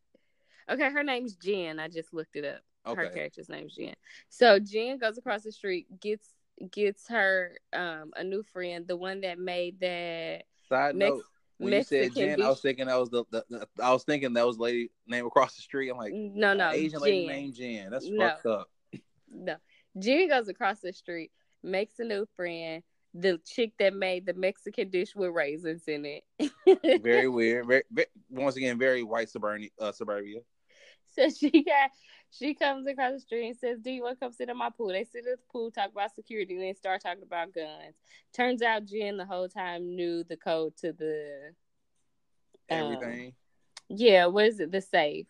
Speaker 4: Okay, her name's Jen. I just looked it up. Her
Speaker 2: Okay,
Speaker 4: character's name's Jen. So Jen goes across the street, gets gets her um a new friend, the one that made that
Speaker 2: side
Speaker 4: Mex-
Speaker 2: note. Uh, When you
Speaker 4: Mexican
Speaker 2: said Jen,
Speaker 4: dish.
Speaker 2: I was thinking that was the, the, the I was thinking that was lady name across the street. I'm like,
Speaker 4: no, no,
Speaker 2: Asian
Speaker 4: Jen.
Speaker 2: lady named Jen. That's
Speaker 4: No.
Speaker 2: fucked up.
Speaker 4: No. Jen goes across the street, makes a new friend, the chick that made the Mexican dish with raisins in it.
Speaker 2: very weird. Very, ve- once again, very white suburbia. Uh, suburbia.
Speaker 4: So she got she comes across the street and says, Do you want to come sit in my pool? They sit at the pool, talk about security, then start talking about guns. Turns out Jen the whole time knew the code to the um,
Speaker 2: Everything.
Speaker 4: yeah, what is it? The safe.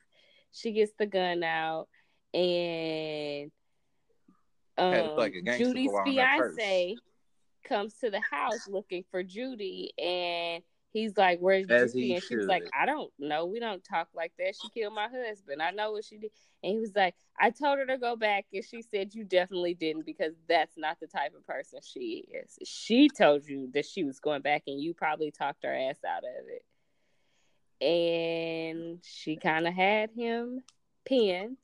Speaker 4: She gets the gun out and um,
Speaker 2: like a gangster
Speaker 4: Judy's
Speaker 2: belong in that purse.
Speaker 4: fiance comes to the house looking for Judy and he's like, Where's
Speaker 2: As
Speaker 4: Judy?
Speaker 2: he
Speaker 4: And she was like,
Speaker 2: should.
Speaker 4: I don't know. We don't talk like that. She killed my husband. I know what she did. And he was like, I told her to go back and she said you definitely didn't because that's not the type of person she is. She told you that she was going back and you probably talked her ass out of it. And she kind of had him pinned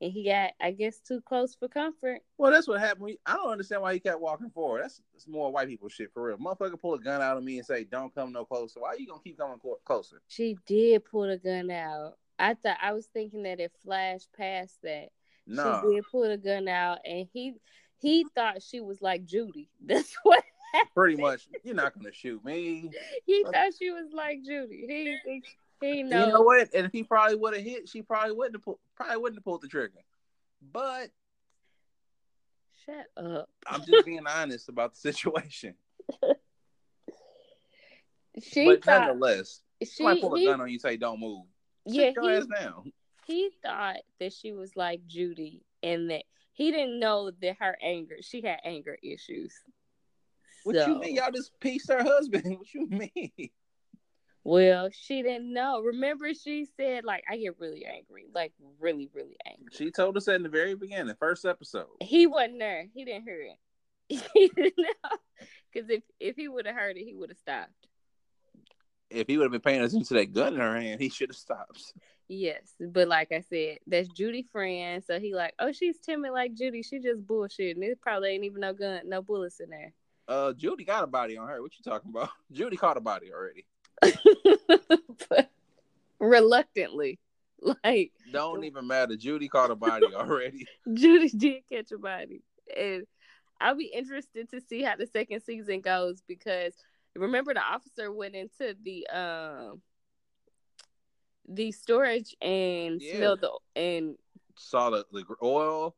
Speaker 4: and he got I guess too close for comfort.
Speaker 2: Well, that's what happened. We- I don't understand why he kept walking forward. That's, that's more white people shit for real. Motherfucker pull a gun out of me and say, "Don't come no closer." Why you gonna keep coming co- closer?
Speaker 4: She did pull the gun out. I thought I was thinking that it flashed past that.
Speaker 2: No,
Speaker 4: She did pull the gun out and he he thought she was like Judy. That's what
Speaker 2: pretty much. You're not gonna shoot me.
Speaker 4: he thought she was like Judy. He didn't think he
Speaker 2: You know
Speaker 4: know
Speaker 2: what? And if he probably would have hit, she probably wouldn't have pull, probably wouldn't have pulled the trigger. But
Speaker 4: shut up.
Speaker 2: I'm just being honest about the situation.
Speaker 4: She
Speaker 2: but
Speaker 4: thought
Speaker 2: nonetheless,
Speaker 4: she
Speaker 2: somebody pull a
Speaker 4: he-
Speaker 2: gun on you, say don't move.
Speaker 4: yeah,
Speaker 2: Sit your
Speaker 4: he,
Speaker 2: ass down.
Speaker 4: he thought that she was like Judy and that he didn't know that her anger she had anger issues.
Speaker 2: What you
Speaker 4: So-
Speaker 2: mean? Y'all just pieced her husband. What you mean?
Speaker 4: Well, she didn't know. Remember, she said, like, I get really angry, like, really, really angry.
Speaker 2: She told us that in the very beginning, first episode.
Speaker 4: He wasn't there. He didn't hear it. he didn't know. Because if, if he would have heard it, he would have stopped.
Speaker 2: If he would have been paying attention to that gun in her hand, he should have stopped.
Speaker 4: Yes. But like I said, that's Judy friend. So he like, oh, she's timid like Judy. She just bullshitting. There probably ain't even no gun, no bullets in there.
Speaker 2: Uh, Judy got a body on her. What you talking about? Judy caught a body already.
Speaker 4: but reluctantly, like,
Speaker 2: Don't even matter. Judy caught a body already.
Speaker 4: Judy did catch a body. And I'll be interested to see how the second season goes because remember the officer went into the um the storage and
Speaker 2: Yeah.
Speaker 4: smelled the and
Speaker 2: Saw the, the gr- oil.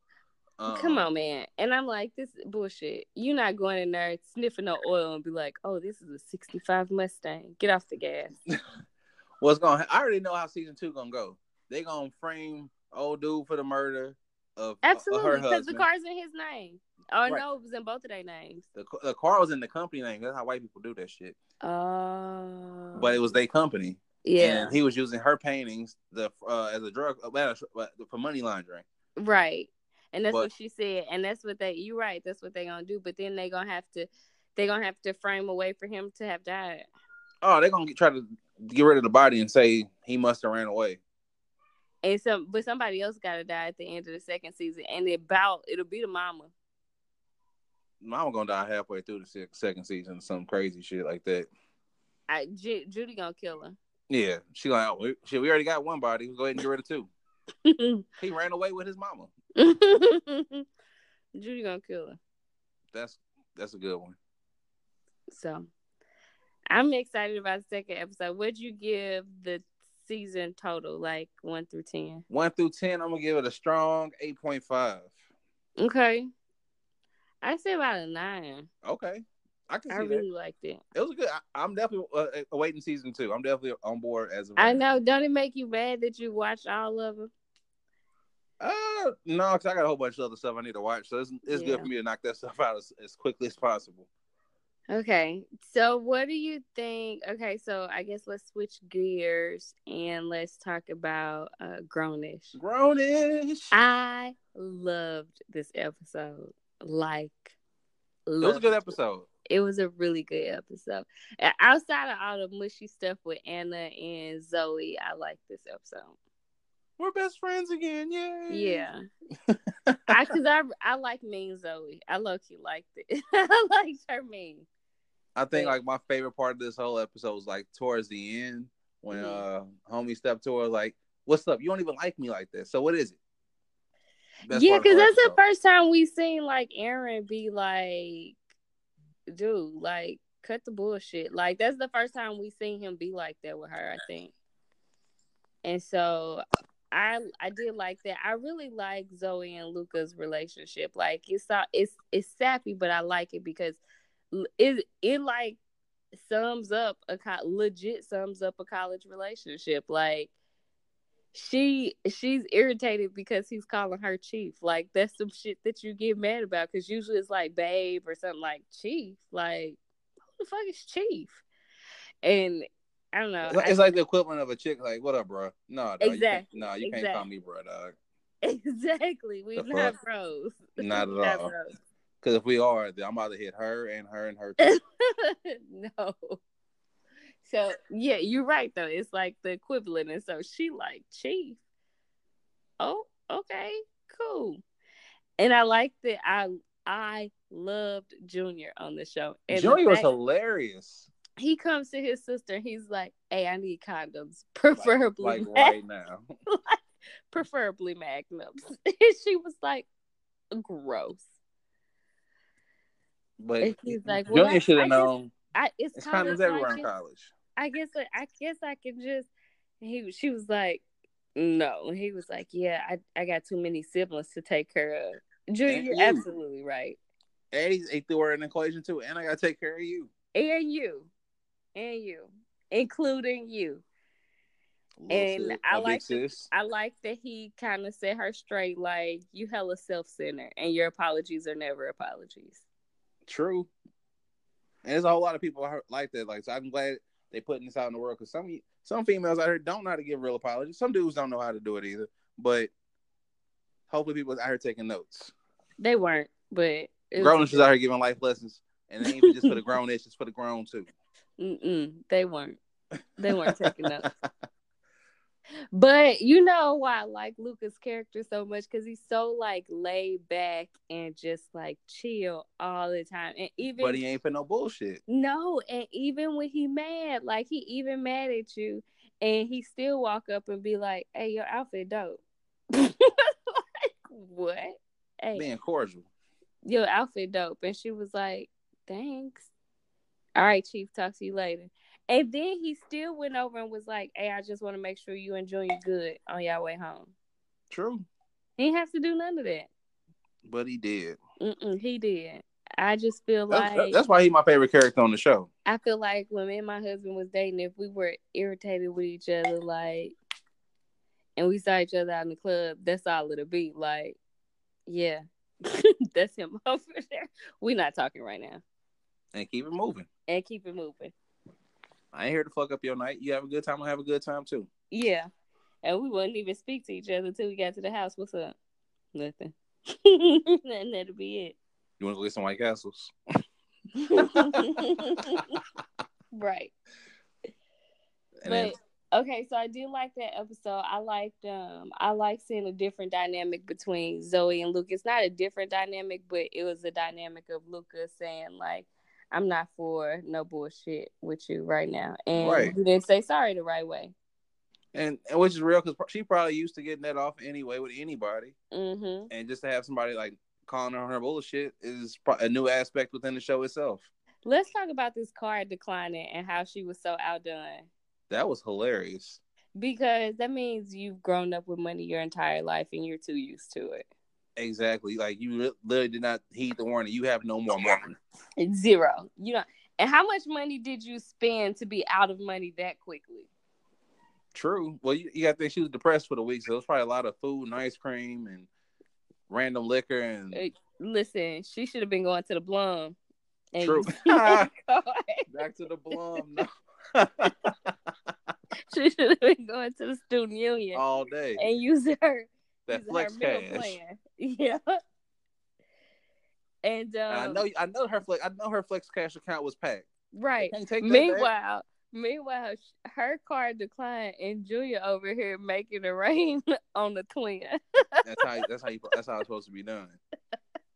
Speaker 2: Um,
Speaker 4: come on man. And I'm like, this is bullshit. You're not going in there sniffing no oil and be like, oh, this is a sixty five Mustang. Get off the gas.
Speaker 2: What's going? to I already know how season two gonna go. They gonna frame old dude for the murder of of
Speaker 4: Absolutely,
Speaker 2: her
Speaker 4: because
Speaker 2: husband.
Speaker 4: the car's in his name. Oh
Speaker 2: Right.
Speaker 4: no, it was in both of their names.
Speaker 2: the, ca- the car was in the company name. That's how white people do that shit.
Speaker 4: Oh
Speaker 2: But it was their company.
Speaker 4: yeah.
Speaker 2: And he was using her paintings the uh, as a drug uh, well, uh, for money laundering.
Speaker 4: Right. And that's
Speaker 2: But-
Speaker 4: what she said. And that's what they you're right, that's what they're gonna do. But then they gonna have to they gonna have to frame a way for him to have died.
Speaker 2: Oh, they're gonna get, try to get rid of the body and say he must have ran away.
Speaker 4: And some but somebody else gotta die at the end of the second season. And it about it'll be the mama.
Speaker 2: Mama gonna die halfway through the se- second season, some crazy shit like that.
Speaker 4: I, Ju- Judy gonna kill
Speaker 2: Yeah, she like, oh, we, shit, we already got one body. Go ahead and get rid of two.
Speaker 4: her.
Speaker 2: He ran away with his mama.
Speaker 4: Judy gonna kill her.
Speaker 2: That's that's a good one.
Speaker 4: So I'm excited about the second episode. What'd you give the season total, like one through ten?
Speaker 2: One through ten, I'm gonna give it a strong eight point five.
Speaker 4: Okay. I say about a nine.
Speaker 2: Okay, I can see
Speaker 4: I
Speaker 2: that.
Speaker 4: really liked it.
Speaker 2: It was good. I, I'm definitely uh, awaiting season two. I'm definitely on board as of
Speaker 4: I
Speaker 2: now.
Speaker 4: know. Don't it make you mad that you watch all of them?
Speaker 2: Uh, no, because I got a whole bunch of other stuff I need to watch, so it's, it's
Speaker 4: Yeah.
Speaker 2: good for me to knock that stuff out as, as quickly as possible.
Speaker 4: Okay. So, what do you think? Okay. So, I guess let's switch gears and let's talk about uh, Grownish.
Speaker 2: Grownish.
Speaker 4: I loved this episode. Like,
Speaker 2: It was a good
Speaker 4: loved
Speaker 2: episode.
Speaker 4: It was a really good episode. Uh, Outside of all the mushy stuff with Anna and Zoe, I like this episode.
Speaker 2: We're best friends again. Yay.
Speaker 4: Yeah. I cause I I like mean Zoe. I low key liked it. I liked her mean.
Speaker 2: I think
Speaker 4: Yeah.
Speaker 2: like my favorite part of this whole episode was like towards the end when
Speaker 4: Mhm.
Speaker 2: uh homie stepped to her like, "What's up? You don't even like me like this. So what is it?" Best
Speaker 4: yeah,
Speaker 2: part of
Speaker 4: because that's the
Speaker 2: episode.
Speaker 4: first time we seen like Aaron be like, dude, like cut the bullshit. Like that's the first time we seen him be like that with her, I think. And so I I did like that. I really like Zoe and Luca's relationship. Like it's all it's it's sappy, but I like it because l- it it like sums up a co- legit sums up a college relationship. Like she she's irritated because he's calling her chief. Like that's some shit that you get mad about because usually it's like babe or something like chief. Like who the fuck is chief? And I don't know.
Speaker 2: It's like,
Speaker 4: I-
Speaker 2: it's like the equivalent of a chick, like, what up, bro? No, dog,
Speaker 4: Exactly.
Speaker 2: you can't, no, you can't call me bro, dog.
Speaker 4: exactly. We're
Speaker 2: The
Speaker 4: not
Speaker 2: fuck?
Speaker 4: bros.
Speaker 2: Not at
Speaker 4: Not
Speaker 2: all.
Speaker 4: bros.
Speaker 2: Because if we are, then I'm about to hit her and her and her. too.
Speaker 4: no. So yeah, you're right though. It's like the equivalent, and so she like chief. Oh, okay, cool. And I like that. I I loved Junior on the show. And the
Speaker 2: Joey was
Speaker 4: fact-
Speaker 2: hilarious.
Speaker 4: he comes to his sister. and He's like, "Hey, I need condoms, preferably
Speaker 2: Like,
Speaker 4: mag-
Speaker 2: like right now.
Speaker 4: preferably magnums." and she was like, "Gross."
Speaker 2: But
Speaker 4: And he's like, "Well, I-
Speaker 2: Junior should
Speaker 4: I
Speaker 2: have
Speaker 4: just-
Speaker 2: known.
Speaker 4: I, it's,
Speaker 2: It's
Speaker 4: kind
Speaker 2: condoms
Speaker 4: of
Speaker 2: everywhere
Speaker 4: like
Speaker 2: in
Speaker 4: it-
Speaker 2: college.
Speaker 4: I guess like, I guess I can just and he she was like no And he was like yeah I I got too many siblings to take care of Junior
Speaker 2: And
Speaker 4: you're
Speaker 2: you.
Speaker 4: absolutely right
Speaker 2: And he, he threw her in the equation too. And I got to take care of you.
Speaker 4: and you and you including you And
Speaker 2: sis,
Speaker 4: I
Speaker 2: a big
Speaker 4: like the-
Speaker 2: sis.
Speaker 4: I like that he kind of set her straight like you hella self centered and your apologies are never apologies
Speaker 2: True. And there's a whole lot of people out- like that. Like, so I'm glad they putting this out in the world because some some females out here don't know how to give real apologies. Some dudes don't know how to do it either. But hopefully, people out here taking notes.
Speaker 4: they weren't but it
Speaker 2: Grown
Speaker 4: was,
Speaker 2: issues out here giving life lessons, and it ain't just for the grown it's just for the grown too.
Speaker 4: mm-mm, they weren't they weren't taking up But you know why I like Luca's character so much because he's so like laid back and just like chill all the time. And even
Speaker 2: But he ain't for no bullshit.
Speaker 4: no, and even when he mad, like he even mad at you, and he still walk up and be like, "Hey, your outfit dope." like what? Hey,
Speaker 2: Being cordial.
Speaker 4: your outfit dope. And she was like, thanks. All right, Chief, talk to you later. And then he still went over and was like, hey, I just want to make sure you and Junior good on y'all way home.
Speaker 2: True.
Speaker 4: He didn't have to do none of that.
Speaker 2: But he did.
Speaker 4: Mm-mm, he did. I just feel
Speaker 2: That's,
Speaker 4: like
Speaker 2: that's why he's my favorite character on the show.
Speaker 4: I feel like when me and my husband was dating, if we were irritated with each other, like, and we saw each other out in the club, that's all it'll be. Like, yeah, that's him over there. We're not talking right now,
Speaker 2: And keep it moving.
Speaker 4: and keep it moving.
Speaker 2: I ain't here to fuck up your night. You have a good time, I have a good time too.
Speaker 4: Yeah. And we wouldn't even speak to each other until we got to the house. What's up? Nothing. and that'll be
Speaker 2: You wanna go get some White Castles?
Speaker 4: it. right.
Speaker 2: And then-
Speaker 4: But okay, so I did like that episode. I liked um I like seeing a different dynamic between Zoe and Luke. It's not a different dynamic, but it was a dynamic of Luca saying like, I'm not for no bullshit with you right now. And
Speaker 2: Right.
Speaker 4: you didn't say sorry the right way.
Speaker 2: and, and which is real because she probably used to getting that off anyway with anybody,
Speaker 4: Mm-hmm.
Speaker 2: and just to have somebody like calling her on her bullshit is pro- a new aspect within the show itself.
Speaker 4: Let's talk about this card declining and how she was so outdone.
Speaker 2: That was hilarious.
Speaker 4: Because that means you've grown up with money your entire life and you're too used to it.
Speaker 2: Exactly, like you li- literally did not heed the warning. You have no more money.
Speaker 4: It's zero. You don't. And how much money did you spend to be out of money that quickly?
Speaker 2: True. Well, you, you got to think she was depressed for the week, so it was probably a lot of food and ice cream and random liquor and
Speaker 4: Hey. Listen, she should have been going to the Blum. and
Speaker 2: True.
Speaker 4: using that card.
Speaker 2: back to the blum no.
Speaker 4: she should have been going to the student union
Speaker 2: all day.
Speaker 4: and using
Speaker 2: Oh,
Speaker 4: her,
Speaker 2: That
Speaker 4: using
Speaker 2: flex
Speaker 4: her meal
Speaker 2: cash.
Speaker 4: plan. Yeah. And um,
Speaker 2: And I know. I know her flex. I know her flex cash account was packed.
Speaker 4: right.
Speaker 2: Can't take that back.
Speaker 4: Meanwhile, meanwhile, sh- her card declined, and Julia over here making it rain on the twin.
Speaker 2: That's how. That's how you. That's how it's supposed to be done.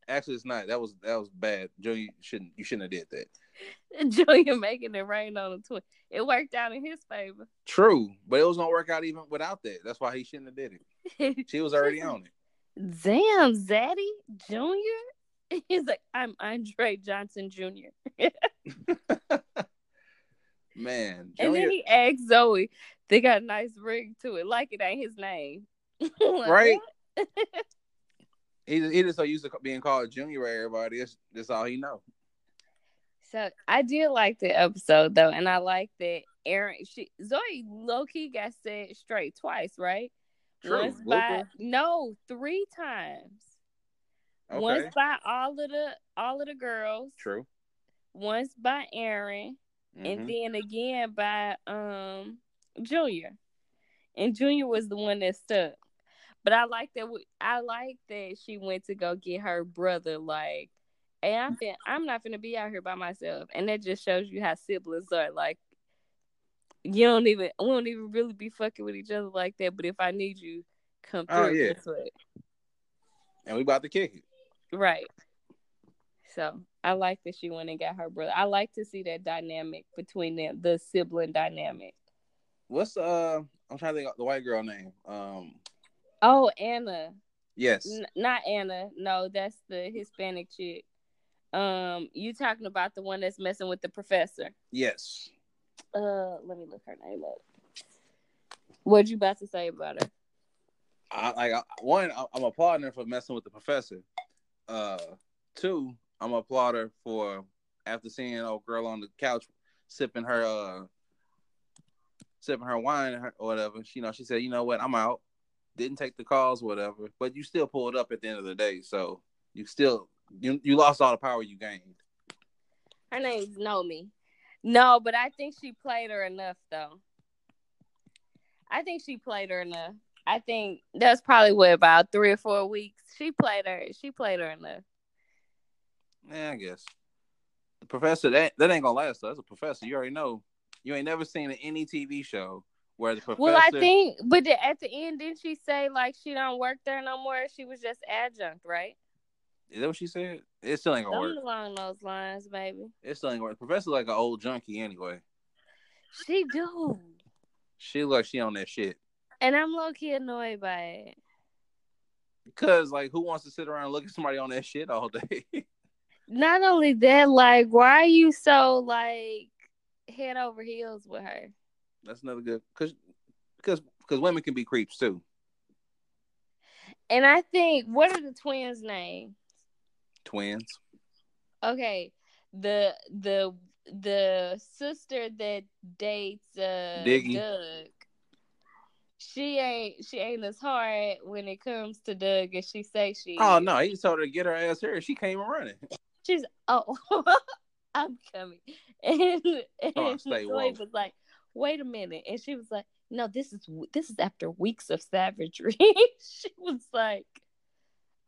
Speaker 2: Actually, it's not. That was that was bad. Joe, you shouldn't. You shouldn't have did that.
Speaker 4: Julia making it rain on the twin. It worked out in his favor.
Speaker 2: True, but it was gonna work out even without that. That's why he shouldn't have did it. She was already on it.
Speaker 4: Damn, Zaddy Junior. He's like, I'm Andre Johnson Jr.
Speaker 2: Man,
Speaker 4: And then
Speaker 2: Junior,
Speaker 4: he asked Zoe, they got a nice ring to it, like it ain't his name. Like,
Speaker 2: Right.
Speaker 4: what?
Speaker 2: he, he just so used to being called Junior by everybody. That's, that's all he know.
Speaker 4: So I did like the episode though, and I like that Aaron she Zoe low key got said straight twice, right?
Speaker 2: True.
Speaker 4: Once by
Speaker 2: Luca.
Speaker 4: no, three times.
Speaker 2: Okay.
Speaker 4: Once by all of the all of the girls.
Speaker 2: True.
Speaker 4: Once by Aaron.
Speaker 2: Mhm.
Speaker 4: and then again by um Junior, and Junior was the one that stuck. But I like that. We, I like that she went to go get her brother. Like, hey, I'm fin- I'm not gonna be out here by myself, and that just shows you how siblings are. Like, you don't even we don't even really be fucking with each other like that. But if I need you, come through.
Speaker 2: Oh, yeah.
Speaker 4: That's what-
Speaker 2: and we about to kick it.
Speaker 4: Right. So I like that she went and got her brother. I like to see that dynamic between them, the sibling dynamic.
Speaker 2: What's uh? I'm trying to think of the white girl name. Um,
Speaker 4: Oh, Anna.
Speaker 2: yes,
Speaker 4: N- not Anna. No, that's the Hispanic chick. Um, you talking about the one that's messing with the professor.
Speaker 2: yes.
Speaker 4: Uh, let me look her name up. What you about to say about her?
Speaker 2: I like I, one. I, I'm applauding her for messing with the professor. Uh, two. I'm applaud her for after seeing old girl on the couch sipping her uh sipping her wine or her- or whatever. She, you know, she said, you know what, I'm out. Didn't take the calls, whatever. But you still pulled up at the end of the day, so you still you you lost all the power you gained.
Speaker 4: Her name's Nomi. No, but I think she played her enough though. I think she played her enough. I think that's probably what about three or four weeks. She played her. She played her enough.
Speaker 2: Yeah, I guess. The professor that that ain't gonna last. Though. That's a professor. You already know. You ain't never seen any TV show where the professor.
Speaker 4: Well, I think, but the, at the end, didn't she say like she don't work there no more? She was just adjunct, right?
Speaker 2: is that what she said? It still ain't gonna
Speaker 4: Something
Speaker 2: work.
Speaker 4: along those lines, baby.
Speaker 2: It still ain't gonna work. Professor's like an old junkie anyway.
Speaker 4: She do,
Speaker 2: She look like she on that shit.
Speaker 4: and I'm low key annoyed by it.
Speaker 2: Cause like, who wants to sit around and look at somebody on that shit all day?
Speaker 4: Not only that, like, why are you so like head over heels with her?
Speaker 2: That's another good. Cause, cause, cause women can be creeps too.
Speaker 4: And I think what are the twins' name?
Speaker 2: Twins.
Speaker 4: Okay, the the the sister that dates uh
Speaker 2: Diggy.
Speaker 4: Doug. She ain't she ain't as hard when it comes to Doug as she say she.
Speaker 2: Oh
Speaker 4: is.
Speaker 2: no, he told her to get her ass here. She came running.
Speaker 4: She's oh, I'm coming. And, and
Speaker 2: Oh, stay
Speaker 4: Lloyd
Speaker 2: woke.
Speaker 4: was like, wait a minute, and she was like, no, this is this is after weeks of savagery. she was like,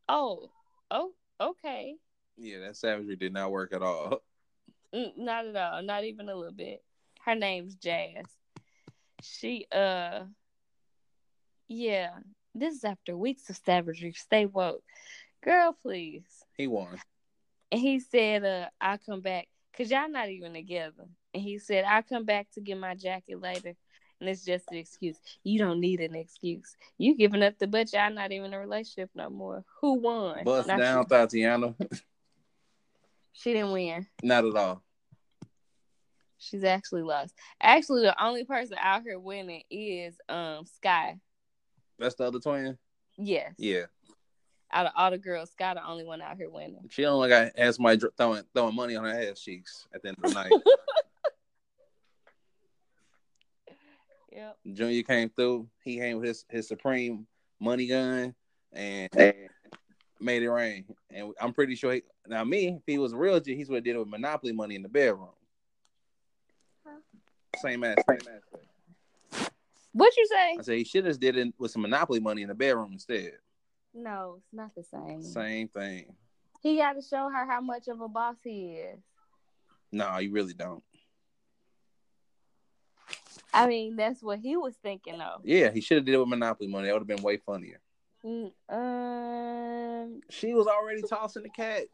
Speaker 4: oh, oh, okay.
Speaker 2: Yeah, that savagery did not work at all.
Speaker 4: Mm, not at all. Not even a little bit. Her name's Jazz. She uh yeah. This is after weeks of savagery. Stay woke. Girl, please.
Speaker 2: He won.
Speaker 4: And he said, uh, I'll come back. Cause y'all not even together. And he said, I'll come back to get my jacket later. And it's just an excuse. You don't need an excuse. You giving up the butt, y'all not even in a relationship no more. Who won?
Speaker 2: Bust
Speaker 4: Not
Speaker 2: down, Tatiana.
Speaker 4: She, she didn't win.
Speaker 2: Not at all.
Speaker 4: She's actually lost. Actually, the only person out here winning is um Sky.
Speaker 2: That's the other twin.
Speaker 4: Yes.
Speaker 2: Yeah,
Speaker 4: Out of all the girls, Sky the only one out here winning.
Speaker 2: she only got ass my dr- throwing throwing money on her ass cheeks at the end of the night.
Speaker 4: Yep.
Speaker 2: Junior came through. He came with his his supreme money gun and made it rain. And I'm pretty sure he, now me, if he was a real G, he's what did it with Monopoly money in the bedroom. Same ass. Same ass.
Speaker 4: What you say?
Speaker 2: I said he should have did it with some Monopoly money in the bedroom instead.
Speaker 4: No, it's not the same.
Speaker 2: Same thing.
Speaker 4: He got to show her how much of a boss he is.
Speaker 2: No, you really don't.
Speaker 4: I mean, that's what he was thinking of.
Speaker 2: Yeah, he should have did it with Monopoly money. That would have been way funnier.
Speaker 4: Mm, Um.
Speaker 2: She was already tossing the cat.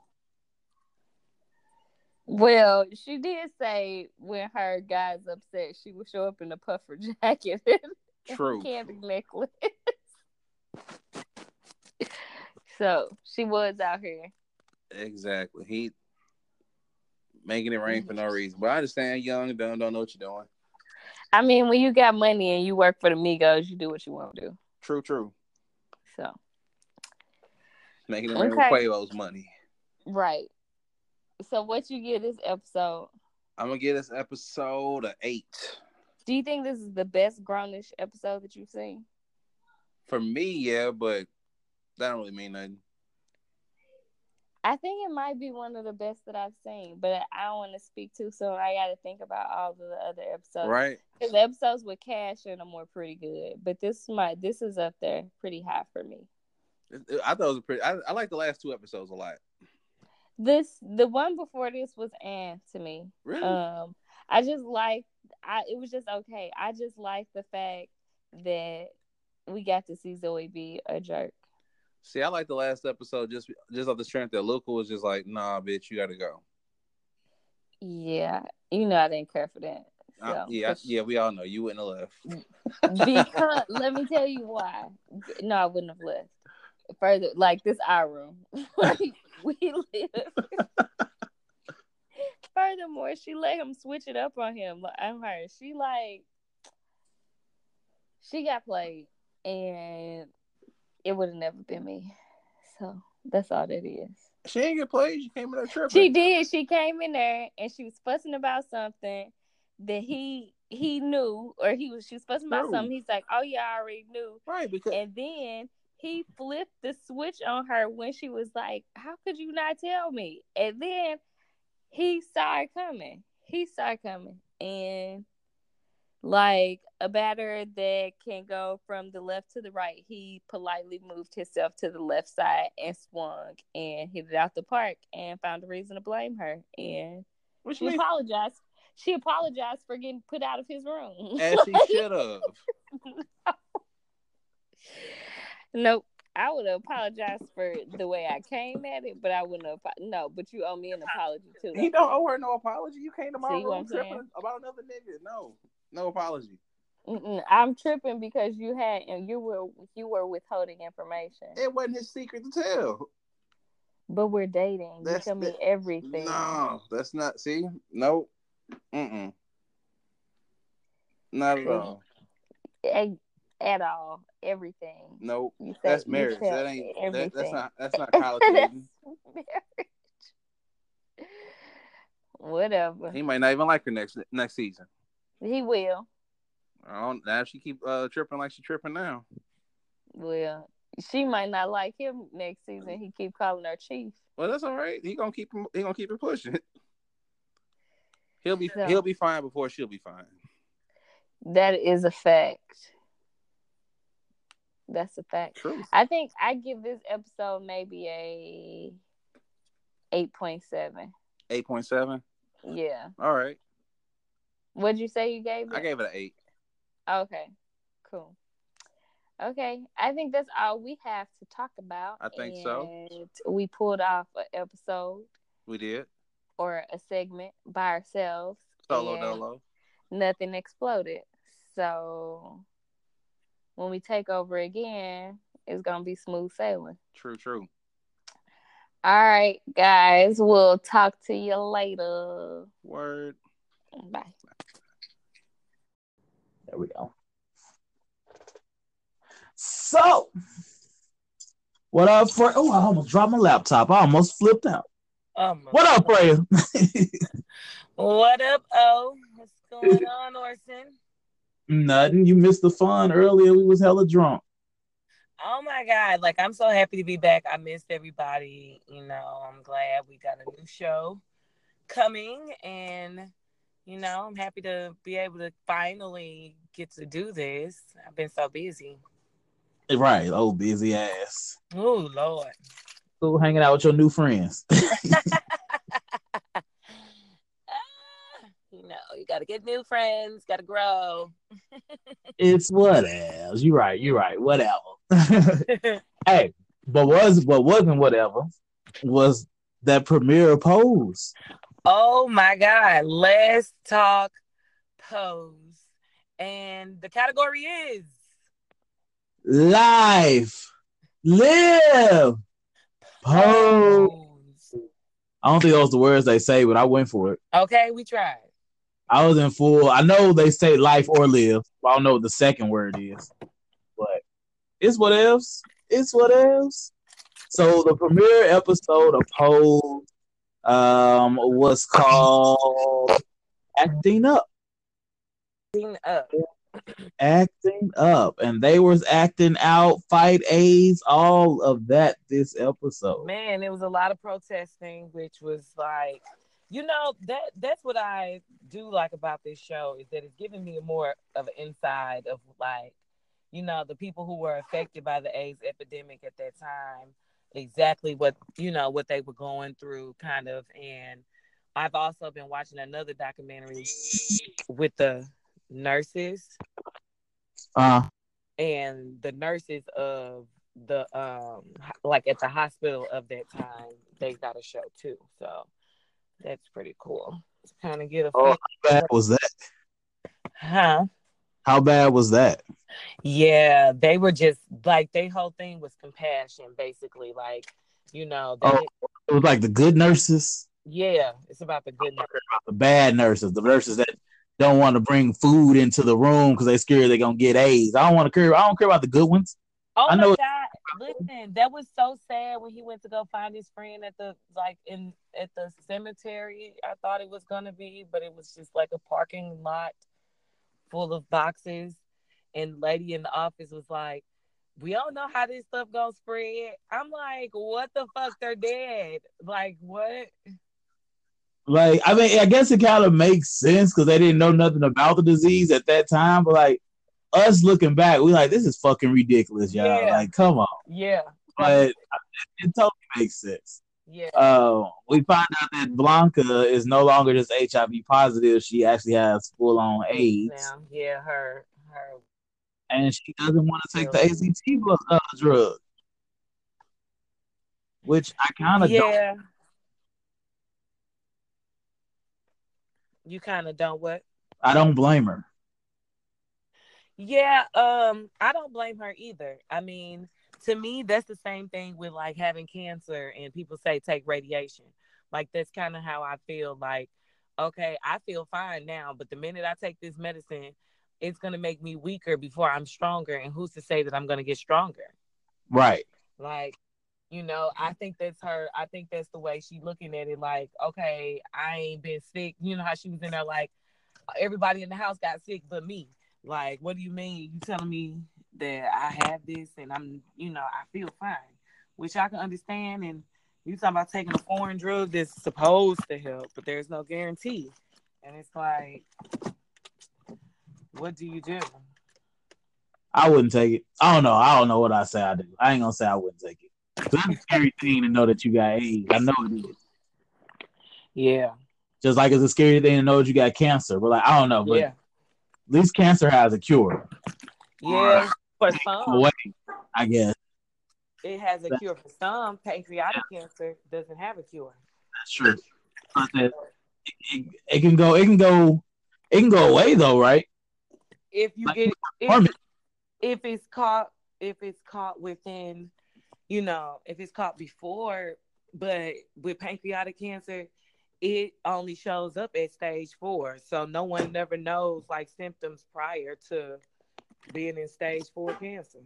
Speaker 4: Well, she did say when her guy's upset, she would show up in a puffer jacket.
Speaker 2: True.
Speaker 4: Candy necklace. so she was out here.
Speaker 2: Exactly. He making it rain for no reason. But I understand young, dumb, don't know what you're doing.
Speaker 4: I mean, when you got money and you work for the Migos, you do what you want to do.
Speaker 2: True, true.
Speaker 4: So
Speaker 2: Making it rain
Speaker 4: Okay.
Speaker 2: with Quavo's money.
Speaker 4: right. So what you get this episode?
Speaker 2: I'm gonna give this episode a eight.
Speaker 4: Do you think this is the best grownish episode that you've seen?
Speaker 2: For me, yeah, but that don't really mean nothing.
Speaker 4: I think it might be one of the best that I've seen, but I don't want to speak too soon. I got to think about all the other episodes.
Speaker 2: Right.
Speaker 4: Because episodes with Cash in them were pretty good, but this might this is up there pretty high for me.
Speaker 2: I thought it was pretty. I, I like the last two episodes a lot.
Speaker 4: This the one before this was Anne to me.
Speaker 2: Really?
Speaker 4: Um, I just like I it was just okay. I just like the fact that we got to see Zoe be a jerk.
Speaker 2: See, I like the last episode just just off the strength that Luca was just like, "Nah, bitch, you got to go."
Speaker 4: Yeah, you know I didn't care for that. So.
Speaker 2: Uh, yeah, I- yeah, we all know you wouldn't have
Speaker 4: Mm.
Speaker 2: left.
Speaker 4: because let me tell you why. No, I wouldn't have left. Further, like this our room. Like, we live. Furthermore, she let him switch it up on him. Like, I'm her. She like she got played, and it would have never been me. So that's all that is.
Speaker 2: she ain't get played. She came in that trip.
Speaker 4: She did. She came in there and she was fussing about something that he he knew or he was she was fussing about
Speaker 2: True.
Speaker 4: something. He's like, Oh yeah, I already knew.
Speaker 2: right because
Speaker 4: And then he flipped the switch on her when she was like, How could you not tell me? And then he saw it coming. He saw it coming. And like a batter that can go from the left to the right, he politely moved himself to the left side and swung and hit it out the park and found a reason to blame her. And
Speaker 2: what
Speaker 4: she
Speaker 2: you mean?
Speaker 4: apologized. She apologized for getting put out of his room.
Speaker 2: and she should have.
Speaker 4: Nope. I would apologize for the way I came at it, but I wouldn't. Apo- no, but you owe me an apology too.
Speaker 2: He don't owe her no apology. You came to my
Speaker 4: See what
Speaker 2: room
Speaker 4: I'm
Speaker 2: tripping
Speaker 4: saying?
Speaker 2: about another nigga. No, no apology.
Speaker 4: Mm-mm. I'm tripping because you had and you were you were withholding information.
Speaker 2: It wasn't his secret to tell.
Speaker 4: But we're dating. You
Speaker 2: That's
Speaker 4: tell me
Speaker 2: the-
Speaker 4: everything.
Speaker 2: No, that's not. See, no, mm-mm. not at all.
Speaker 4: At, at all. Everything.
Speaker 2: Nope.
Speaker 4: You say-
Speaker 2: That's
Speaker 4: you
Speaker 2: marriage.
Speaker 4: tell
Speaker 2: That
Speaker 4: me
Speaker 2: ain't. That,
Speaker 4: everything.
Speaker 2: that's not. That's not college. dating.
Speaker 4: That's marriage. Whatever.
Speaker 2: He might not even like her next next season.
Speaker 4: He will.
Speaker 2: I don't. Now she keep uh, tripping like she tripping now.
Speaker 4: Well, she might not like him next season. He keep calling her chief.
Speaker 2: Well, that's all right. He gonna keep. He gonna keep it pushing. He'll be.
Speaker 4: So-
Speaker 2: He'll be fine before she'll be fine.
Speaker 4: That is a fact. That's a fact.
Speaker 2: True.
Speaker 4: I think I give this episode maybe a eight point seven.
Speaker 2: Eight point seven.
Speaker 4: Yeah.
Speaker 2: All right.
Speaker 4: What'd you say you gave it?
Speaker 2: I gave it an eight.
Speaker 4: Okay. Cool. Okay. I think that's all we have to talk about.
Speaker 2: I think so.
Speaker 4: And We pulled off an episode
Speaker 2: We did.
Speaker 4: or a segment by ourselves.
Speaker 2: Solo
Speaker 4: and-
Speaker 2: dolo.
Speaker 4: nothing exploded. So when we take over again, it's gonna be smooth sailing.
Speaker 2: True. True.
Speaker 4: All right, guys, we'll talk to you later.
Speaker 2: Word.
Speaker 4: Bye.
Speaker 1: There we go. So, what up, Freya? Oh, I almost dropped my laptop. I almost flipped out.
Speaker 5: Um,
Speaker 1: What up, Freya?
Speaker 5: What up, O? What's going on, Orson?
Speaker 1: Nothing. You missed the fun earlier. We was hella drunk.
Speaker 5: Oh my God! Like I'm so happy to be back. I missed everybody. You know, I'm glad we got a new show coming, and you know, I'm happy to be able to finally get to do this. I've been so busy.
Speaker 1: Right. Oh, busy ass.
Speaker 5: Oh Lord.
Speaker 1: Cool hanging out with your new friends.
Speaker 5: Ah, you know, you got to get new friends. Got to grow.
Speaker 1: it's whatever. You right. You right. Whatever. hey, but was what wasn't whatever was that premiere pose.
Speaker 5: Oh my God. Let's talk pose. And the category is
Speaker 1: Life. Live. Pose. I don't think those the words they say, but I went for it.
Speaker 5: Okay, we tried.
Speaker 1: I was in full. I know they say life or live. But I don't know what the second word is, but it's what else. It's what else. So the premiere episode of Pose um, was called Acting Up.
Speaker 5: Acting up.
Speaker 1: Acting Up. And they was acting out, fight A's, all of that this episode.
Speaker 5: Oh, Man, it was a lot of protesting, which was like, you know, that that's what I do like about this show is that it's giving me more of an inside of like, you know, the people who were affected by the AIDS epidemic at that time, exactly what you know what they were going through, kind of. And I've also been watching another documentary with the nurses
Speaker 1: Uh,
Speaker 5: and the nurses of the um h- like at the hospital of that time they got a show too so that's pretty cool to kind of get a
Speaker 1: Oh.
Speaker 5: feel
Speaker 1: how bad was that?
Speaker 5: huh
Speaker 1: How bad was that?
Speaker 5: yeah they were just like they whole thing was compassion basically like you know they,
Speaker 1: Oh. It was like the good nurses,
Speaker 5: yeah it's about the good
Speaker 1: the bad nurses, the nurses that don't want to bring food into the room because they scared they're gonna get AIDS. I don't want to care. I don't care about the good ones.
Speaker 5: Oh
Speaker 1: I
Speaker 5: my
Speaker 1: know it-
Speaker 5: god! Listen, that was so sad when he went to go find his friend at the like in at the cemetery. I thought it was gonna be, but it was just like a parking lot full of boxes. And lady in the office was like, "We don't know how this stuff gonna spread." I'm like, "What the fuck? They're dead. Like what?"
Speaker 1: Like, I mean, I guess it kind of makes sense because they didn't know nothing about the disease at that time. But like us looking back, we like this is fucking ridiculous, y'all.
Speaker 5: Yeah.
Speaker 1: Like, come on.
Speaker 5: Yeah,
Speaker 1: But it totally makes sense.
Speaker 5: yeah.
Speaker 1: Uh, we find out that Blanca is no longer just HIV positive; she actually has full on AIDS.
Speaker 5: Now, yeah, her, her.
Speaker 1: and she doesn't want to take the ACT blo- uh, drug, which I kind of don't.
Speaker 5: Yeah. You kind of don't what?
Speaker 1: I don't blame her.
Speaker 5: Yeah, um, I don't blame her either. I mean, to me, that's the same thing with like having cancer and people say take radiation. Like that's kind of how I feel. Like, okay, I feel fine now, but the minute I take this medicine, it's gonna make me weaker before I'm stronger. And who's to say that I'm gonna get stronger?
Speaker 1: Right.
Speaker 5: Like, you know, I think that's her. I think that's the way she looking at it. Like, okay, I ain't been sick. You know how she was in there, like everybody in the house got sick but me. Like, what do you mean? You telling me that I have this and I'm, you know, I feel fine, which I can understand. And you talking about taking a foreign drug that's supposed to help, but there's no guarantee. And it's like, what do you do?
Speaker 1: I wouldn't take it. I don't know. I don't know what I say. I do. I ain't gonna say I wouldn't take it. So that's a scary thing to know that you got AIDS. I know it is.
Speaker 5: Yeah,
Speaker 1: Just like it's a scary thing to know that you got cancer. But like I don't know. But
Speaker 5: yeah,
Speaker 1: at least cancer has a cure.
Speaker 5: yeah. For some,
Speaker 1: Away, I guess
Speaker 5: it has a
Speaker 1: That-
Speaker 5: cure for some. Pancreatic cancer doesn't have a cure.
Speaker 1: that's true. But that- it, it, it can go. It can go. It can go away though, right?
Speaker 5: If you
Speaker 1: Like,
Speaker 5: get if,
Speaker 1: Permanent.
Speaker 5: if it's caught if it's caught within, you know, if it's caught before, but with pancreatic cancer, it only shows up at stage four. So no one never knows like symptoms prior to being in stage four cancer.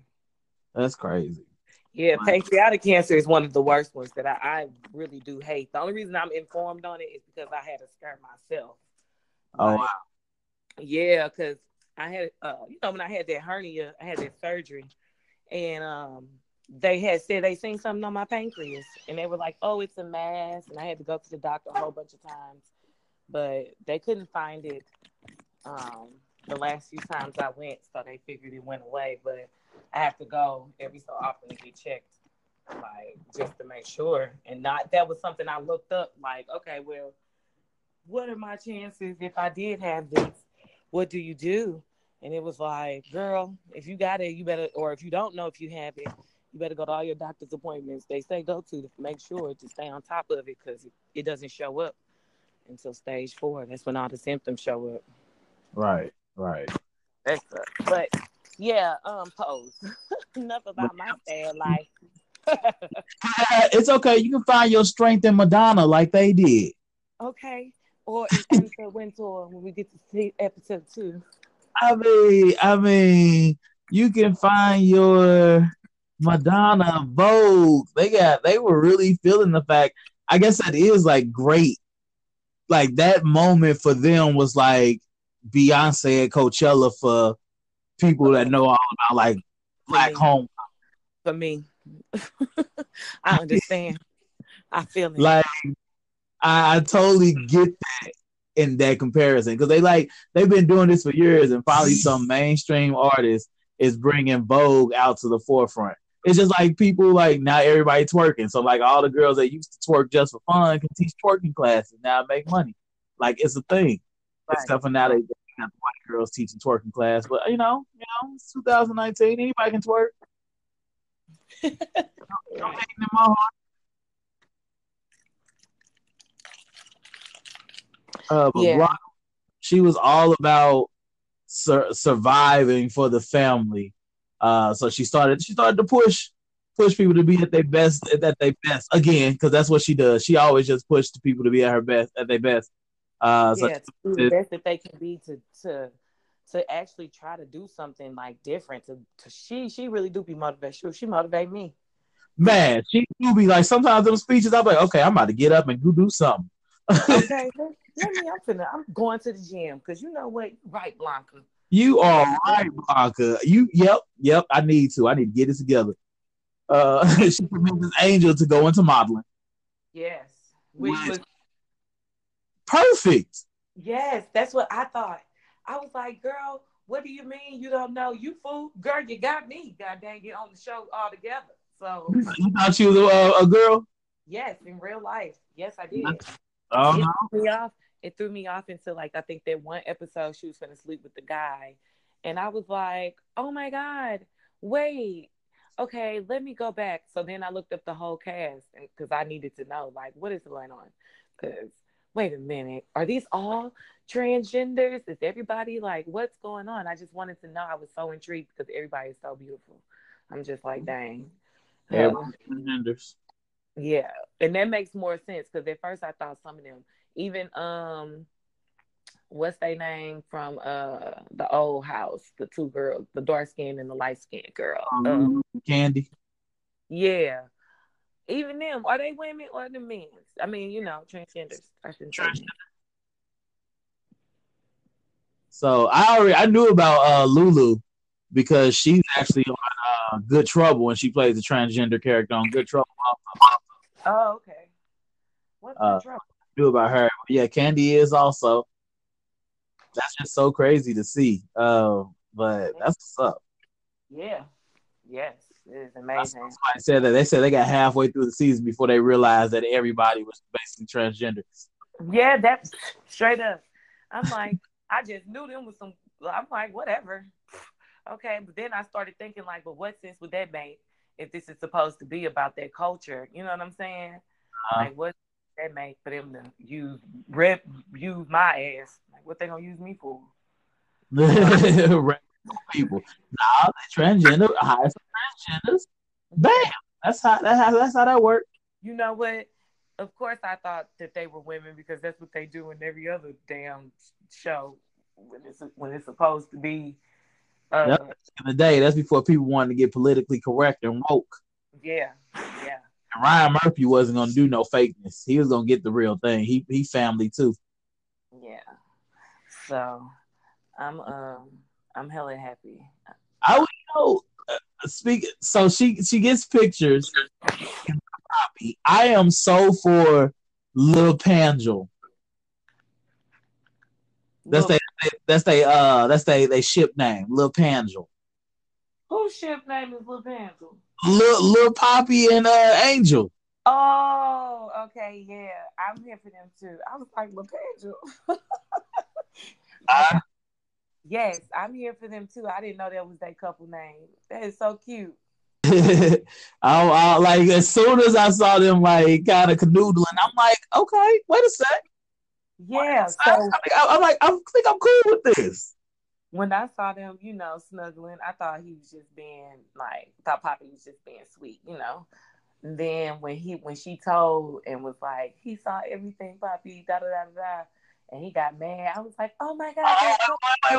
Speaker 1: That's crazy.
Speaker 5: Yeah,
Speaker 1: Wow.
Speaker 5: pancreatic cancer is one of the worst ones that I, I really do hate. The only reason I'm informed on it is because I had a scare myself.
Speaker 1: Oh,
Speaker 5: Like, yeah, because I had, uh, you know, when I had that hernia, I had that surgery, and um, they had said they seen something on my pancreas, and they were like, "Oh, it's a mass," and I had to go to the doctor a whole bunch of times, but they couldn't find it. Um, the last few times I went, so they figured it went away, but I have to go every so often to get checked, like just to make sure, and not that was something I looked up, like, okay, well what are my chances if I did have this? What do you do? And it was like, girl, if you got it, you better, or if you don't know if you have it, you better go to all your doctor's appointments. They say go to to make sure to stay on top of it because it doesn't show up until stage four. That's when all the symptoms show up.
Speaker 1: right, right.
Speaker 5: That's up. But yeah, um, pose. Enough about my sad life.
Speaker 1: it's okay. You can find your strength in Madonna like they did.
Speaker 5: okay. Or in Sunset Winter when we get to see episode two.
Speaker 1: I mean, I mean, you can find your Madonna Vogue. They got they were really feeling the fact. I guess that is like great. Like that moment for them was like Beyonce at Coachella for people that know all about like black
Speaker 5: Yeah.
Speaker 1: home.
Speaker 5: for me. I understand. I feel it.
Speaker 1: Like I, I totally get that in that comparison because they like they've been doing this for years, and finally some mainstream artist is bringing Vogue out to the forefront. It's just like people like not everybody twerking, so like all the girls that used to twerk just for fun can teach twerking classes now and make money. Like it's a thing.
Speaker 5: Right.
Speaker 1: Except for now they they got the white girls teaching twerking class, but you know, you know, it's 2019. Anybody can twerk. I'm hating in my heart. Uh, but
Speaker 5: Yeah.
Speaker 1: Rock, she was all about sur- surviving for the family. Uh, so she started she started to push push people to be at their best at their best again because that's what she does. She always just pushed people to be at her best at their best. Uh, so
Speaker 5: yeah, to do the best that they can be to to to actually try to do something like different. To, to she she really do be motivated. She, she motivate me.
Speaker 1: man, she do be like sometimes them speeches. I'm like, okay, I'm about to get up and go do something.
Speaker 5: Okay, let, let me. I'm finna. I'm going to the gym because you know what? Right, Blanca.
Speaker 1: You are right, Blanca. You, yep, yep. I need to. I need to get it together. Uh, she convinces Angel to go into modeling.
Speaker 5: Yes, which
Speaker 1: Yes.
Speaker 5: was
Speaker 1: Perfect.
Speaker 5: yes. That's what I thought. I was like, girl, what do you mean you don't know? You fool, girl. You got me. God dang it, on the show altogether. So
Speaker 1: You thought she was a, a girl?
Speaker 5: yes, in real life, yes, I did.
Speaker 1: Oh,
Speaker 5: it threw me off. It threw me off until like I think that one episode she was gonna sleep with the guy, and I was like, oh my god, wait, okay, let me go back. So then I looked up the whole cast because I needed to know like what is going on. Because wait a minute, are these all transgenders? Is everybody like what's going on? I just wanted to know. I was so intrigued because everybody is so beautiful. I'm just like, dang.
Speaker 1: Yeah.
Speaker 5: Um,
Speaker 1: Genders.
Speaker 5: yeah, and that makes more sense because at first I thought some of them, even um, what's they name from uh the old house, the two girls, the dark skinned and the light skinned girl.
Speaker 1: mm-hmm.
Speaker 5: Um,
Speaker 1: Candy.
Speaker 5: yeah, even them are they women or the men? I mean, you know, transgenders. I shouldn't say men.
Speaker 1: So I already I knew about uh, Lulu because she's actually on uh, Good Trouble and she plays a transgender character on Good Trouble. I
Speaker 5: Oh, okay. What's the
Speaker 1: Uh,
Speaker 5: trouble?
Speaker 1: knew about her. But yeah, Candy is also. That's just so crazy to see. Uh, but that's what's up.
Speaker 5: Yeah, yes, it is
Speaker 1: That's
Speaker 5: amazing.
Speaker 1: what Somebody said that they said they got halfway through the season before they realized that everybody was basically transgender.
Speaker 5: Yeah, that's straight up. I'm like, I just knew them was some. I'm like, whatever. Okay, but then I started thinking like, but what sense would that make if this is supposed to be about their culture? You know what I'm saying?
Speaker 1: Uh-huh.
Speaker 5: Like, what does that make for them to use rep use my ass? Like, what they gonna use me for?
Speaker 1: Regular people, nah, they transgender, hire some transgenders. Damn, that's how that how, that's how that works.
Speaker 5: You know what? Of course, I thought that they were women because that's what they do in every other damn show when it's when it's supposed to be. Uh,
Speaker 1: Yep. In the day, that's before people wanted to get politically correct and woke.
Speaker 5: Yeah, yeah.
Speaker 1: And Ryan Murphy wasn't gonna do no fakeness. He was gonna get the real thing. He he family too.
Speaker 5: Yeah. So I'm um I'm hella happy.
Speaker 1: Oh, uh, speak. So she she gets pictures. Copy. I am so for Lil Pangel. That's
Speaker 5: Lil-
Speaker 1: they. That's they. Uh, that's they. They ship name. Lil Pangel.
Speaker 5: whose ship name is Lil Panther?
Speaker 1: Lil, Lil Poppy and uh Angel.
Speaker 5: Oh, okay, yeah. I'm here for them too. I was like Lil Panther.
Speaker 1: I-
Speaker 5: yes, I'm here for them too. I didn't know that was their couple name. That is so cute.
Speaker 1: I, I like as soon as I saw them like kind of canoodling, I'm like, okay, wait a sec. I,
Speaker 5: Yeah. So
Speaker 1: I, am like, I think I'm cool with this.
Speaker 5: when I saw them, you know, snuggling, I thought he was just being like, thought Poppy was just being sweet, you know. And then when he when she told and was like, he saw everything, Poppy, da da da da, da, and he got mad. I was like, oh my god, that's so-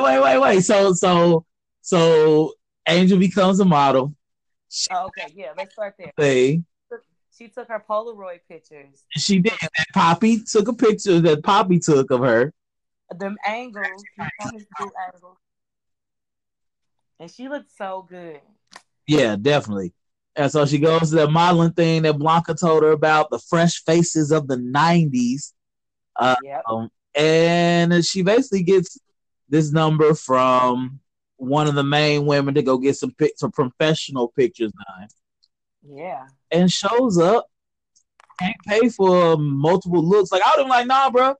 Speaker 1: Wait, wait, wait, wait. So, so, so, Angel becomes a model
Speaker 5: Oh, okay, yeah, let's start there.
Speaker 1: thing.
Speaker 5: She took her Polaroid pictures.
Speaker 1: She did. That Poppy took a picture that Poppy took of her.
Speaker 5: Them angles, her phone's blue angles. And she looked so good.
Speaker 1: Yeah, definitely. And so she goes to that modeling thing that Blanca told her about, the fresh faces of the 90s. Uh,
Speaker 5: Yep.
Speaker 1: um, and she basically gets this number from one of the main women to go get some, pic- some professional pictures done
Speaker 5: Yeah.
Speaker 1: and shows up and pay for multiple looks. Like, I would have been like, nah, bro,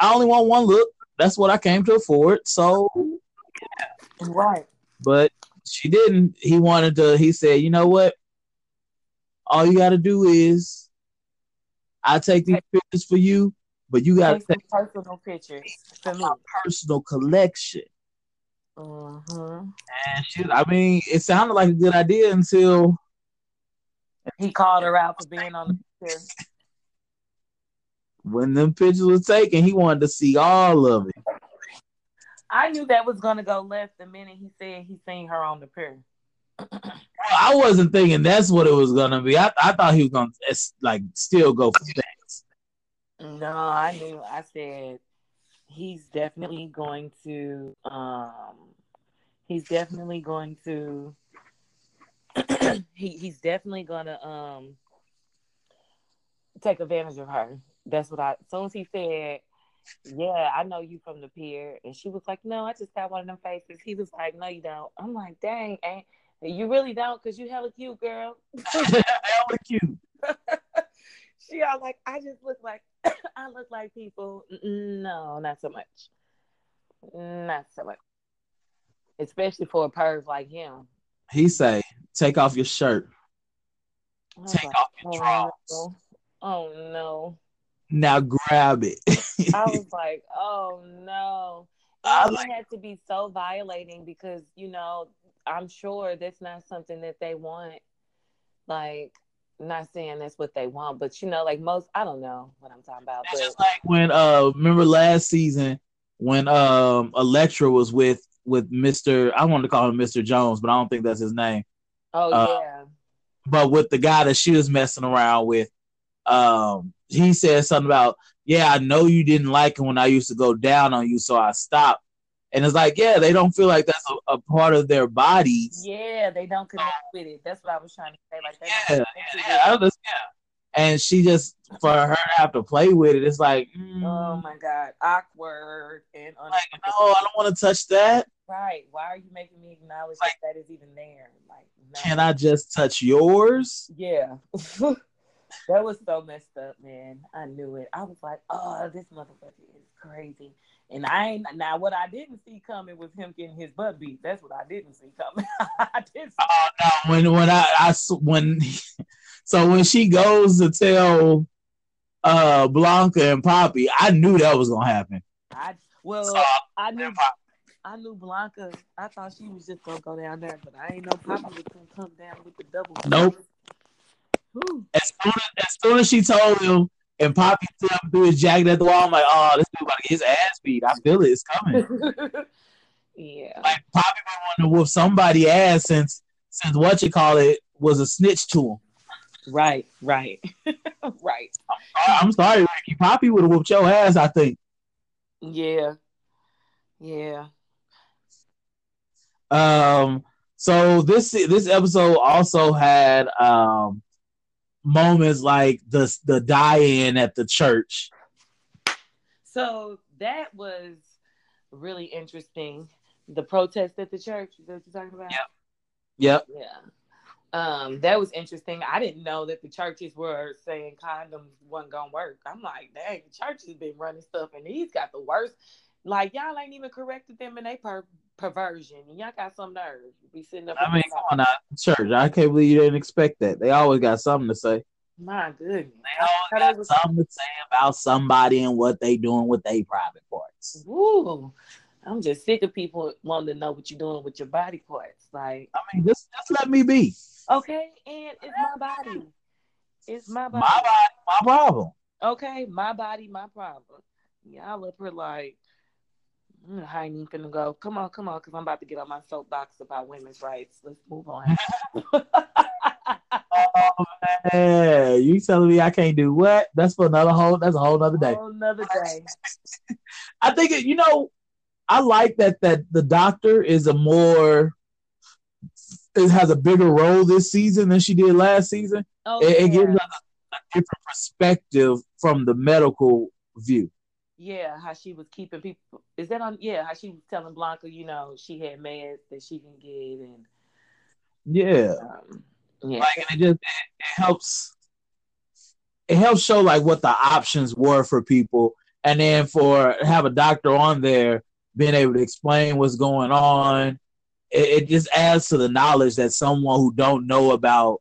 Speaker 1: I only want one look. That's what I came to afford. So,
Speaker 5: Right.
Speaker 1: but she didn't. He wanted to, he said, you know what? All you got to do is I take these pictures for you, but you got to
Speaker 5: Take
Speaker 1: take
Speaker 5: some personal pictures for me.
Speaker 1: personal collection.
Speaker 5: hmm
Speaker 1: And she, I mean, it sounded like a good idea until
Speaker 5: He called her out for being on the picture.
Speaker 1: when them pictures were taken, he wanted to see all of it.
Speaker 5: I knew that was gonna go left the minute he said he seen her on the pier.
Speaker 1: I wasn't thinking that's what it was gonna be. I, I thought he was gonna it's, like still go for that.
Speaker 5: No, I knew. I said he's definitely going to. Um, he's definitely going to. he he's definitely gonna um take advantage of her. That's what I. As soon as he said, "Yeah, I know you from the pier," and she was like, "No, I just got one of them faces." He was like, "No, you don't." I'm like, "Dang, ain't you really don't? Cause you hella cute, girl."
Speaker 1: Hella cute.
Speaker 5: she all like, I just look like I look like people. Mm, No, not so much. Not so much. Especially for a perv like him.
Speaker 1: He say, "Take off your shirt,
Speaker 5: I was
Speaker 1: take
Speaker 5: like,
Speaker 1: off your
Speaker 5: oh,
Speaker 1: drawers,
Speaker 5: no. oh no.
Speaker 1: now grab it."
Speaker 5: I was like, oh no.
Speaker 1: I
Speaker 5: And
Speaker 1: like-
Speaker 5: it had to be so violating because, you know, I'm sure that's not something that they want. Like, not saying that's what they want, but you know, like most I don't know what I'm talking about.
Speaker 1: It's
Speaker 5: But
Speaker 1: just like when uh, remember last season when um Electra was with with Mister. I wanted to call him Mister Jones, but I don't think that's his name.
Speaker 5: oh
Speaker 1: uh,
Speaker 5: yeah.
Speaker 1: but with the guy that she was messing around with, um, he said something about, yeah, I know you didn't like him when I used to go down on you, so I stopped. And it's like, yeah, they don't feel like that's a, a part of their bodies.
Speaker 5: Yeah, they don't connect with it. That's what I was trying to say. Like, they
Speaker 1: Yeah,
Speaker 5: don't connect with
Speaker 1: Yeah, I was just- yeah. And she just for her to have to play with it, it's like,
Speaker 5: it.
Speaker 1: mm,
Speaker 5: Oh my god, awkward and uncomfortable.
Speaker 1: no, I don't want to touch that.
Speaker 5: Right? Why are you making me acknowledge that that is even there? Like, no.
Speaker 1: Can I just touch yours?
Speaker 5: Yeah, that was so messed up, man. I knew it. I was like, oh, this motherfucker is crazy. And I ain't now. What I didn't see coming was him getting his butt beat. That's what I didn't see coming. I didn't. See
Speaker 1: Oh no! When when I, I s- when so when she goes to tell uh Blanca and Poppy, I knew that was gonna happen.
Speaker 5: I well,
Speaker 1: So,
Speaker 5: I knew
Speaker 1: and Pop-
Speaker 5: I knew Blanca. I thought she was just gonna go down there, but I ain't know Papa was gonna come down with the double.
Speaker 1: Nope.
Speaker 5: Whew.
Speaker 1: as soon as, as soon as she told him and Poppy threw him through his jacket at the wall, I'm like, oh, this dude about to get his ass beat. I feel it. It's coming.
Speaker 5: yeah.
Speaker 1: like Poppy been wanting to whoop somebody's ass since since what you call it was a snitch to him.
Speaker 5: Right. Right. right.
Speaker 1: I- I'm sorry, Ricky. Poppy would have whooped your ass. I think.
Speaker 5: Yeah. Yeah.
Speaker 1: Um, so this this episode also had um moments like the the die-in at the church.
Speaker 5: So that was really interesting. The protest at the church. Is that what you're talking about?
Speaker 1: Yep. Yep.
Speaker 5: Yeah. Um, that was interesting. I didn't know that the churches were saying condoms wasn't gonna work. I'm like, dang, the church has been running stuff and these got the worst. Like y'all ain't even corrected them in their per- perversion. And y'all got some nerve. Be sitting up.
Speaker 1: I mean, come on, now, church. I can't believe you didn't expect that. They always got something to say.
Speaker 5: my goodness.
Speaker 1: They always got something to say about somebody and what they doing with their private parts.
Speaker 5: Ooh, I'm just sick of people wanting to know what you're doing with your body parts. Like,
Speaker 1: I mean, just just let me be.
Speaker 5: okay, and it's my body. It's my
Speaker 1: My
Speaker 5: body.
Speaker 1: body, my problem.
Speaker 5: Okay, my body, my problem. Y'all up here like, mm, I ain't even finna go. Come on, come on, because I'm about to get on my soapbox about women's rights. Let's move on.
Speaker 1: Oh, Yeah, you telling me I can't do what? That's for another whole. That's a whole other day.
Speaker 5: Whole another day.
Speaker 1: I think it, you know. I like that that the doctor is a more it has a bigger role this season than she did last season.
Speaker 6: Oh,
Speaker 1: it,
Speaker 6: yeah.
Speaker 1: it gives a, a different perspective from the medical view.
Speaker 5: Yeah, how she was keeping people. Is that on? Yeah, how she was telling Blanca, you know, she had meds that she can get, and
Speaker 1: Yeah,
Speaker 5: um, yeah,
Speaker 1: like and it just it, it helps. It helps show like what the options were for people, and then for have a doctor on there being able to explain what's going on. It, it just adds to the knowledge that someone who don't know about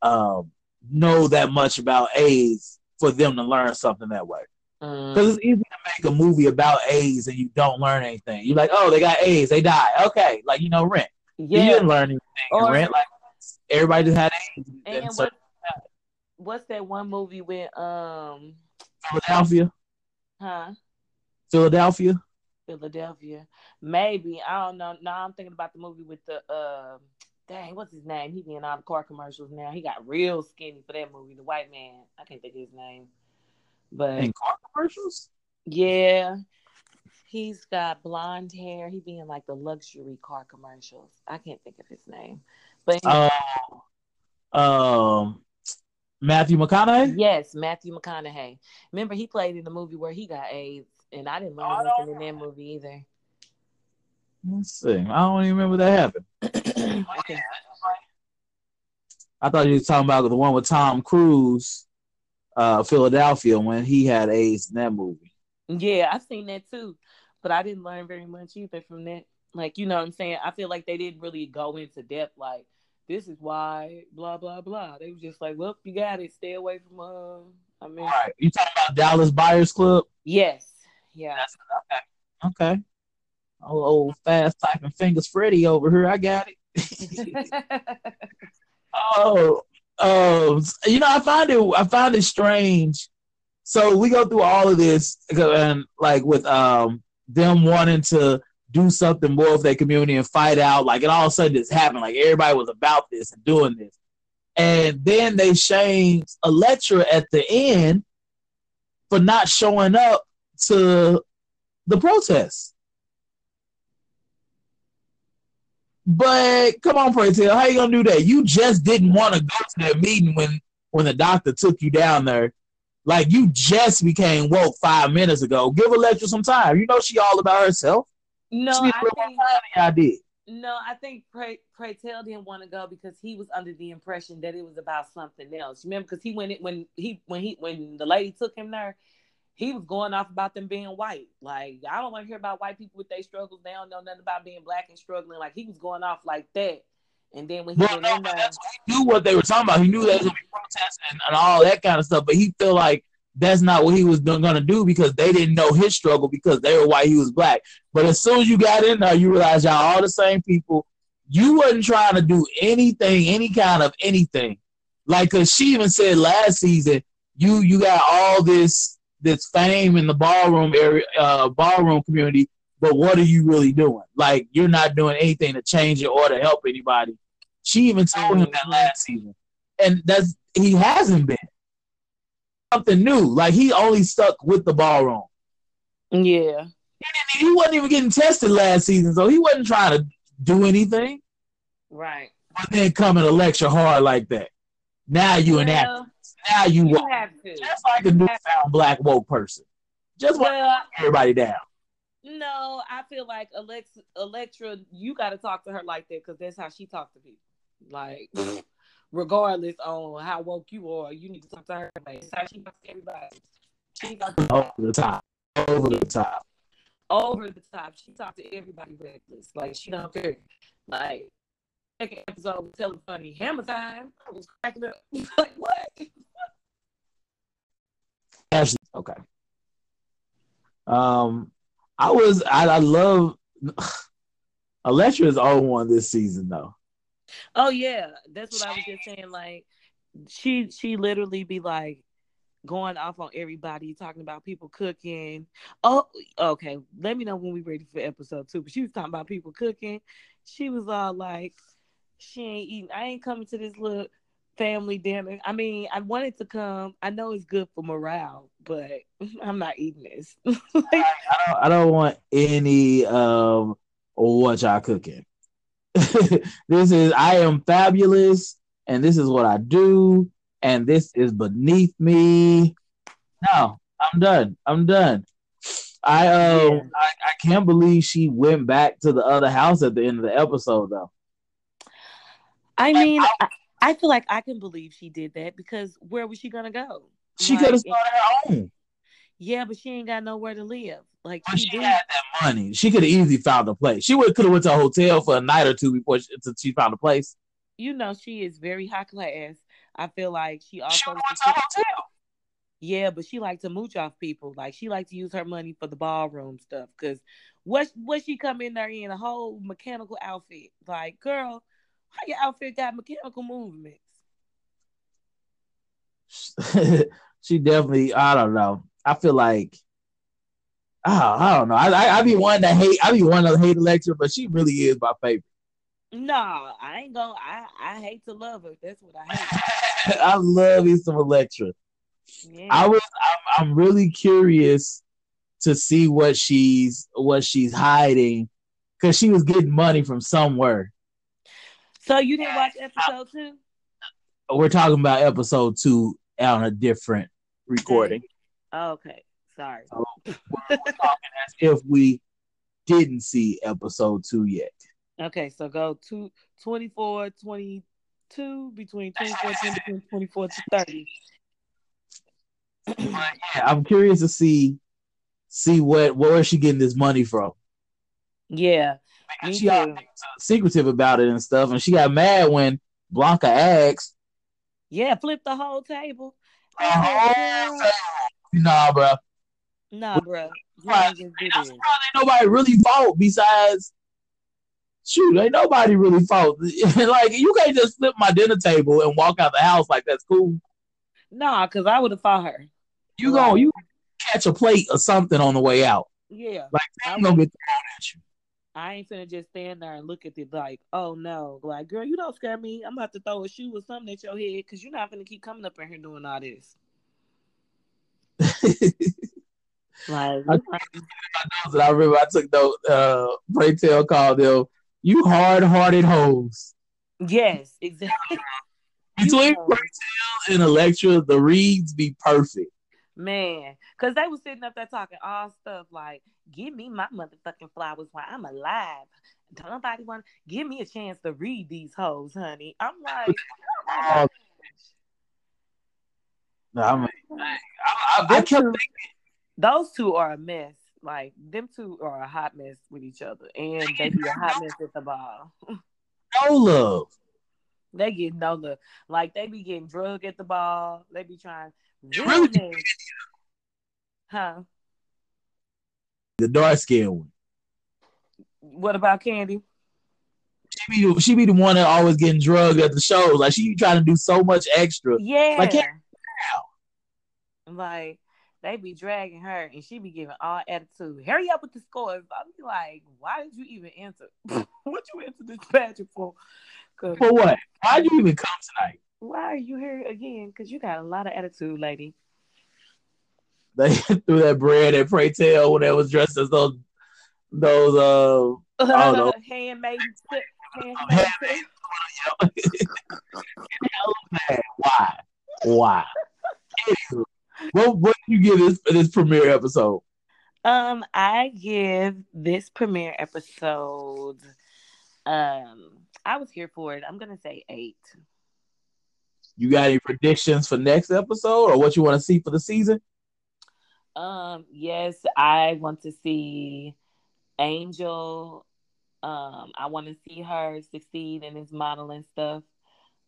Speaker 1: um, know that much about AIDS for them to learn something that way.
Speaker 5: Mm.
Speaker 1: Because it's easy to make a movie about AIDS and you don't learn anything. You're like, oh, they got AIDS, they die. Okay, like you know, Rent. You
Speaker 5: yeah.
Speaker 1: didn't learn anything. in
Speaker 5: Or-
Speaker 1: Rent, like everybody just had AIDS.
Speaker 5: And
Speaker 1: in
Speaker 5: what, what's that one movie with um,
Speaker 1: Philadelphia,
Speaker 5: huh?
Speaker 1: Philadelphia.
Speaker 5: Philadelphia. Maybe I don't know. Now I'm thinking about the movie with the uh, dang, what's his name? He be in all the car commercials now. He got real skinny for that movie. The white man. I can't think of his name, but
Speaker 1: And car commercials.
Speaker 5: yeah, he's got blonde hair. He be in like the luxury car commercials. I can't think of his name, but
Speaker 1: Uh, um, Matthew McConaughey.
Speaker 5: yes, Matthew McConaughey. Remember he played in the movie where he got AIDS, and I didn't
Speaker 1: Oh, I
Speaker 5: learn
Speaker 1: don't
Speaker 5: nothing in that movie either.
Speaker 1: Let's see. I don't even remember that happened.
Speaker 5: I think-
Speaker 1: I thought you were talking about the one with Tom Cruise, uh, Philadelphia, when he had AIDS in that movie.
Speaker 5: Yeah, I've seen that too, but I didn't learn very much either from that. Like, you know what I'm saying? I feel like they didn't really go into depth. Like, this is why, blah blah blah. They was just like, "Well, you got it. Stay away from." Uh, I mean,
Speaker 1: All right. You talking about Dallas Buyers Club?
Speaker 5: yes, yeah,
Speaker 1: Okay. Old, old fast typing fingers Freddy over here. I got it. oh, um, you know, I find it I find it strange. So we go through all of this and like with um them wanting to do something more for their community and fight out, like it all of a sudden just happened. Like everybody was about this and doing this. And then they shamed Electra at the end for not showing up to the protest. But come on, Pray Tell, how you gonna do that? You just didn't want to go to that meeting when when the doctor took you down there. Like you just became woke five minutes ago. Give Electra some time. You know she all about herself.
Speaker 5: no,
Speaker 1: she
Speaker 5: I think
Speaker 1: I did.
Speaker 5: no, I think Pray Pray Tell didn't want to go because he was under the impression that it was about something else. Remember, because he went in- when he when he when the lady took him there, he was going off about them being white. Like, I don't want to hear about white people with their struggles. They don't know nothing about being black and struggling. Like, he was going off like that. And then when he
Speaker 1: Well,
Speaker 5: went
Speaker 1: no,
Speaker 5: in
Speaker 1: but
Speaker 5: there,
Speaker 1: that's what he knew what they were talking about. He knew there was gonna be protests and, and all that kind of stuff. But he felt like that's not what he was do- gonna do because they didn't know his struggle because they were white, he was black. But as soon as you got in there, you realize y'all all the same people. You wasn't trying to do anything, any kind of anything. Like, cause she even said last season, you you got all this this fame in the ballroom area, uh, ballroom community. But what are you really doing? Like, you're not doing anything to change it or to help anybody. She even told him that last season, and that's he hasn't been something new. Like he only stuck with the ballroom.
Speaker 5: yeah,
Speaker 1: I mean, he wasn't even getting tested last season, so he wasn't trying to do anything.
Speaker 5: right.
Speaker 1: But then coming to lecture hard like that, now you an actor.
Speaker 5: Well,
Speaker 1: Now you
Speaker 5: you
Speaker 1: woke.
Speaker 5: have to.
Speaker 1: Just like a newfound black woke person, just want
Speaker 5: Well,
Speaker 1: everybody down.
Speaker 5: no, I feel like Alex, Electra, you got to talk to her like that because that's how she talks to people. Like, regardless on how woke you are, you need to talk to her. Like, that's how she talks to everybody. She talks
Speaker 1: Over the top. Over the top.
Speaker 5: over the top. She talked to everybody reckless. Like she don't care. Like second episode was telling funny hammer time. I was cracking up. like what?
Speaker 1: Ashley. Okay. Um, I was I, I love Electra's own one this season though.
Speaker 5: Oh yeah, that's what I was just saying. Like she she literally be like going off on everybody, talking about people cooking. Oh okay, let me know when we ready for episode two. But she was talking about people cooking. She was all like, she ain't eating. I ain't coming to this little family dinner. I mean, I wanted to come. I know it's good for morale, but I'm not eating this. like,
Speaker 1: I, I, don't, I don't want any um what y'all cooking. this is I am fabulous, and this is what I do, and this is beneath me. No, I'm done. I'm done. I um uh, I, I can't believe she went back to the other house at the end of the episode though.
Speaker 5: I mean, I, I feel like I can believe she did that because where was she gonna go?
Speaker 1: She
Speaker 5: Like,
Speaker 1: could have started her own.
Speaker 5: yeah, but she ain't got nowhere to live. Like
Speaker 1: But
Speaker 5: she
Speaker 1: she
Speaker 5: did.
Speaker 1: had that money. She could have easily found a place. She would could have went to a hotel for a night or two before she, until she found a place.
Speaker 5: you know, she is very high class. I feel like she also
Speaker 1: She went
Speaker 5: likes
Speaker 1: to a
Speaker 5: to-
Speaker 1: hotel.
Speaker 5: yeah, but she liked to mooch off people. Like she liked to use her money for the ballroom stuff. Cause what what she come in there in a whole mechanical outfit? Like, girl, how your outfit got mechanical movements?
Speaker 1: she definitely. I don't know. I feel like. Oh, I don't know. I, I I be wanting to hate. I be wanting to hate Electra, but she really is my favorite.
Speaker 5: No, I ain't gonna. I I hate to love her. That's what I hate.
Speaker 1: I love me some Electra.
Speaker 5: Yeah.
Speaker 1: I was. I'm, I'm really curious to see what she's what she's hiding because she was getting money from somewhere.
Speaker 5: so you didn't watch episode two?
Speaker 1: We're talking about episode two on a different recording.
Speaker 5: Oh, okay, sorry.
Speaker 1: If we didn't see episode two yet,
Speaker 5: Okay, so go to 24, 22, between 24, 22, 24 to 30.
Speaker 1: But yeah, I'm curious to see see what where is she getting this money from?
Speaker 5: Yeah, me
Speaker 1: Because she all
Speaker 5: too.
Speaker 1: secretive about it and stuff, and she got mad when Blanca asked.
Speaker 5: Yeah, flip the whole table.
Speaker 1: "Oh, Nah, bro.
Speaker 5: Nah, bruh. You
Speaker 1: Right.
Speaker 5: ain't just do
Speaker 1: That's
Speaker 5: this.
Speaker 1: probably ain't nobody really fought besides shoot, ain't nobody really fought. like you can't just flip my dinner table and walk out the house like that's cool.
Speaker 5: Nah, because I would have fought her.
Speaker 1: You
Speaker 5: Right.
Speaker 1: gonna you catch a plate or something on the way out.
Speaker 5: Yeah.
Speaker 1: Like
Speaker 5: I
Speaker 1: I'm gonna get thrown at you.
Speaker 5: I ain't finna just stand there and look at it like, oh no, like girl, you don't scare me. I'm about to throw a shoe or something at your head because you're not finna keep coming up in here doing all this. Like,
Speaker 1: I- That's what I remember I took note uh Praytail called them you hard hearted hoes.
Speaker 5: yes, exactly. You
Speaker 1: Between
Speaker 5: know.
Speaker 1: Praytail and Electra, the reads be perfect.
Speaker 5: Man, because they was sitting up there talking all stuff like, give me my motherfucking flowers while I'm alive. Don't nobody want to give me a chance to read these hoes, honey. I'm like, oh my
Speaker 1: No, I mean
Speaker 5: gosh.
Speaker 1: I, I, I kept
Speaker 5: those two are a mess. Like, them two are a hot mess with each other. And they be a hot mess at the ball.
Speaker 1: no love.
Speaker 5: They get no look. Like, they be getting drug at the ball. They be trying
Speaker 1: You really
Speaker 5: real
Speaker 1: do.
Speaker 5: niggas. Huh?
Speaker 1: The dark skinned one.
Speaker 5: What about Candy?
Speaker 1: she be the, she be the one that always getting drugged at the shows. Like she be trying to do so much extra.
Speaker 5: Yeah.
Speaker 1: Like, yeah.
Speaker 5: Like they be dragging her and she be giving all attitude. Hurry up with the scores. I be like, why did you even answer? what you answer this pageant for? 'Cause
Speaker 1: For what? Why would you even come tonight?
Speaker 5: why are you here again? Because you got a lot of attitude, lady.
Speaker 1: They threw that bread at Pray Tell when they was dressed as those those uh don't know.
Speaker 5: handmade. tip- handmade
Speaker 1: handmade.
Speaker 5: tip.
Speaker 1: why why. Anywho, what what do you give this this premiere episode?
Speaker 5: Um, I give this premiere episode. Um, I was here for it. I'm gonna say eight.
Speaker 1: You got any predictions for next episode or what you want to see for the season?
Speaker 5: Um, yes, I want to see Angel. Um, I want to see her succeed in this modeling stuff.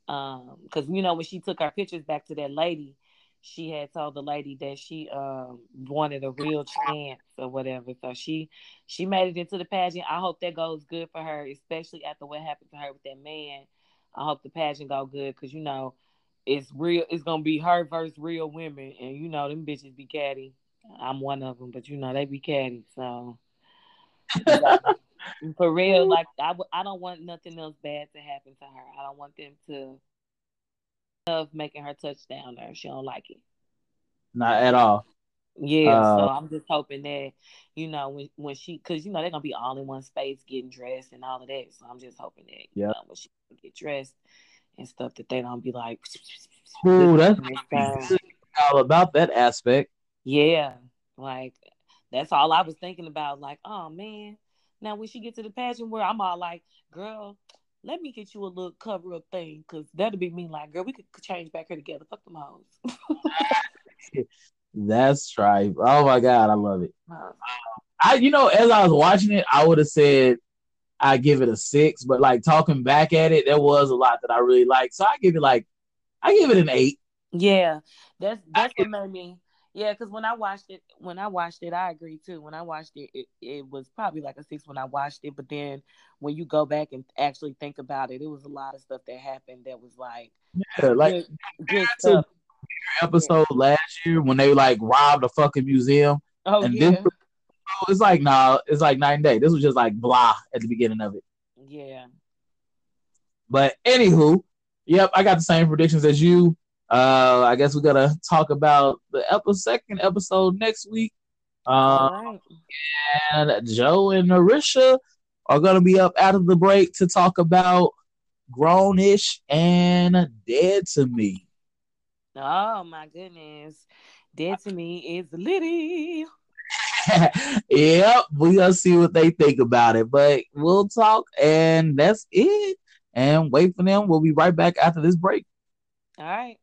Speaker 5: Um, because you know when she took our pictures back to that lady, she had told the lady that she um wanted a real chance or whatever. So she she made it into the pageant. I hope that goes good for her, especially after what happened to her with that man. I hope the pageant go good because you know it's real. It's gonna be her versus real women, and you know them bitches be catty. I'm one of them, but you know they be catty. So for real, like I, w- I don't want nothing else bad to happen to her. I don't want them to love making her touchdown there. She don't like it.
Speaker 1: Not at all.
Speaker 5: Yeah, so
Speaker 1: Uh,
Speaker 5: I'm just hoping that you know when when she because you know they're gonna be all in one space getting dressed and all of that. So I'm just hoping that you
Speaker 1: Yeah.
Speaker 5: know when she get dressed and stuff that they don't be like.
Speaker 1: Ooh, that's
Speaker 5: down.
Speaker 1: all about that aspect.
Speaker 5: Yeah, like that's all I was thinking about. Like, oh man, now when she get to the pageant where I'm all like, girl, let me get you a little cover up thing because that'll be me. Like, girl, we could change back here together. Fuck them hoes.
Speaker 1: That's right. Oh my god, I love it. I you know, as I was watching it, I would have said I give it a six, but like talking back at it, there was a lot that I really liked. So I give it like I give it an eight.
Speaker 5: Yeah, that's
Speaker 1: I
Speaker 5: that's what made me. Yeah, because when I watched it, when I watched it, I agree too. When I watched it, it, it was probably like a six when I watched it. But then when you go back and actually think about it, it was a lot of stuff that happened that was like
Speaker 1: Yeah, like
Speaker 5: good, good
Speaker 1: compared to
Speaker 5: stuff.
Speaker 1: episode last year when they like robbed a fucking museum.
Speaker 5: Oh
Speaker 1: and
Speaker 5: yeah,
Speaker 1: this Oh, it's like nah, it's like night and day. This was just like blah at the beginning of it.
Speaker 5: yeah.
Speaker 1: But anywho, yep, I got the same predictions as you. Uh, I guess we're gonna talk about the epi- second episode next week. Uh,
Speaker 5: All right.
Speaker 1: and Joe and Marisha are gonna be up out of the break to talk about Grownish and Dead to Me.
Speaker 5: Oh my goodness. Dead to me is Liddy.
Speaker 1: yep, we gonna see what they think about it. But we'll talk, and that's it. And wait for them. We'll be right back after this break.
Speaker 5: All right.